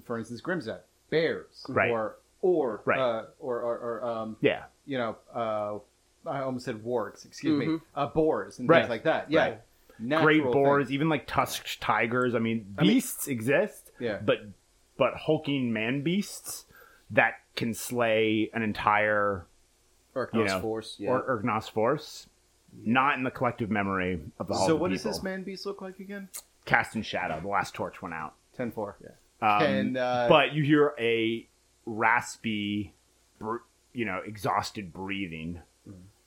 [SPEAKER 5] for instance, Grimzad, bears,
[SPEAKER 3] Right.
[SPEAKER 5] or or,
[SPEAKER 3] Right.
[SPEAKER 5] uh, or or or um,
[SPEAKER 3] Yeah.
[SPEAKER 5] you know, uh, I almost said wargs. Excuse me, uh, boars and
[SPEAKER 3] Mm-hmm. Right.
[SPEAKER 5] things like that. Yeah, Natural
[SPEAKER 3] great
[SPEAKER 5] thing.
[SPEAKER 3] boars, even like tusked tigers. I mean, beasts exist,
[SPEAKER 5] Yeah.
[SPEAKER 3] but but hulking man beasts that can slay an entire
[SPEAKER 5] Arcnos
[SPEAKER 3] you know,
[SPEAKER 5] Force. Yeah.
[SPEAKER 3] or Ergnos force. Not in the collective memory of the Hall
[SPEAKER 5] so
[SPEAKER 3] of the
[SPEAKER 5] what does
[SPEAKER 3] People.
[SPEAKER 5] this man beast look like again?
[SPEAKER 3] Cast in Shadow. The last torch went out.
[SPEAKER 5] Ten four. Yeah.
[SPEAKER 3] Um,
[SPEAKER 5] and uh,
[SPEAKER 3] but you hear a raspy, br- you know, exhausted breathing,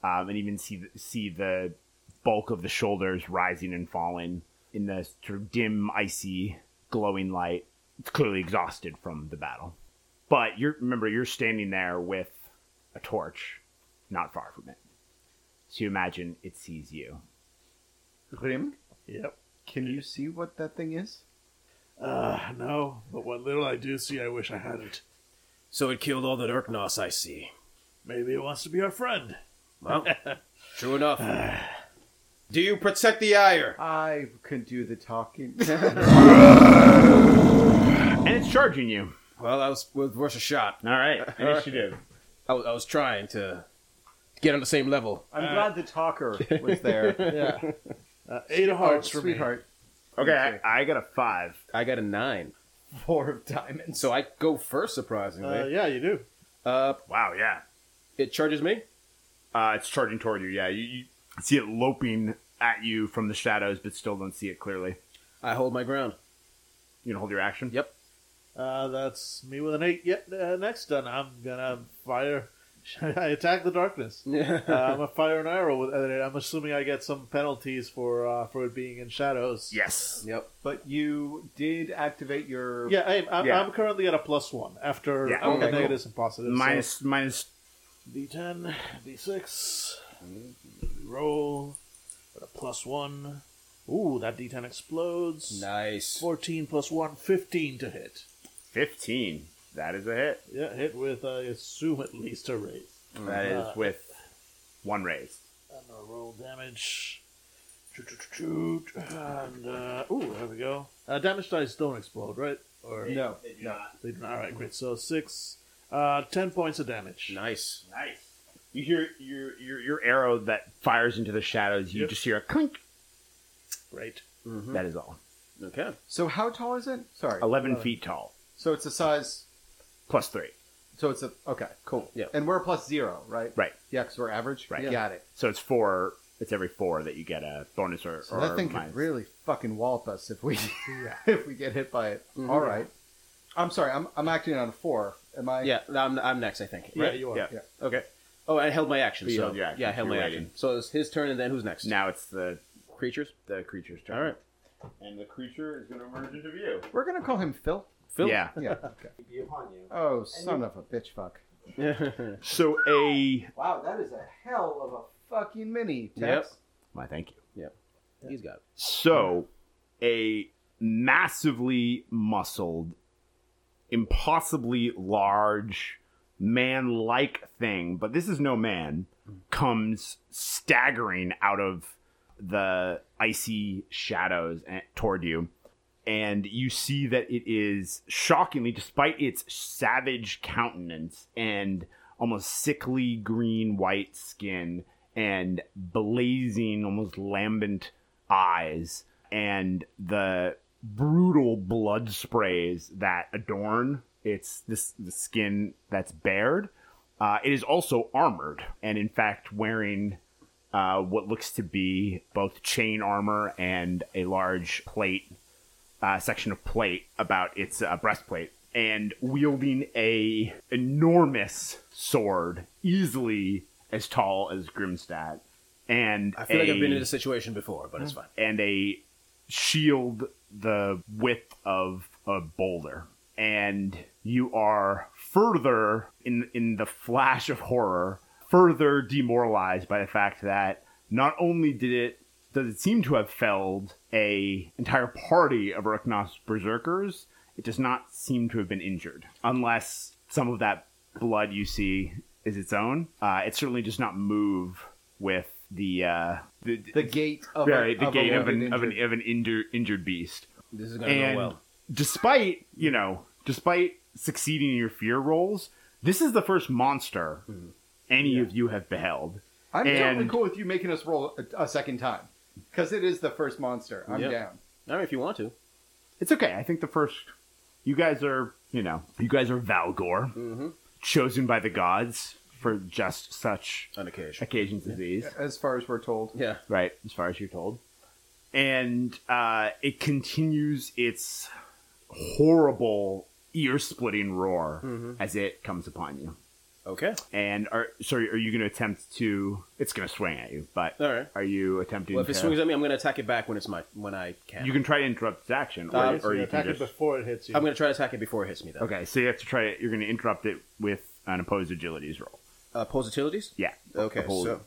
[SPEAKER 3] um, and even see the, see the bulk of the shoulders rising and falling in the sort of dim, icy, glowing light. It's clearly exhausted from the battle, but you're remember you're standing there with a torch, not far from it. So you imagine it sees you.
[SPEAKER 5] Grim,
[SPEAKER 7] Yep.
[SPEAKER 5] can you see what that thing is?
[SPEAKER 4] Uh, no, but what little I do see, I wish I hadn't.
[SPEAKER 6] So it killed all the Urknos I see.
[SPEAKER 4] Maybe it wants to be our friend.
[SPEAKER 6] Well, true enough. Do you protect the ire?
[SPEAKER 5] I can do the talking.
[SPEAKER 3] And it's charging you.
[SPEAKER 6] Well, that was was worth a shot.
[SPEAKER 3] All right. Initiative.
[SPEAKER 6] I was, I was trying to get on the same level.
[SPEAKER 5] I'm glad the talker was there.
[SPEAKER 7] Uh, eight of hearts for me.
[SPEAKER 5] Sweetheart,
[SPEAKER 3] Okay, I, I got a five.
[SPEAKER 6] I got a nine,
[SPEAKER 5] four of diamonds.
[SPEAKER 6] so I go first.
[SPEAKER 7] Uh,
[SPEAKER 6] Surprisingly,
[SPEAKER 7] yeah, you do.
[SPEAKER 6] uh,
[SPEAKER 3] Wow, yeah.
[SPEAKER 6] it charges me.
[SPEAKER 3] Uh, it's charging toward you. Yeah, you, you see it loping at you from the shadows, but still don't see it clearly.
[SPEAKER 6] I hold my ground.
[SPEAKER 3] You gonna hold your action?
[SPEAKER 6] Yep.
[SPEAKER 7] Uh, that's me with an eight. Yep. Uh, next done. I'm gonna fire. I attack the darkness. uh, I'm gonna fire an arrow with. and I'm assuming I get some penalties for uh, for it being in shadows.
[SPEAKER 3] Yes.
[SPEAKER 6] Yep.
[SPEAKER 5] But you did activate your.
[SPEAKER 7] Yeah, I'm, I'm,
[SPEAKER 3] Yeah.
[SPEAKER 7] I'm currently at a plus one after
[SPEAKER 3] Yeah.
[SPEAKER 7] all the
[SPEAKER 5] Okay, cool.
[SPEAKER 7] negatives and positives.
[SPEAKER 3] Minus minus
[SPEAKER 7] D10, D6, roll, with a plus one. Ooh, that D10 explodes.
[SPEAKER 6] Nice.
[SPEAKER 7] 14 plus 1, 15 to hit.
[SPEAKER 3] fifteen. That is a hit.
[SPEAKER 7] Yeah, hit with, I assume, at least a raise.
[SPEAKER 6] Uh-huh.
[SPEAKER 3] That is with one raise.
[SPEAKER 7] I'm gonna roll damage. Choo, choo, choo, choo. And, uh, ooh, there we go. Uh, damage dice don't explode, right? Or
[SPEAKER 5] No.
[SPEAKER 7] They do not. Alright, great. So six, uh, 10 points of damage.
[SPEAKER 6] Nice.
[SPEAKER 3] Nice. You hear your your your arrow that fires into the shadows. You
[SPEAKER 7] Yep.
[SPEAKER 3] just hear a clink.
[SPEAKER 7] Great.
[SPEAKER 3] That is all.
[SPEAKER 6] Mm-hmm. Okay.
[SPEAKER 5] So how tall is it? Sorry.
[SPEAKER 3] Eleven
[SPEAKER 6] Uh-huh.
[SPEAKER 3] feet tall,
[SPEAKER 5] So it's a size.
[SPEAKER 3] plus three.
[SPEAKER 5] So it's a okay, cool.
[SPEAKER 6] Yeah.
[SPEAKER 5] And we're plus zero, right?
[SPEAKER 3] Right.
[SPEAKER 5] Yeah, because we're average.
[SPEAKER 3] Right.
[SPEAKER 5] Got it.
[SPEAKER 3] So it's four. It's every four that you get a bonus or,
[SPEAKER 5] So
[SPEAKER 3] or
[SPEAKER 5] that thing
[SPEAKER 3] minus.
[SPEAKER 5] could really fucking wallop us if we if we get hit by it. All right. I'm sorry. I'm I'm acting on a four. Am I?
[SPEAKER 6] Yeah, I'm, I'm next, I think.
[SPEAKER 7] Yeah,
[SPEAKER 6] Right?
[SPEAKER 7] you are.
[SPEAKER 3] Yeah.
[SPEAKER 6] Okay. Oh, I held my action.
[SPEAKER 3] But you
[SPEAKER 6] so-
[SPEAKER 3] held your action.
[SPEAKER 6] Yeah, I held
[SPEAKER 3] You're
[SPEAKER 6] my
[SPEAKER 3] ready.
[SPEAKER 6] action. So it's his turn, and then who's next?
[SPEAKER 3] Now it's the
[SPEAKER 6] Creatures.
[SPEAKER 3] the creature's turn.
[SPEAKER 6] All right.
[SPEAKER 3] And the creature is going to merge into view.
[SPEAKER 5] We're gonna call him Phil.
[SPEAKER 6] Phil.
[SPEAKER 3] Yeah.
[SPEAKER 5] Yeah. Okay. Oh, son of a bitch, fuck.
[SPEAKER 3] So a.
[SPEAKER 5] Wow, that is a hell of a fucking mini.
[SPEAKER 6] Yep.
[SPEAKER 5] Tex.
[SPEAKER 3] Why, thank you.
[SPEAKER 6] He's got. It.
[SPEAKER 3] So a massively muscled, impossibly large, man like thing, but this is no man, comes staggering out of the icy shadows and, toward you. And you see that it is shockingly, despite its savage countenance and almost sickly green white skin and blazing, almost lambent eyes, and the brutal blood sprays that adorn its this the skin that's bared. Uh, it is also armored, and in fact wearing uh, what looks to be both chain armor and a large plate uh, section of plate about its uh, breastplate and wielding a enormous sword easily as tall as Grimstad and
[SPEAKER 6] I feel like
[SPEAKER 3] a-
[SPEAKER 6] I've been in this situation before, but it's fine.
[SPEAKER 3] and a shield the width of a boulder. And you are further in in the flash of horror, further demoralized by the fact that not only did it does it seem to have felled a entire party of Urknos berserkers, it does not seem to have been injured, unless some of that blood you see is its own. Uh, it certainly does not move with the uh, the,
[SPEAKER 5] The gate of
[SPEAKER 3] yeah,
[SPEAKER 5] a,
[SPEAKER 3] the
[SPEAKER 5] of
[SPEAKER 3] gate
[SPEAKER 5] a
[SPEAKER 3] of an,
[SPEAKER 5] wounded
[SPEAKER 3] of an
[SPEAKER 5] injured-
[SPEAKER 3] of an injured injured beast.
[SPEAKER 6] This is gonna
[SPEAKER 3] And
[SPEAKER 6] go well.
[SPEAKER 3] despite you know, despite succeeding in your fear rolls, this is the first monster
[SPEAKER 5] Mm-hmm.
[SPEAKER 3] any of you have beheld.
[SPEAKER 5] I'm totally
[SPEAKER 3] and-
[SPEAKER 5] cool with you making us roll a, a second time. Because it is the first monster. I'm
[SPEAKER 6] Yep.
[SPEAKER 5] down.
[SPEAKER 6] I mean, if you want to.
[SPEAKER 3] It's okay. I think the first. You guys are, you know, you guys are Valgor,
[SPEAKER 6] Mm-hmm.
[SPEAKER 3] chosen by the gods for just such
[SPEAKER 6] On occasion.
[SPEAKER 3] occasions as these.
[SPEAKER 5] As far as we're told.
[SPEAKER 6] Yeah.
[SPEAKER 3] right? As far as you're told. And uh, it continues its horrible ear splitting roar
[SPEAKER 5] Hmm.
[SPEAKER 3] as it comes upon you.
[SPEAKER 6] Okay.
[SPEAKER 3] And are sorry, are you going to attempt to? It's going to swing at you, but
[SPEAKER 6] All right.
[SPEAKER 3] are you attempting?
[SPEAKER 6] Well, if
[SPEAKER 3] to,
[SPEAKER 6] it swings at me, I'm going to attack it back when it's my when I can.
[SPEAKER 3] you can try to interrupt its action, or,
[SPEAKER 6] Um,
[SPEAKER 7] So
[SPEAKER 3] or
[SPEAKER 7] you
[SPEAKER 3] you
[SPEAKER 7] attack
[SPEAKER 3] can
[SPEAKER 7] it
[SPEAKER 3] just.
[SPEAKER 7] before it hits you.
[SPEAKER 6] I'm going to try to attack it before it hits me, though.
[SPEAKER 3] Okay, so you have to try it. You're going to interrupt it with an opposed agilities roll.
[SPEAKER 6] Uh, positilities?
[SPEAKER 3] Yeah.
[SPEAKER 6] Okay,
[SPEAKER 3] Opposed.
[SPEAKER 6] so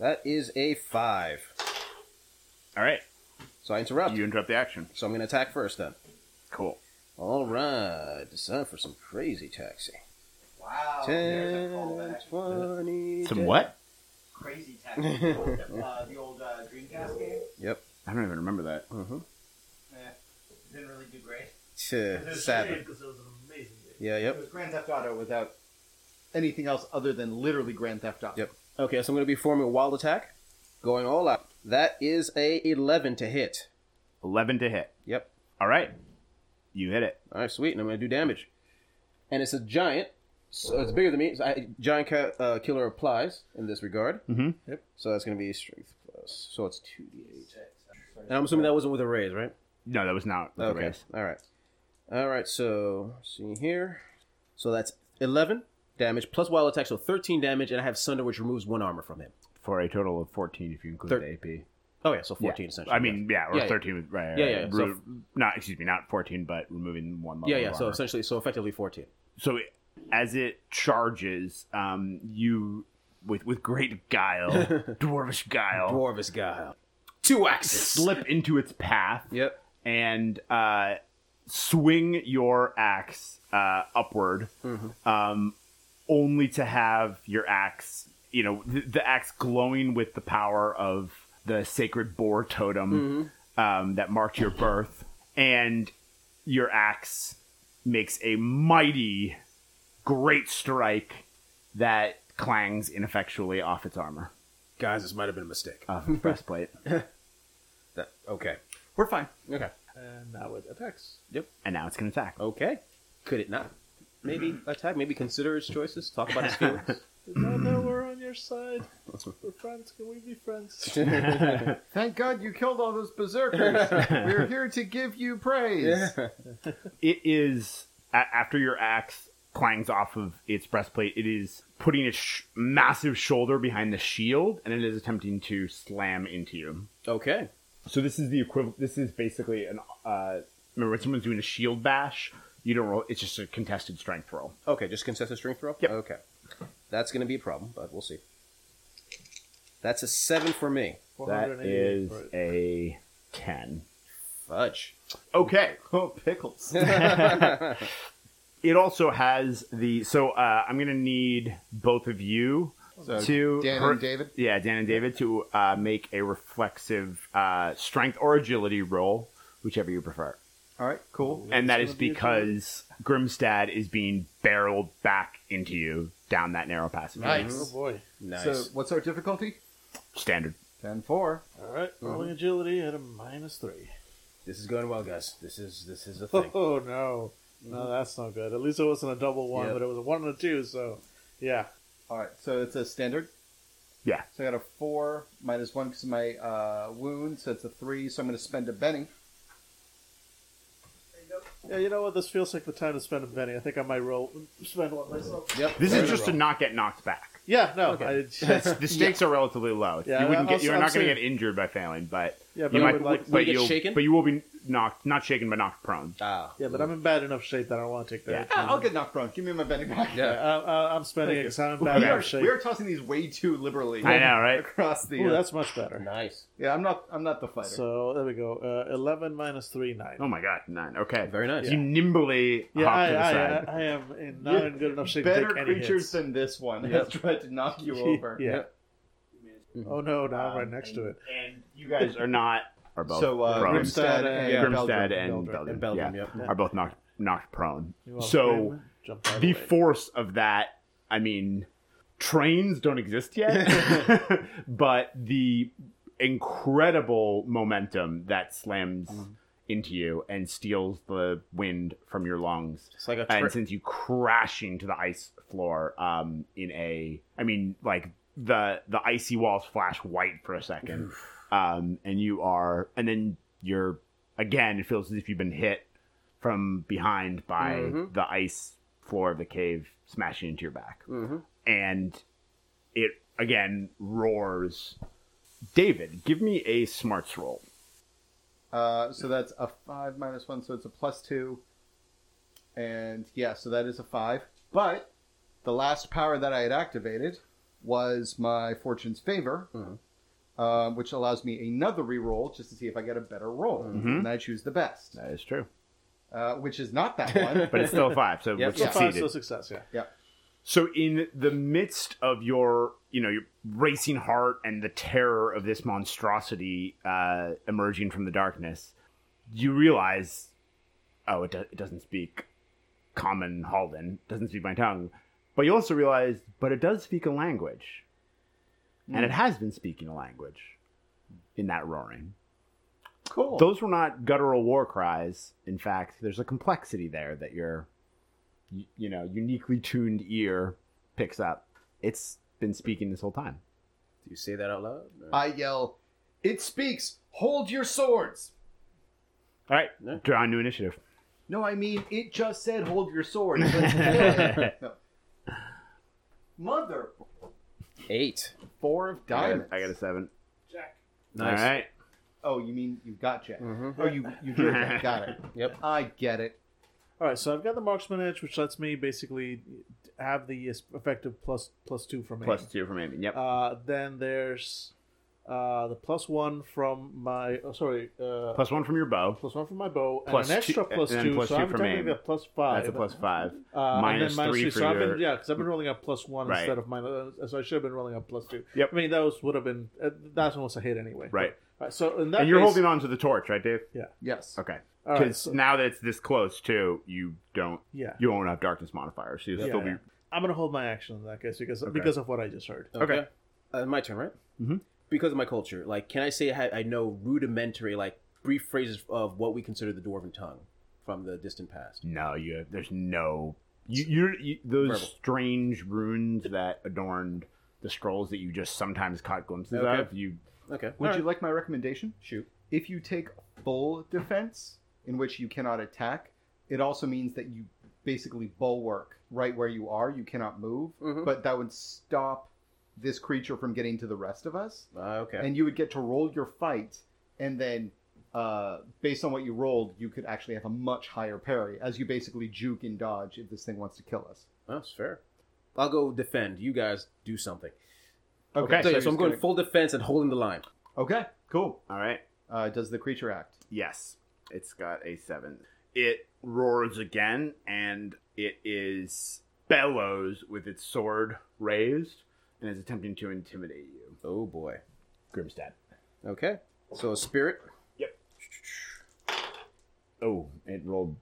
[SPEAKER 6] that is a five.
[SPEAKER 3] all right,
[SPEAKER 6] So I interrupt.
[SPEAKER 3] you interrupt the action.
[SPEAKER 6] So I'm going to attack first, then.
[SPEAKER 3] Cool.
[SPEAKER 6] All right. It's time for some crazy taxi.
[SPEAKER 8] Wow.
[SPEAKER 6] Ten, twenty.
[SPEAKER 3] Some what?
[SPEAKER 8] Crazy tactic. uh, the old uh, Dreamcast game.
[SPEAKER 3] I don't even remember that.
[SPEAKER 8] Didn't really do great.
[SPEAKER 6] T- Seven.
[SPEAKER 7] Because it was an amazing game.
[SPEAKER 6] Yeah,
[SPEAKER 5] It
[SPEAKER 6] yep.
[SPEAKER 5] was Grand Theft Auto without anything else other than literally Grand Theft Auto.
[SPEAKER 6] Yep. Okay, so I'm going to be forming a wild attack, going all out. That is a 11 to hit.
[SPEAKER 3] Eleven to hit.
[SPEAKER 6] Yep.
[SPEAKER 3] All right, you hit it.
[SPEAKER 6] All right, sweet, and I'm gonna do damage. And it's a giant, so it's bigger than me. So I, giant ca- uh, killer applies in this regard.
[SPEAKER 3] Mhm.
[SPEAKER 6] Yep. So that's gonna be strength plus. So it's two d eight. And I'm assuming that wasn't with a raise, right?
[SPEAKER 3] No, that was not with the
[SPEAKER 6] okay.
[SPEAKER 3] raise.
[SPEAKER 6] All right. All right. So see here. So that's eleven damage plus wild attack, so thirteen damage, and I have Sunder, which removes one armor from him.
[SPEAKER 3] for a total of 14 if you include
[SPEAKER 6] Thir-
[SPEAKER 3] the AP.
[SPEAKER 6] Oh yeah, so fourteen essentially.
[SPEAKER 3] I mean, yeah, or
[SPEAKER 6] Yeah, yeah.
[SPEAKER 3] 13 with right. right,
[SPEAKER 6] Yeah, yeah,
[SPEAKER 3] right.
[SPEAKER 6] so
[SPEAKER 3] Re- not excuse me, not 14, but removing one level.
[SPEAKER 6] Yeah,
[SPEAKER 3] of
[SPEAKER 6] yeah. So
[SPEAKER 3] armor.
[SPEAKER 6] essentially, so effectively fourteen.
[SPEAKER 3] so it, as it charges, um, you with with great guile, dwarvish guile,
[SPEAKER 6] Dwarvis guy. uh, Two axes.
[SPEAKER 3] slip into its path
[SPEAKER 6] Yep.
[SPEAKER 3] and uh, swing your axe uh, upward, um, only to have your axe, you know, the, the axe glowing with the power of the sacred boar
[SPEAKER 6] Mm-hmm.
[SPEAKER 3] totem um, that marked your birth, and your axe makes a mighty, great strike that clangs ineffectually off its armor,
[SPEAKER 6] Guys, this might have been a mistake.
[SPEAKER 3] off its breastplate,
[SPEAKER 6] That- okay.
[SPEAKER 5] We're fine.
[SPEAKER 6] Okay.
[SPEAKER 7] And now it attacks.
[SPEAKER 3] and now it's gonna attack.
[SPEAKER 6] Okay. Could it not? Maybe attack. Maybe consider his choices. Talk about his feelings.
[SPEAKER 7] Is that now we're on your side? We're friends. Can we be friends?
[SPEAKER 5] Thank God you killed all those berserkers. We're here to give you praise.
[SPEAKER 3] it is a- after your axe clangs off of its breastplate it is putting its sh- massive shoulder behind the shield and it is attempting to slam into you
[SPEAKER 6] okay.
[SPEAKER 3] so this is the equivalent this is basically an uh remember when someone's doing a shield bash you don't roll it's just a contested strength roll
[SPEAKER 6] Okay. Just contested strength throw.
[SPEAKER 3] Yep.
[SPEAKER 6] Okay. That's going to be a problem, but we'll see. That's a seven for me.
[SPEAKER 3] that
[SPEAKER 7] 488
[SPEAKER 3] is
[SPEAKER 7] for it.
[SPEAKER 3] a 10
[SPEAKER 6] Fudge.
[SPEAKER 3] okay
[SPEAKER 5] Oh, pickles.
[SPEAKER 3] it also has the so uh, i'm gonna need both of you
[SPEAKER 5] So,
[SPEAKER 3] to
[SPEAKER 5] Dan
[SPEAKER 3] her-
[SPEAKER 5] and David.
[SPEAKER 3] Yeah, Dan and David to uh, make a reflexive uh, strength or agility roll, whichever you prefer.
[SPEAKER 5] All right, cool.
[SPEAKER 3] And that is because Grimstad is being barreled back into you down that narrow passage.
[SPEAKER 7] Oh
[SPEAKER 5] Nice.
[SPEAKER 7] boy!
[SPEAKER 6] Mm-hmm. Nice.
[SPEAKER 5] So, what's our difficulty?
[SPEAKER 3] Standard.
[SPEAKER 5] 10 4.
[SPEAKER 7] All right, rolling agility at a minus three.
[SPEAKER 6] this is going well, guys. This is this is a thing.
[SPEAKER 7] Oh no, no, that's not good. At least it wasn't a double one,
[SPEAKER 6] Yep.
[SPEAKER 7] but it was a one and a two. So, yeah,
[SPEAKER 5] All right, so it's a standard.
[SPEAKER 3] Yeah.
[SPEAKER 5] So I got a 4 minus 1 because of my uh, wound, so it's a 3, so I'm going to spend a Benny.
[SPEAKER 7] yeah. You know what? This feels like the time to spend a penny. I think I might roll spend one myself.
[SPEAKER 6] Yep.
[SPEAKER 3] This
[SPEAKER 6] Very
[SPEAKER 3] is just
[SPEAKER 6] well.
[SPEAKER 3] to not get knocked back.
[SPEAKER 7] Yeah, no, I,
[SPEAKER 3] The stakes are relatively low.
[SPEAKER 7] Yeah,
[SPEAKER 3] you wouldn't
[SPEAKER 7] I'll-
[SPEAKER 3] get, you're
[SPEAKER 7] I'll
[SPEAKER 3] not going to
[SPEAKER 7] say-
[SPEAKER 3] get injured by failing, but
[SPEAKER 7] yeah, but
[SPEAKER 3] you
[SPEAKER 7] I
[SPEAKER 3] might,
[SPEAKER 7] would like.
[SPEAKER 6] would
[SPEAKER 3] but
[SPEAKER 6] you get
[SPEAKER 3] you'll,
[SPEAKER 6] shaken?
[SPEAKER 3] but you will be knocked, not shaken, but knocked prone.
[SPEAKER 6] Ah.
[SPEAKER 7] Yeah, but I'm in bad enough shape that I want to take that.
[SPEAKER 5] Ah, I'll get knocked prone. Give me my Benny back.
[SPEAKER 7] I,
[SPEAKER 6] Yeah.
[SPEAKER 7] I, I'm spending it 'cause I'm in bad
[SPEAKER 5] We are,
[SPEAKER 7] enough shape.
[SPEAKER 5] we are tossing these way too liberally.
[SPEAKER 3] I know, right?
[SPEAKER 5] Across the.
[SPEAKER 7] Ooh,
[SPEAKER 5] uh,
[SPEAKER 7] that's much better.
[SPEAKER 6] Nice.
[SPEAKER 5] yeah, I'm not. I'm not the fighter.
[SPEAKER 7] So there we go. Uh, Eleven minus three, nine.
[SPEAKER 3] Oh my god, nine. Okay.
[SPEAKER 6] Very nice.
[SPEAKER 3] You nimbly
[SPEAKER 7] yeah,
[SPEAKER 3] hop
[SPEAKER 7] I,
[SPEAKER 3] to the
[SPEAKER 7] I,
[SPEAKER 3] side.
[SPEAKER 7] I, I am in not in good enough shape to
[SPEAKER 5] Better
[SPEAKER 7] take any
[SPEAKER 5] creatures
[SPEAKER 7] hits.
[SPEAKER 5] than this one has tried to knock you over.
[SPEAKER 7] yeah.
[SPEAKER 3] Mm-hmm.
[SPEAKER 7] Oh no! Now I'm right next to it.
[SPEAKER 3] and you guys are not are both
[SPEAKER 5] So uh,
[SPEAKER 3] prone.
[SPEAKER 5] Grimstad
[SPEAKER 7] Grimstad and-
[SPEAKER 5] and
[SPEAKER 7] Yeah,
[SPEAKER 3] Grimstad
[SPEAKER 5] Beldrum.
[SPEAKER 3] and Belgium,
[SPEAKER 6] And Beldrum,
[SPEAKER 3] yeah,
[SPEAKER 6] yep.
[SPEAKER 3] are both knocked knocked prone.
[SPEAKER 7] You are
[SPEAKER 3] So
[SPEAKER 7] Grim. Jump out of
[SPEAKER 3] the
[SPEAKER 7] way.
[SPEAKER 3] force of that, I mean, trains don't exist yet, but the incredible momentum that slams into you and steals the wind from your lungs.
[SPEAKER 6] It's like a
[SPEAKER 3] and
[SPEAKER 6] tri-
[SPEAKER 3] sends you crashing to the ice floor um, in a, I mean, like the the icy walls flash white for a second, um, and you are, and then you're again. It feels as if you've been hit from behind by
[SPEAKER 7] Mm-hmm.
[SPEAKER 3] the ice floor of the cave, smashing into your back,
[SPEAKER 7] Mm-hmm.
[SPEAKER 3] and it again roars. David, give me a smarts roll.
[SPEAKER 5] Uh, so that's a five minus one, so it's a plus two. And yeah, so that is a five. But the last power that I had activated was my Fortune's Favor, um, which allows me another reroll just to see if I get a better roll. And I choose the best,
[SPEAKER 3] That is true,
[SPEAKER 5] uh, which is not that one.
[SPEAKER 3] but it's still a five, so
[SPEAKER 6] Yep.
[SPEAKER 3] which
[SPEAKER 7] So five,
[SPEAKER 3] succeeded.
[SPEAKER 7] so success, yeah.
[SPEAKER 3] So in the midst of your, you know, your racing heart and the terror of this monstrosity uh, emerging from the darkness, you realize, oh, it, do- it doesn't speak common Halden, doesn't speak my tongue. But you also realize, but it does speak a language, and it has been speaking a language in that roaring.
[SPEAKER 5] cool.
[SPEAKER 3] Those were not guttural war cries. In fact, there's a complexity there that your, y- you know, uniquely tuned ear picks up. It's been speaking this whole time.
[SPEAKER 6] Do you say that out loud?
[SPEAKER 5] I yell, It speaks! Hold your swords!
[SPEAKER 3] All right, draw a new initiative.
[SPEAKER 5] No, I mean, it just said hold your swords. Let's kill it. No. Mother,
[SPEAKER 6] Eight.
[SPEAKER 5] four of
[SPEAKER 3] I
[SPEAKER 5] diamonds.
[SPEAKER 3] got, I got a seven.
[SPEAKER 6] Nice.
[SPEAKER 3] All right,
[SPEAKER 5] Oh, you mean you got Jack? Oh, you you did that. got it.
[SPEAKER 6] Mm-hmm. Yep.
[SPEAKER 5] I get it.
[SPEAKER 7] All right, so I've got the marksman edge, which lets me basically have the effective plus plus two from
[SPEAKER 3] plus
[SPEAKER 7] aim.
[SPEAKER 3] two from Amy. Yep.
[SPEAKER 7] Uh, then there's uh, the plus one from my oh, sorry uh,
[SPEAKER 3] plus one from your bow.
[SPEAKER 7] plus one from my bow and
[SPEAKER 3] Plus
[SPEAKER 7] an extra
[SPEAKER 3] two-
[SPEAKER 7] plus
[SPEAKER 3] and then
[SPEAKER 7] two,
[SPEAKER 3] plus
[SPEAKER 7] so
[SPEAKER 3] two
[SPEAKER 7] i I'm
[SPEAKER 3] from
[SPEAKER 7] technically
[SPEAKER 3] aim.
[SPEAKER 7] at plus five.
[SPEAKER 3] That's a plus five.
[SPEAKER 7] Uh, and
[SPEAKER 3] Minus
[SPEAKER 7] then minus
[SPEAKER 3] three
[SPEAKER 7] three.
[SPEAKER 3] for
[SPEAKER 7] so I've
[SPEAKER 3] your.
[SPEAKER 7] been, yeah, because I've been rolling a plus one
[SPEAKER 3] Right.
[SPEAKER 7] instead of minus. uh, So I should have been rolling a plus two.
[SPEAKER 3] Yep.
[SPEAKER 7] I mean, that was would have been uh, that one was a hit anyway.
[SPEAKER 3] Right.
[SPEAKER 7] All right, so in that
[SPEAKER 3] And you're
[SPEAKER 7] case,
[SPEAKER 3] holding on to the torch, right, Dave?
[SPEAKER 5] Yes.
[SPEAKER 3] Okay.
[SPEAKER 7] All right,
[SPEAKER 3] Because
[SPEAKER 7] so-
[SPEAKER 3] now that it's this close, too, you don't.
[SPEAKER 7] Yeah.
[SPEAKER 3] You won't have darkness modifier, so you'll
[SPEAKER 7] Yeah.
[SPEAKER 3] still be.
[SPEAKER 7] I'm gonna hold my action in that case because because of what I just heard.
[SPEAKER 3] Okay.
[SPEAKER 6] Uh, my turn, right?
[SPEAKER 5] Mm-hmm.
[SPEAKER 3] Mhm.
[SPEAKER 6] Because of my culture, like, can I say I, I know rudimentary, like, brief phrases of what we consider the dwarven tongue from the distant past?
[SPEAKER 3] No, you. There's no. You, you're you, those
[SPEAKER 6] Verbal.
[SPEAKER 3] strange runes that adorned the scrolls that you just sometimes caught glimpses
[SPEAKER 6] Okay.
[SPEAKER 3] of. You
[SPEAKER 6] Okay.
[SPEAKER 5] Would
[SPEAKER 6] All
[SPEAKER 5] you
[SPEAKER 6] right.
[SPEAKER 5] like my recommendation?
[SPEAKER 6] shoot?
[SPEAKER 5] If you take full defense, in which you cannot attack, it also means that you basically bulwark right where you are. You cannot move,
[SPEAKER 6] Mhm.
[SPEAKER 5] but that would stop this creature from getting to the rest of us,
[SPEAKER 6] Uh, okay.
[SPEAKER 5] and you would get to roll your fight, and then. Uh, based on what you rolled, you could actually have a much higher parry, as you basically juke and dodge if this thing wants to kill us.
[SPEAKER 6] That's fair. I'll go defend. You guys do something.
[SPEAKER 3] Okay.
[SPEAKER 6] So, yeah,
[SPEAKER 5] you're
[SPEAKER 6] so I'm
[SPEAKER 5] just
[SPEAKER 6] going
[SPEAKER 5] gonna-
[SPEAKER 6] full defense and holding the line.
[SPEAKER 5] Okay, cool.
[SPEAKER 3] all right?
[SPEAKER 5] Uh, does the creature act?
[SPEAKER 3] Yes, it's got a seven. It roars again, and it is bellows with its sword raised, and is attempting to intimidate you.
[SPEAKER 6] Oh boy.
[SPEAKER 3] Grimstad.
[SPEAKER 6] Okay. So a spirit.
[SPEAKER 3] Oh, it rolled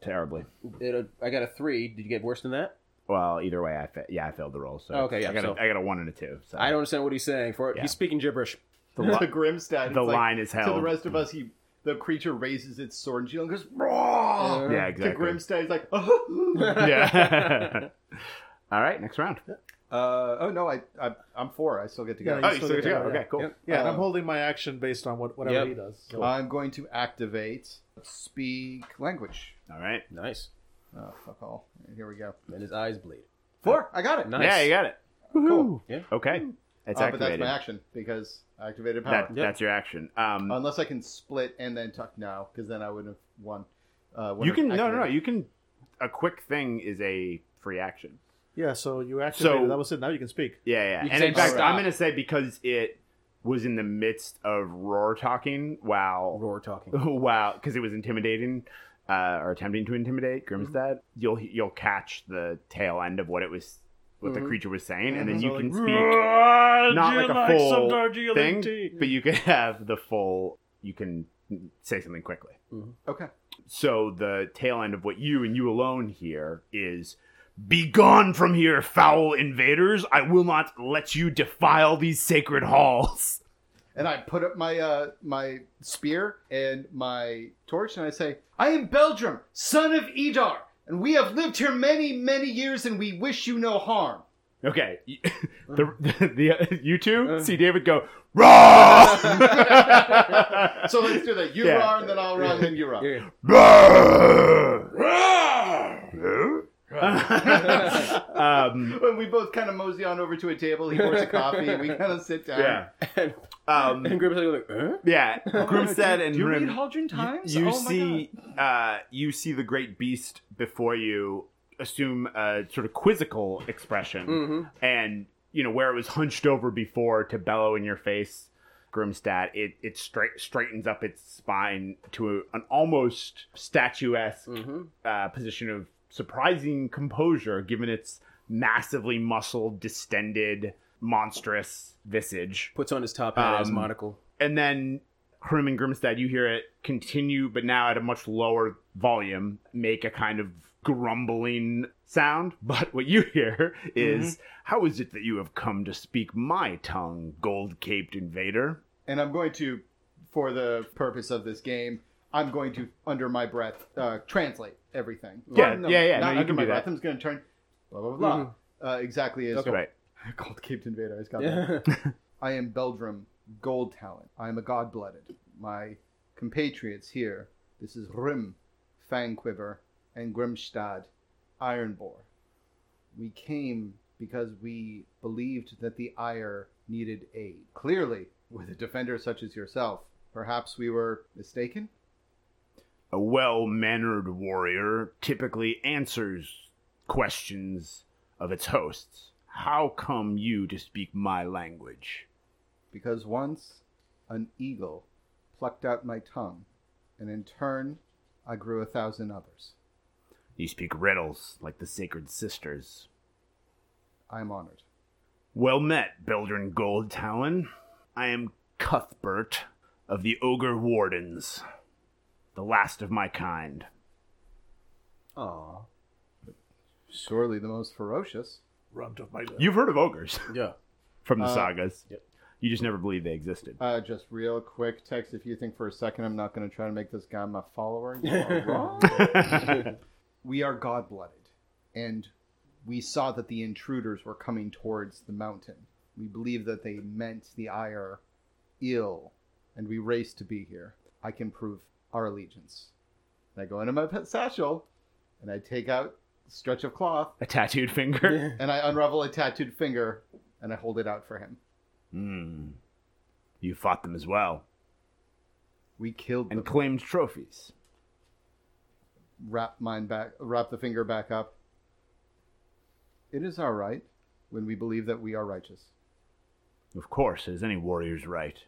[SPEAKER 3] terribly.
[SPEAKER 6] It, uh, I got a three. Did you get worse than that?
[SPEAKER 3] Well, either way, I fa- yeah, I failed the roll. So
[SPEAKER 6] Okay, yeah,
[SPEAKER 3] I got
[SPEAKER 6] so-
[SPEAKER 3] a, I got a one and a two. So
[SPEAKER 6] I don't understand what he's saying. For
[SPEAKER 3] Yeah.
[SPEAKER 6] he's speaking gibberish.
[SPEAKER 3] The,
[SPEAKER 5] The,
[SPEAKER 3] li-
[SPEAKER 5] Grimstad.
[SPEAKER 3] the
[SPEAKER 5] it's like-
[SPEAKER 3] line is
[SPEAKER 5] To
[SPEAKER 3] held.
[SPEAKER 5] the rest of us, he the creature raises its sword and shield and goes, Raw!
[SPEAKER 3] yeah,
[SPEAKER 5] To
[SPEAKER 3] exactly.
[SPEAKER 5] Grimstad, he's like, uh,
[SPEAKER 3] yeah. All right, next round.
[SPEAKER 5] uh, oh no, I, I, I'm four. I still get to go.
[SPEAKER 7] Yeah, you still
[SPEAKER 3] good
[SPEAKER 7] get to go,
[SPEAKER 3] Okay, cool.
[SPEAKER 7] Yeah, and I'm
[SPEAKER 5] Um,
[SPEAKER 7] holding my action based on what whatever
[SPEAKER 6] Yep.
[SPEAKER 7] he does. So.
[SPEAKER 5] I'm going to activate Speak Language.
[SPEAKER 3] All right.
[SPEAKER 6] Nice.
[SPEAKER 5] Oh, fuck all. Here we go.
[SPEAKER 6] And his eyes bleed.
[SPEAKER 5] Four! I got it!
[SPEAKER 6] Nice.
[SPEAKER 3] Yeah, you got it.
[SPEAKER 5] Cool.
[SPEAKER 3] Okay. It's
[SPEAKER 5] Uh, but that's
[SPEAKER 3] activated.
[SPEAKER 5] my action because I activated power.
[SPEAKER 3] That, That's your action. Um,
[SPEAKER 5] Unless I can split and then tuck now, because then I would have won. Uh, when
[SPEAKER 3] you
[SPEAKER 5] I
[SPEAKER 3] can no, no, no.
[SPEAKER 5] activated.
[SPEAKER 3] You can. A quick thing is a free action.
[SPEAKER 7] yeah, so you activated.
[SPEAKER 3] So-
[SPEAKER 7] that was it. Now you can speak.
[SPEAKER 3] Yeah, yeah.
[SPEAKER 6] You can
[SPEAKER 3] and
[SPEAKER 6] say
[SPEAKER 3] in fact,
[SPEAKER 6] stop.
[SPEAKER 3] I'm gonna say because it was in the midst of roar talking. Wow.
[SPEAKER 6] Roar talking.
[SPEAKER 3] wow, because it was intimidating uh, or attempting to intimidate Grimstad.
[SPEAKER 5] Mm-hmm.
[SPEAKER 3] You'll you'll catch the tail end of what it was, what
[SPEAKER 5] Mm-hmm.
[SPEAKER 3] the creature was saying, and then you can speak not like a full thing, but you can have the full. You can say something quickly.
[SPEAKER 5] Okay.
[SPEAKER 3] So the tail end of what you and you alone hear is. Be gone from here, foul invaders! I will not let you defile these sacred halls.
[SPEAKER 5] and I put up my uh, my spear and my torch, and I say, "I am Beldrum, son of Edar, and we have lived here many, many years, and we wish you no harm."
[SPEAKER 3] Okay, the, the, the- you two see David go raw.
[SPEAKER 5] So let's do that. You
[SPEAKER 3] Yeah.
[SPEAKER 5] are, and then I'll run, and then you run.
[SPEAKER 3] um,
[SPEAKER 5] When we both kind of mosey on over to a table, he pours a coffee, and we kind of sit down.
[SPEAKER 3] yeah,
[SPEAKER 6] And,
[SPEAKER 3] um,
[SPEAKER 6] and Grim's like, huh?
[SPEAKER 3] yeah. Grimstead and
[SPEAKER 5] Do you
[SPEAKER 3] Grim,
[SPEAKER 5] read Haldren Times?
[SPEAKER 3] you
[SPEAKER 5] oh my
[SPEAKER 3] see, uh, you see the great beast before you assume a sort of quizzical expression,
[SPEAKER 5] Mm-hmm.
[SPEAKER 3] and you know where it was hunched over before to bellow in your face. Grimstat, it it straight, straightens up its spine to a, an almost statuesque
[SPEAKER 5] Mm-hmm.
[SPEAKER 3] uh, position of surprising composure, given its massively muscled, distended, monstrous visage
[SPEAKER 6] Puts on his top hat, his
[SPEAKER 3] Um,
[SPEAKER 6] monocle.
[SPEAKER 3] and then Krim and Grimstad, you hear it continue, but now at a much lower volume, make a kind of grumbling sound. But what you hear is, "How is it that you have come to speak my tongue, gold caped invader?"
[SPEAKER 5] and I'm going to, for the purpose of this game, I'm going to under my breath uh, translate everything.
[SPEAKER 3] Yeah,
[SPEAKER 5] Well, no,
[SPEAKER 3] yeah, yeah, no,
[SPEAKER 5] Not
[SPEAKER 3] you
[SPEAKER 5] under
[SPEAKER 3] can
[SPEAKER 5] my
[SPEAKER 3] do
[SPEAKER 5] breath.
[SPEAKER 3] that. Mm-hmm.
[SPEAKER 5] I'm just going to turn blah blah blah. Uh, exactly as
[SPEAKER 3] Okay. Right.
[SPEAKER 5] Gold Caped Invader. I just got that.
[SPEAKER 6] Yeah.
[SPEAKER 5] I am Beldrum, gold talent. I am a god blooded. My compatriots here. This is Rim, Fang Quiver, and Grimstad, Iron Boar. We came because we believed that the Ire needed aid. Clearly, with a defender such as yourself, perhaps we were mistaken.
[SPEAKER 3] A well mannered warrior typically answers questions of its hosts. How come you to speak my language?
[SPEAKER 5] because once an eagle plucked out my tongue, and in turn I grew a thousand others.
[SPEAKER 3] You speak riddles like the sacred sisters.
[SPEAKER 5] I am honored.
[SPEAKER 3] Well met, Beldrin Gold Talon. I am Cuthbert of the Ogre Wardens, the last of my kind.
[SPEAKER 6] Aw.
[SPEAKER 5] Surely the most ferocious.
[SPEAKER 4] Runt of my lip.
[SPEAKER 3] You've heard of ogres
[SPEAKER 6] Yeah.
[SPEAKER 3] from the
[SPEAKER 5] Uh,
[SPEAKER 3] sagas. You just never believed they existed.
[SPEAKER 5] Uh, just real quick, text. If you think for a second I'm not going to try to make this guy my follower, you are wrong. we are god blooded, and we saw that the intruders were coming towards the mountain. We believe that they meant the ire ill, and we raced to be here. I can prove our allegiance. And I go into my pet satchel, and I take out a stretch of cloth,
[SPEAKER 3] A tattooed finger.
[SPEAKER 5] and I unravel a tattooed finger, and I hold it out for him.
[SPEAKER 3] Hmm. You fought them as well
[SPEAKER 5] We killed them.
[SPEAKER 3] and claimed trophies.
[SPEAKER 5] wrap mine back, wrap the finger back up. It is our right when we believe that we are righteous.
[SPEAKER 3] Of course, as any warrior's right.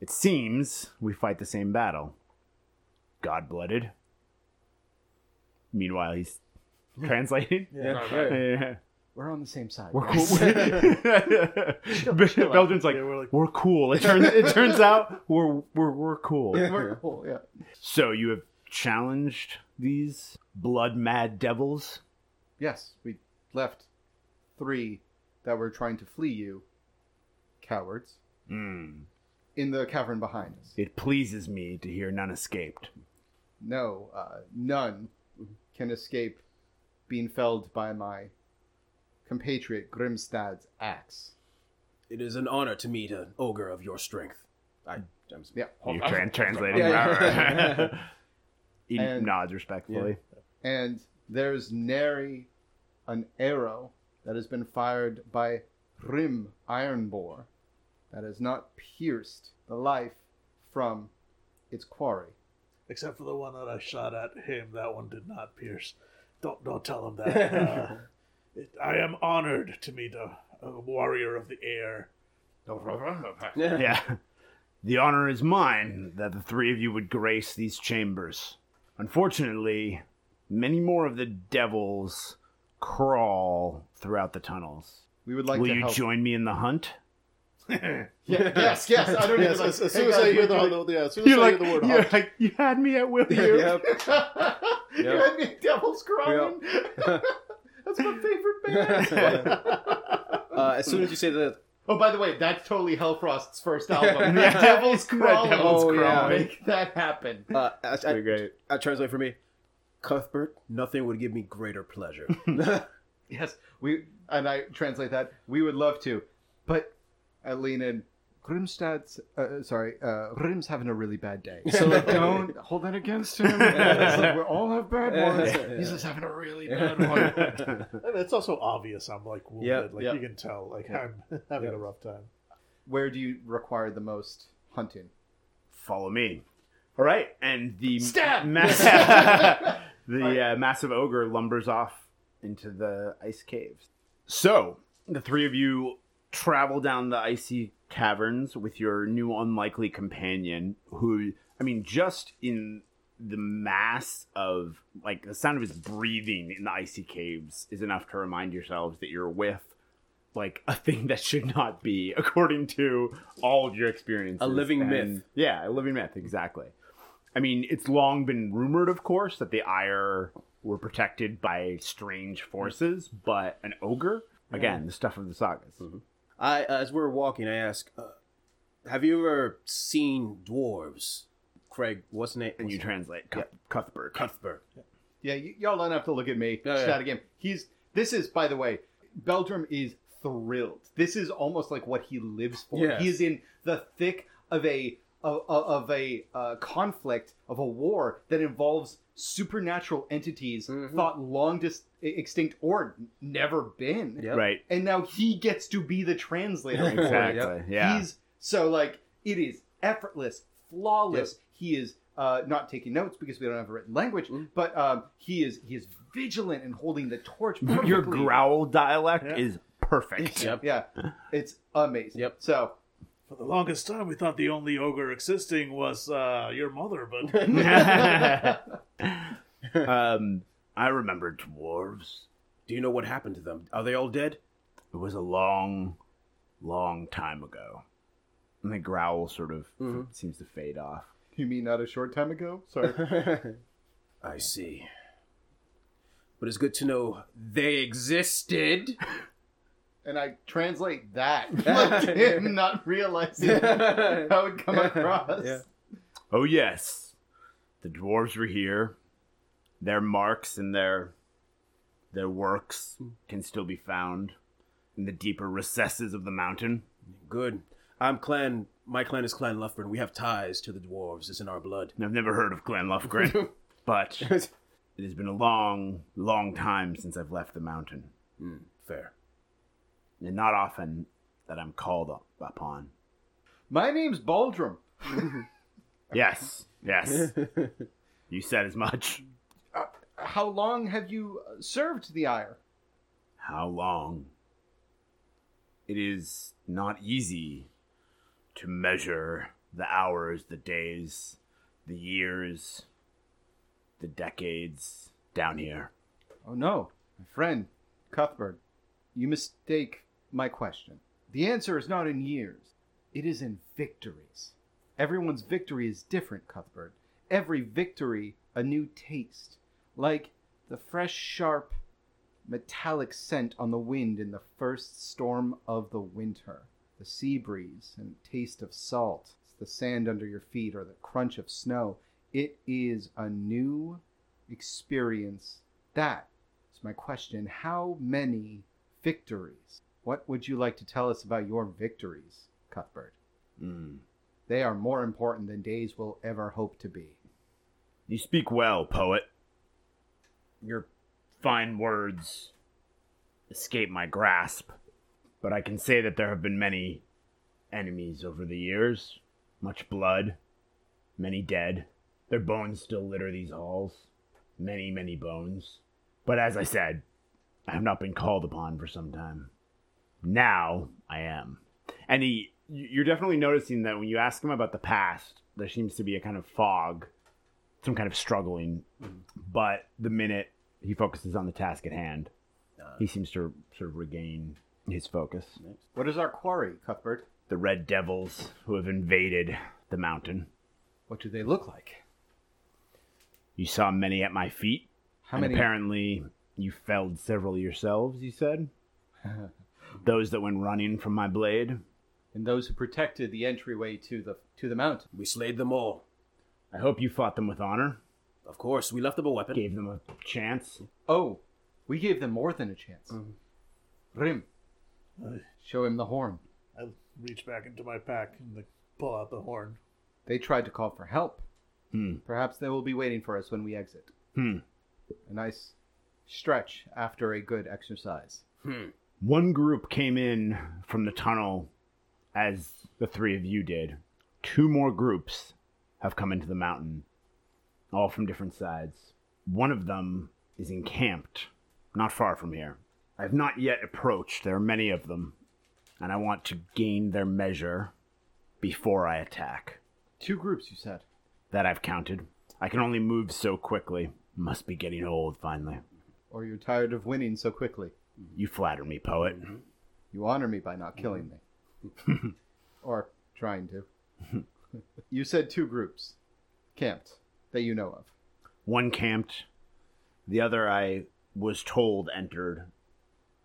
[SPEAKER 3] It seems we fight the same battle. God blooded. Meanwhile, he's translating. Yeah.
[SPEAKER 5] We're on the same side.
[SPEAKER 3] We're cool. Belgium's like,
[SPEAKER 7] Yeah, we're like-
[SPEAKER 3] we're cool. It turns it turns out we're we're we're cool.
[SPEAKER 5] We're cool, yeah.
[SPEAKER 3] So you have challenged these blood mad devils.
[SPEAKER 5] Yes, we left three that were trying to flee you, cowards,
[SPEAKER 7] Hmm.
[SPEAKER 5] in the cavern behind us.
[SPEAKER 3] It pleases me to hear none escaped.
[SPEAKER 5] No, uh, none can escape being felled by my compatriot Grimstad's axe.
[SPEAKER 6] It is an honor to meet an ogre of your strength. I, I'm
[SPEAKER 5] Yeah.
[SPEAKER 3] You tran- translating. he
[SPEAKER 5] And-
[SPEAKER 3] nods respectfully.
[SPEAKER 5] and there's nary an arrow that has been fired by Rim Ironbore that has not pierced the life from its quarry.
[SPEAKER 7] Except for the one that I shot at him, that one did not pierce. Don't don't tell him that. Uh, it, I am honored to meet a, a warrior of the air.
[SPEAKER 3] Yeah. The honor is mine that the three of you would grace these chambers. Unfortunately, many more of the devils crawl throughout the tunnels.
[SPEAKER 5] We would like
[SPEAKER 3] Will
[SPEAKER 5] to
[SPEAKER 3] you
[SPEAKER 5] help.
[SPEAKER 3] join me in the hunt?
[SPEAKER 5] Yeah, yes, yes. I don't even
[SPEAKER 9] Yes,
[SPEAKER 5] like,
[SPEAKER 9] as, as
[SPEAKER 5] hey,
[SPEAKER 9] soon as
[SPEAKER 5] guys,
[SPEAKER 9] I
[SPEAKER 5] we're
[SPEAKER 9] hear the,
[SPEAKER 5] doing-
[SPEAKER 9] yeah, as soon as I hear the word
[SPEAKER 3] you're
[SPEAKER 9] hunt,
[SPEAKER 3] like, you had me at will.
[SPEAKER 5] you had me devil's crying. That's my favorite band.
[SPEAKER 6] Uh, as soon as you say that,
[SPEAKER 5] Oh, by the way, that's totally Hellfrost's first album. Devil's Crawl.
[SPEAKER 3] Devil's
[SPEAKER 6] Oh, yeah.
[SPEAKER 3] Crawl.
[SPEAKER 5] Make that happen.
[SPEAKER 6] Uh, I, I,
[SPEAKER 3] Pretty great.
[SPEAKER 6] I translate for me. Cuthbert, nothing would give me greater pleasure.
[SPEAKER 5] Yes, we and I translate that. We would love to, but I lean in. Grimstad's, uh, sorry, uh, Grim's having a really bad day. So don't hold that against him. It's like, we all have bad ones. He's just having a really bad one.
[SPEAKER 7] And it's also obvious. I'm like wounded. like
[SPEAKER 5] yeah.
[SPEAKER 7] you can tell. Like I'm having a rough time.
[SPEAKER 5] Where do you require the most hunting?
[SPEAKER 3] Follow me. All right, and the
[SPEAKER 5] Stab!
[SPEAKER 3] mass- the uh, massive ogre lumbers off into the ice caves. So the three of you travel down the icy caverns with your new unlikely companion, who I mean, just in the mass of like the sound of his breathing in the icy caves is enough to remind yourselves that you're with like a thing that should not be according to all of your experiences
[SPEAKER 6] A living myth.
[SPEAKER 3] yeah a living myth exactly i mean it's long been rumored of course that the ire were protected by strange forces but an ogre again the stuff of the sagas
[SPEAKER 6] I, uh, as we're walking, I ask, uh, "Have you ever seen dwarves?" Craig, what's the name?
[SPEAKER 3] and you
[SPEAKER 6] what's-
[SPEAKER 3] translate Cuth- cuthbert
[SPEAKER 6] Cuthbert.
[SPEAKER 5] Yeah, y- y'all don't have to look at me.
[SPEAKER 6] Yeah,
[SPEAKER 5] Shout
[SPEAKER 6] yeah.
[SPEAKER 5] again. He's this is by the way, Beltram is thrilled. This is almost like what he lives for.
[SPEAKER 6] Yeah.
[SPEAKER 5] He is in the thick of a of, of a uh, conflict of a war that involves supernatural entities
[SPEAKER 6] Mm-hmm.
[SPEAKER 5] thought long dis- e, extinct or n- never been.
[SPEAKER 6] Yep.
[SPEAKER 3] right
[SPEAKER 5] And now he gets to be the translator. for it.
[SPEAKER 3] exactly yeah
[SPEAKER 5] He's so like it is effortless, flawless. He is uh, not taking notes because we don't have a written language,
[SPEAKER 6] Mm.
[SPEAKER 5] but um, he is he is vigilant and holding the torch. Perfectly.
[SPEAKER 3] your growl dialect
[SPEAKER 7] Yeah.
[SPEAKER 3] is perfect
[SPEAKER 6] Yep.
[SPEAKER 5] Yeah, it's amazing.
[SPEAKER 6] Yep.
[SPEAKER 5] So
[SPEAKER 7] For the longest time, we thought the only ogre existing was uh, your mother, but
[SPEAKER 3] um i remember dwarves
[SPEAKER 6] Do you know what happened to them? Are they all dead?
[SPEAKER 3] It was a long, long time ago. And the growl sort of seems to fade off.
[SPEAKER 5] you mean not a short time ago? Sorry.
[SPEAKER 6] I see. But it's good to know they existed.
[SPEAKER 5] and I translate that like him not realizing how it come across.
[SPEAKER 6] Yeah.
[SPEAKER 3] Oh, yes. The dwarves were here. Their marks and their their works can still be found in the deeper recesses of the mountain.
[SPEAKER 6] Good. I'm clan. My clan is clan Lufgren. We have ties to the dwarves. It's in our blood.
[SPEAKER 3] And I've never heard of Glen Lufgren, but it has been a long, long time since I've left the mountain.
[SPEAKER 6] Fair.
[SPEAKER 3] And not often that I'm called up upon.
[SPEAKER 5] My name's Baldrum.
[SPEAKER 3] Yes, yes. you said as much.
[SPEAKER 5] How long have you uh, served the Ire?
[SPEAKER 3] How long? It is not easy to measure the hours, the days, the years, the decades down here.
[SPEAKER 5] Oh no, my friend Cuthbert, you mistake my question. The answer is not in years, it is in victories. Everyone's victory is different, Cuthbert. Every victory, a new taste, like the fresh, sharp, metallic scent on the wind in the first storm of the winter, the sea breeze and taste of salt, the sand under your feet, or the crunch of snow. It is a new experience that is my question. How many victories? What would you like to tell us about your victories, Cuthbert?
[SPEAKER 3] Mm.
[SPEAKER 5] They are more important than days will ever hope to be.
[SPEAKER 3] You speak well, poet. Your fine words escape my grasp, but I can say that there have been many enemies over the years. Much blood, many dead. Their bones still litter these halls. Many, many bones. But as I said, I have not been called upon for some time. Now I am. And he, you're definitely noticing that when you ask him about the past, there seems to be a kind of fog some kind of struggling, but the minute he focuses on the task at hand,
[SPEAKER 5] Uh,
[SPEAKER 3] he seems to sort of regain his focus.
[SPEAKER 5] What is our quarry, Cuthbert?
[SPEAKER 3] The red devils who have invaded the mountain.
[SPEAKER 5] What do they look like?
[SPEAKER 3] You saw many at my feet,
[SPEAKER 5] How
[SPEAKER 3] and
[SPEAKER 5] many?
[SPEAKER 3] apparently you felled several yourselves, you said? those that went running from my blade.
[SPEAKER 5] and those who protected the entryway to the to the mountain.
[SPEAKER 6] We slayed them all.
[SPEAKER 3] I hope you fought them with honor,
[SPEAKER 6] Of course, we left them a weapon.
[SPEAKER 3] gave them a chance.
[SPEAKER 5] Oh, we gave them more than a chance.
[SPEAKER 3] Mm-hmm.
[SPEAKER 5] Rim,
[SPEAKER 3] Uh,
[SPEAKER 7] Aye.
[SPEAKER 5] show him the horn.
[SPEAKER 7] I reach back into my pack and like, pull out the horn.
[SPEAKER 5] They tried to call for help.
[SPEAKER 3] Hmm.
[SPEAKER 5] Perhaps they will be waiting for us when we exit.
[SPEAKER 3] Hmm.
[SPEAKER 5] A nice stretch after a good exercise.
[SPEAKER 3] One group came in from the tunnel as the three of you did. Two more groups have come into the mountain, all from different sides. One of them is encamped not far from here. I have not yet approached. There are many of them, and I want to gain their measure before I attack.
[SPEAKER 5] Two groups, you said.
[SPEAKER 3] That I've counted. I can only move so quickly. Must be getting old finally.
[SPEAKER 5] Or you're tired of winning so quickly.
[SPEAKER 3] You flatter me, poet.
[SPEAKER 5] You honor me by not killing me. or trying to. you said two groups camped that you know of.
[SPEAKER 3] One camped, the other I was told entered.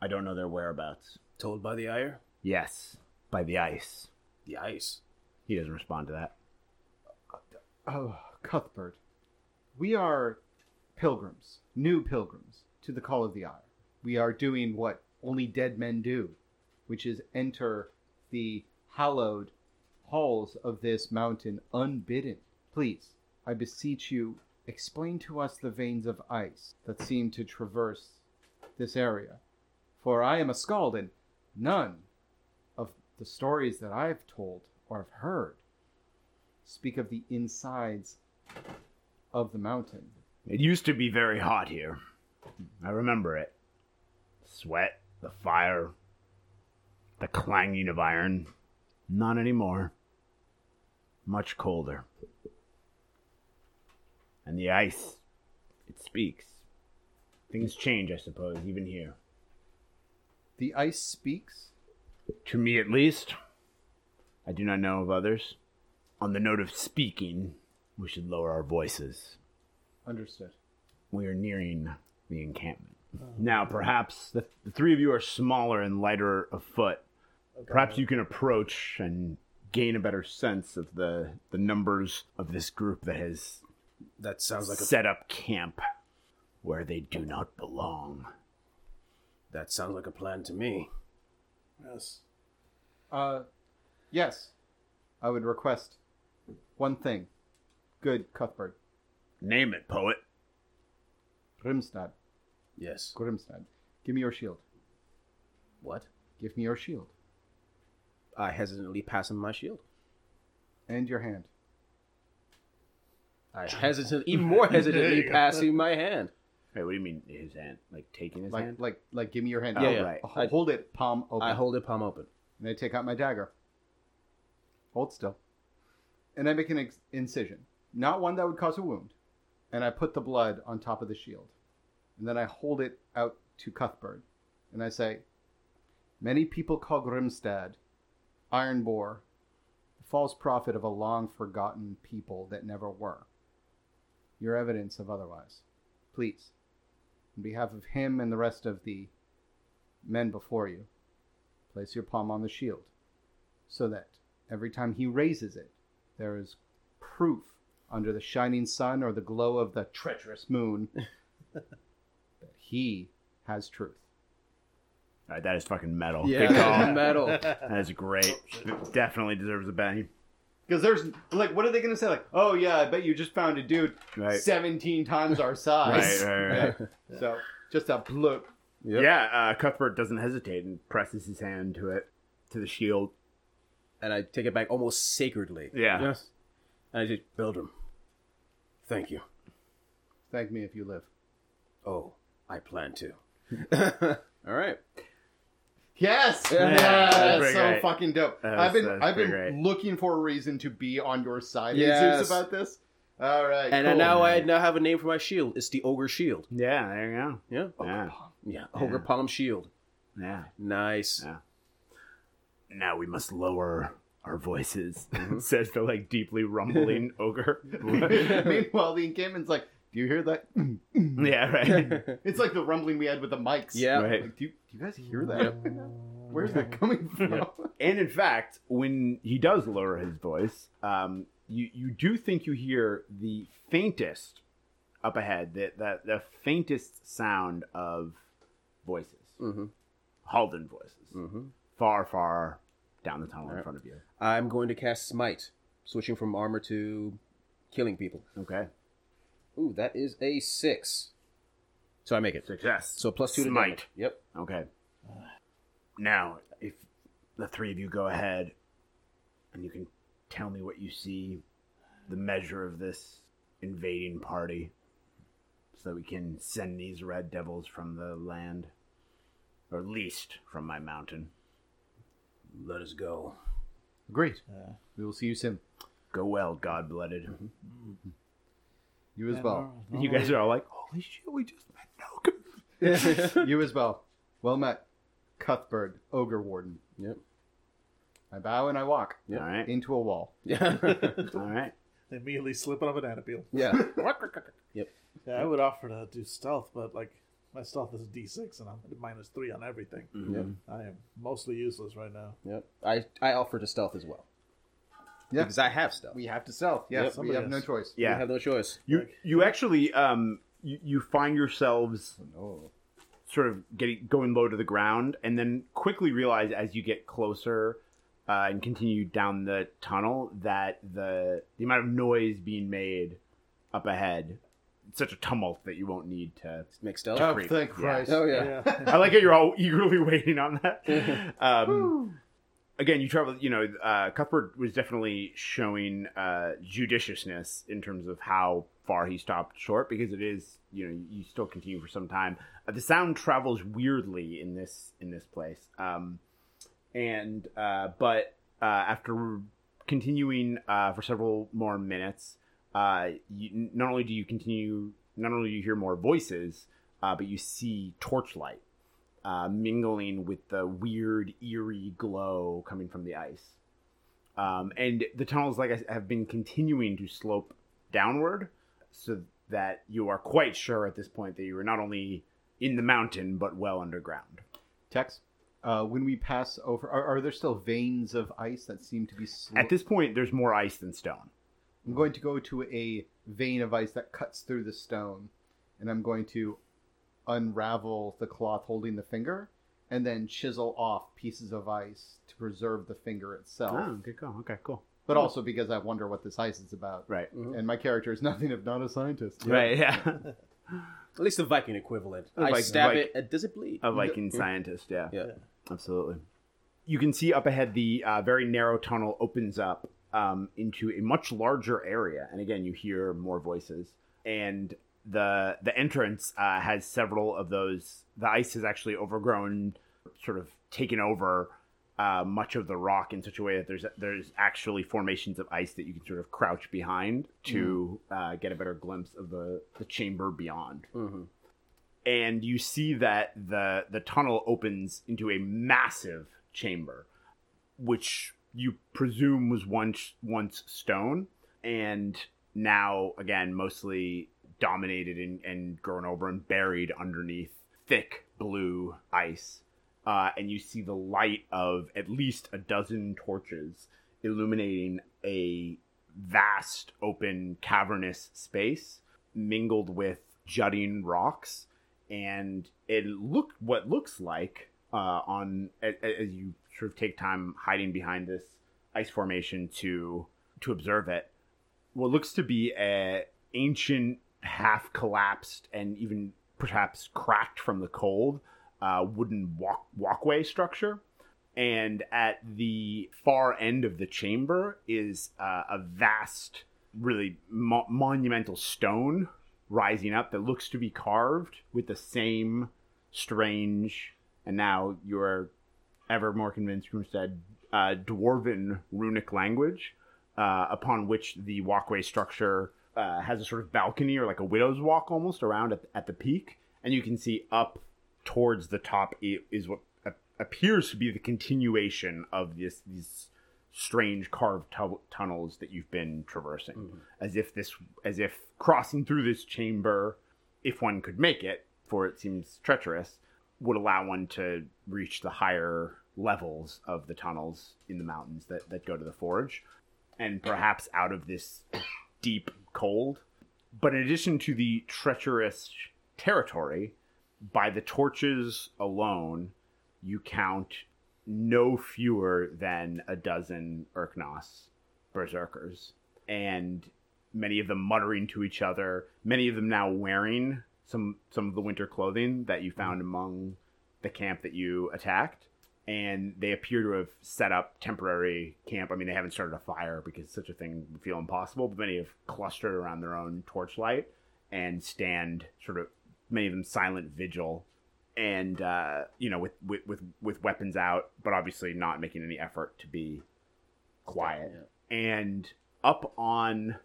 [SPEAKER 3] I don't know their whereabouts.
[SPEAKER 6] Told by the ire?
[SPEAKER 3] Yes, by the ice.
[SPEAKER 6] The ice.
[SPEAKER 3] He doesn't respond to that.
[SPEAKER 5] Oh, Cuthbert. We are pilgrims, new pilgrims to the call of the ire. We are doing what only dead men do, which is enter the hallowed halls of this mountain unbidden. Please, I beseech you, explain to us the veins of ice that seem to traverse this area. For I am a scald, and none of the stories that I have told or have heard speak of the insides of the mountain.
[SPEAKER 3] It used to be very hot here. I remember it. Sweat, the fire, the clanging of iron. Not anymore. Much colder. And the ice, it speaks. Things change, I suppose, even here.
[SPEAKER 5] The ice speaks.
[SPEAKER 3] To me, at least. I do not know of others. On the note of speaking, we should lower our voices.
[SPEAKER 5] Understood.
[SPEAKER 3] we are nearing the encampment. Now, perhaps the, the three of you are smaller and lighter of foot. Perhaps you can approach and gain a better sense of the, the numbers of this group that has
[SPEAKER 6] That sounds like a
[SPEAKER 3] set up camp where they do not belong.
[SPEAKER 6] that sounds like a plan to me.
[SPEAKER 7] Yes.
[SPEAKER 5] Uh, yes, I would request one thing. Good Cuthbert,
[SPEAKER 3] Name it, poet.
[SPEAKER 5] Grimstad,
[SPEAKER 6] Yes.
[SPEAKER 5] Grimstad, give me your shield.
[SPEAKER 6] What?
[SPEAKER 5] Give me your shield
[SPEAKER 6] I hesitantly pass him my shield.
[SPEAKER 5] and your hand.
[SPEAKER 6] I hesitant, even more hesitantly pass him my hand.
[SPEAKER 3] Wait, what do you mean his hand? Like taking his
[SPEAKER 5] Like,
[SPEAKER 3] hand?
[SPEAKER 5] like, like, give me your hand.
[SPEAKER 3] Oh, Yeah, yeah. right.
[SPEAKER 5] I hold it, palm open.
[SPEAKER 6] I hold it palm open.
[SPEAKER 5] and I take out my dagger. Hold still. And I make an ex- incision, not one that would cause a wound, and I put the blood on top of the shield. And then I hold it out to Cuthbert, and I say, Many people call Grimstad Iron Boar, the false prophet of a long forgotten people that never were. Your evidence of otherwise. Please, on behalf of him and the rest of the men before you, Place your palm on the shield so that every time he raises it, there is proof under the shining sun or the glow of the treacherous moon that he has truth.
[SPEAKER 3] All right, that is fucking metal.
[SPEAKER 6] Yeah,
[SPEAKER 3] Good call.
[SPEAKER 6] that's metal.
[SPEAKER 3] That is great. Definitely deserves a bang.
[SPEAKER 5] Because there's like, what are they going to say? Like, oh yeah, I bet you just found a dude
[SPEAKER 3] Right.
[SPEAKER 5] 17 times our
[SPEAKER 3] Right,
[SPEAKER 5] size.
[SPEAKER 3] right, right.
[SPEAKER 5] So just a bloop.
[SPEAKER 3] Yeah, uh, Cuthbert doesn't hesitate and presses his hand to it, to the shield.
[SPEAKER 6] and I take it back almost sacredly.
[SPEAKER 3] Yeah.
[SPEAKER 6] Yes. And I just build him. Thank you.
[SPEAKER 5] Thank me if you live.
[SPEAKER 6] Oh, I plan to. All right.
[SPEAKER 5] Yes,
[SPEAKER 6] Yeah,
[SPEAKER 5] Yeah,
[SPEAKER 3] that's
[SPEAKER 5] that's
[SPEAKER 3] pretty
[SPEAKER 5] so
[SPEAKER 3] great.
[SPEAKER 5] fucking dope.
[SPEAKER 3] That's-
[SPEAKER 5] I've been
[SPEAKER 3] that's
[SPEAKER 5] I've been
[SPEAKER 3] pretty great.
[SPEAKER 5] looking for a reason to be on your side,
[SPEAKER 6] Yes.
[SPEAKER 5] Jesus, about this. All right,
[SPEAKER 6] And I
[SPEAKER 5] cool.
[SPEAKER 6] now I now have a name for my shield. It's the ogre shield.
[SPEAKER 3] Yeah, there you go.
[SPEAKER 6] Yeah.
[SPEAKER 3] Yeah,
[SPEAKER 6] Oh, Yeah. Ogre palm shield.
[SPEAKER 3] yeah.
[SPEAKER 6] Nice.
[SPEAKER 3] Yeah. Now we must lower our voices, says the like deeply rumbling ogre.
[SPEAKER 5] Meanwhile, the encampment's like, do you hear that?
[SPEAKER 3] yeah, right.
[SPEAKER 5] It's like the rumbling we had with the mics.
[SPEAKER 6] Yeah.
[SPEAKER 3] Right.
[SPEAKER 5] Like, do, you, do you guys hear that? Where's that coming from?
[SPEAKER 3] And in fact, when he does lower his voice, um, you you do think you hear the faintest up ahead, the the, the faintest sound of voices, mm-hmm. Halden voices, mm-hmm. far far down the tunnel in front of you.
[SPEAKER 6] I'm going to cast Smite, switching from armor to killing people.
[SPEAKER 3] Okay,
[SPEAKER 6] Ooh, that is a six. So I make it.
[SPEAKER 3] success.
[SPEAKER 6] So plus two to
[SPEAKER 3] Smite.
[SPEAKER 6] damage. Yep.
[SPEAKER 3] Okay. Now, if the three of you go ahead and you can tell me what you see, the measure of this invading party, so we can send these red devils from the land, or at least from my mountain.
[SPEAKER 6] Let us go.
[SPEAKER 5] Great. we will see you soon.
[SPEAKER 3] Go well, God blooded.
[SPEAKER 5] You as well.
[SPEAKER 3] You guys are all like, holy shit, we just met Noga.
[SPEAKER 5] you as well. Well met, Cuthbert, ogre warden.
[SPEAKER 6] Yep.
[SPEAKER 5] I bow and I walk
[SPEAKER 3] All right.
[SPEAKER 5] into a wall.
[SPEAKER 6] Yeah.
[SPEAKER 3] All right.
[SPEAKER 7] They immediately slip off an anapeel.
[SPEAKER 6] yeah.
[SPEAKER 7] Yeah, I would offer to do stealth, but like my stealth is a D6 and I'm at minus three on everything.
[SPEAKER 3] Mm-hmm.
[SPEAKER 7] I am mostly useless right now.
[SPEAKER 6] Yep. I I offer to stealth as well.
[SPEAKER 5] Yeah.
[SPEAKER 6] Because I have stealth.
[SPEAKER 5] We have to sell. Yes, we
[SPEAKER 7] somebody
[SPEAKER 5] have no
[SPEAKER 7] has-
[SPEAKER 5] choice.
[SPEAKER 6] We
[SPEAKER 3] Yeah.
[SPEAKER 6] have no choice.
[SPEAKER 3] You you actually um you, you find yourselves sort of getting going low to the ground, and then quickly realize as you get closer uh, and continue down the tunnel that the the amount of noise being made up ahead it's such a tumult that you won't need to.
[SPEAKER 6] Make stealth.
[SPEAKER 5] Oh,
[SPEAKER 3] Creep.
[SPEAKER 5] thank
[SPEAKER 3] Yeah.
[SPEAKER 5] Christ.
[SPEAKER 6] Oh yeah.
[SPEAKER 7] Yeah.
[SPEAKER 3] I like how you're all eagerly waiting on that. Um, again, you travel. You know, uh, Cuthbert was definitely showing uh, judiciousness in terms of how far he stopped short because it is. You know, you still continue for some time. Uh, the sound travels weirdly in this in this place. Um, and uh, but uh, after continuing uh, for several more minutes, uh, you, not only do you continue, not only do you hear more voices, uh, but you see torchlight uh, mingling with the weird eerie glow coming from the ice. Um, and the tunnels, like I s- have been continuing to slope downward, so that you are quite sure at this point that you are not only in the mountain but well underground.
[SPEAKER 5] Tex, uh, when we pass over, are, are there still veins of ice that seem to be? Sl-
[SPEAKER 3] At this point, there's more ice than stone.
[SPEAKER 5] I'm going to go to a vein of ice that cuts through the stone, and I'm going to unravel the cloth holding the finger, and then chisel off pieces of ice to preserve the finger itself.
[SPEAKER 3] Oh, good call. Okay, cool. Mm-hmm.
[SPEAKER 5] But also because I wonder what this ice is about.
[SPEAKER 3] Right.
[SPEAKER 5] And my character is nothing if not a scientist.
[SPEAKER 3] Right, yeah.
[SPEAKER 6] At least the Viking equivalent. I
[SPEAKER 3] Viking-
[SPEAKER 6] stab
[SPEAKER 3] Viking. Oh.
[SPEAKER 6] it. Uh, does it bleed?
[SPEAKER 3] A Viking scientist, yeah.
[SPEAKER 6] Yeah.
[SPEAKER 3] Absolutely. You can see up ahead the uh, very narrow tunnel opens up um, into a much larger area, and again, you hear more voices. And the the entrance uh, has several of those. The ice has actually overgrown, sort of taken over uh, much of the rock in such a way that there's there's actually formations of ice that you can sort of crouch behind to uh, get a better glimpse of the the chamber beyond and you see that the the tunnel opens into a massive chamber which you presume was once once stone and now again mostly dominated and, and grown over and buried underneath thick blue ice uh, and you see the light of at least a dozen torches illuminating a vast open cavernous space mingled with jutting rocks and it looked what looks like uh, on as, as you sort of take time hiding behind this ice formation to to observe it what looks to be a ancient half collapsed and even perhaps cracked from the cold uh, wooden walk walkway structure and at the far end of the chamber is uh, a vast really mo- monumental stone rising up that looks to be carved with the same strange and now you're ever more convinced Grunstead uh, dwarven runic language uh, upon which the walkway structure uh, has a sort of balcony or like a widow's walk almost around at, at the peak and you can see up towards the top i- is what a- appears to be the continuation of this these strange carved tu- tunnels that you've been traversing as if this as if crossing through this chamber if one could make it for it seems treacherous would allow one to reach the higher levels of the tunnels in the mountains that, that go to the forge, and perhaps out of this deep cold. But in addition to the treacherous territory, by the torches alone, you count no fewer than a dozen Urknos berserkers, and many of them muttering to each other. Many of them now wearing some some of the winter clothing that you found among the camp that you attacked, and they appear to have set up temporary camp. I mean, they haven't started a fire because such a thing would feel impossible. But many have clustered around their own torchlight and stand sort of many of them silent vigil and uh, you know with, with with with weapons out, but obviously not making any effort to be quiet. And up on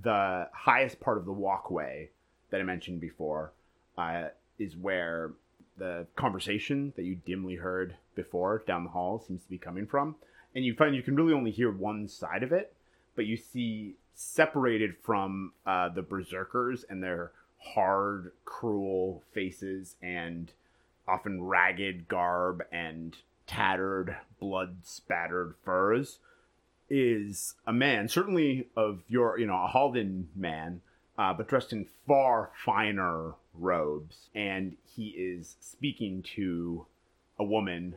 [SPEAKER 3] the highest part of the walkway that I mentioned before uh, is where the conversation that you dimly heard before down the hall seems to be coming from, and you find you can really only hear one side of it, but you see separated from uh, the berserkers and their hard, cruel faces and often ragged garb and tattered, blood spattered furs is a man, certainly of your, you know, a Halden man, uh, but dressed in far finer robes. And he is speaking to a woman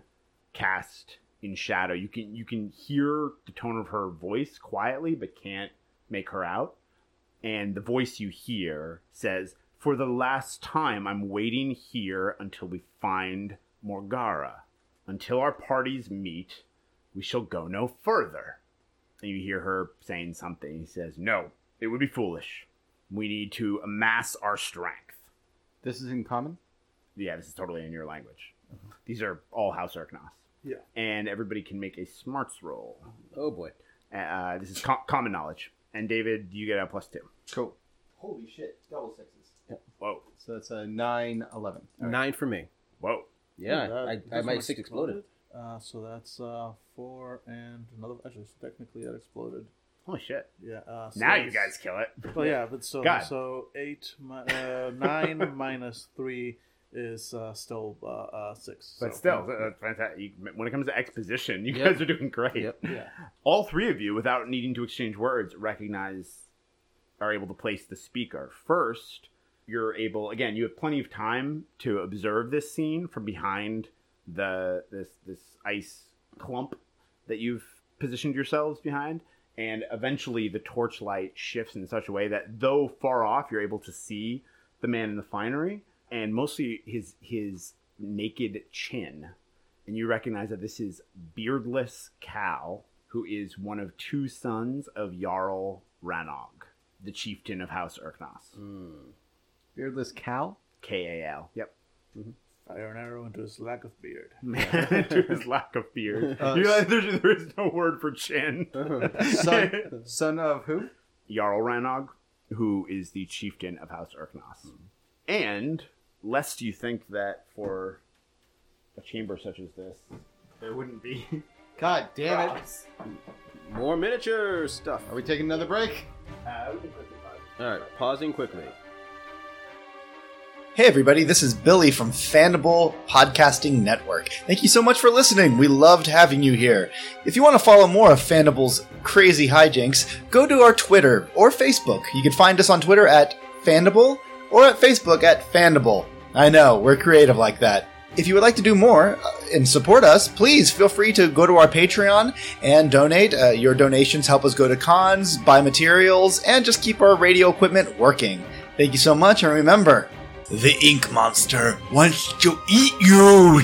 [SPEAKER 3] cast in shadow. You can you can hear the tone of her voice quietly, but can't make her out and the voice you hear says, For the last time, I'm waiting here until we find Morgara. Until our parties meet, we shall go no further. And you hear her saying something. He says, No, it would be foolish. We need to amass our strength.
[SPEAKER 5] This is in common.
[SPEAKER 3] Yeah, this is totally in your language. These are all House Arknos.
[SPEAKER 7] Yeah.
[SPEAKER 3] And everybody can make a smarts roll.
[SPEAKER 6] Oh boy.
[SPEAKER 3] Uh, this is co- common knowledge. And David, you get a plus two.
[SPEAKER 5] Cool.
[SPEAKER 8] Holy shit, double sixes.
[SPEAKER 3] Whoa,
[SPEAKER 5] So that's a nine, eleven.
[SPEAKER 6] Nine for me.
[SPEAKER 3] whoa.
[SPEAKER 6] Yeah,
[SPEAKER 7] That-
[SPEAKER 6] I,
[SPEAKER 7] this
[SPEAKER 6] I, my
[SPEAKER 7] one
[SPEAKER 6] six exploded.
[SPEAKER 7] Uh, so that's uh, four and another. Actually, so technically that exploded.
[SPEAKER 3] Holy shit.
[SPEAKER 7] Yeah. Uh, so
[SPEAKER 3] Now you
[SPEAKER 7] it's-
[SPEAKER 3] guys kill it.
[SPEAKER 7] Well, yeah, but so
[SPEAKER 3] God.
[SPEAKER 7] so eight mi- uh, nine minus three is uh, still uh, uh, six.
[SPEAKER 3] But
[SPEAKER 7] so-
[SPEAKER 3] still, that- that's fantastic. You- When it comes to exposition, you
[SPEAKER 6] Yep.
[SPEAKER 3] guys are doing great.
[SPEAKER 6] Yep.
[SPEAKER 7] yeah.
[SPEAKER 3] All three of you, without needing to exchange words, recognize, are able to place the speaker. First, you're able, again, you have plenty of time to observe this scene from behind the this this ice clump that you've positioned yourselves behind. And eventually, the torchlight shifts in such a way that, though far off, you're able to see the man in the finery and mostly his his naked chin and you recognize that this is beardless Cal, who is one of two sons of Jarl Ranog, the chieftain of House Erknos.
[SPEAKER 5] Beardless cow.
[SPEAKER 3] K A L. Yep. uh,
[SPEAKER 7] Fire an arrow into his lack of beard.
[SPEAKER 3] to his lack of beard, you realize there's, there is no word for chin.
[SPEAKER 5] Son, son of who?
[SPEAKER 3] Jarl Ranog, who is the chieftain of House Erknos. And lest you think that for a chamber such as this, there wouldn't be.
[SPEAKER 5] God damn it!
[SPEAKER 6] More miniature stuff.
[SPEAKER 5] Are we taking another break?
[SPEAKER 6] All right, pausing quickly.
[SPEAKER 9] Hey, everybody, this is Billy from Fandible Podcasting Network. Thank you so much for listening. We loved having you here. If you want to follow more of Fandible's crazy hijinks, go to our Twitter or Facebook. You can find us on Twitter at Fandible or at Facebook at Fandible. I know, we're creative like that. If you would like to do more uh, and support us, please feel free to go to our Patreon and donate. Uh, your donations help us go to cons, buy materials, and just keep our radio equipment working. Thank you so much, and remember, the ink monster wants to eat you.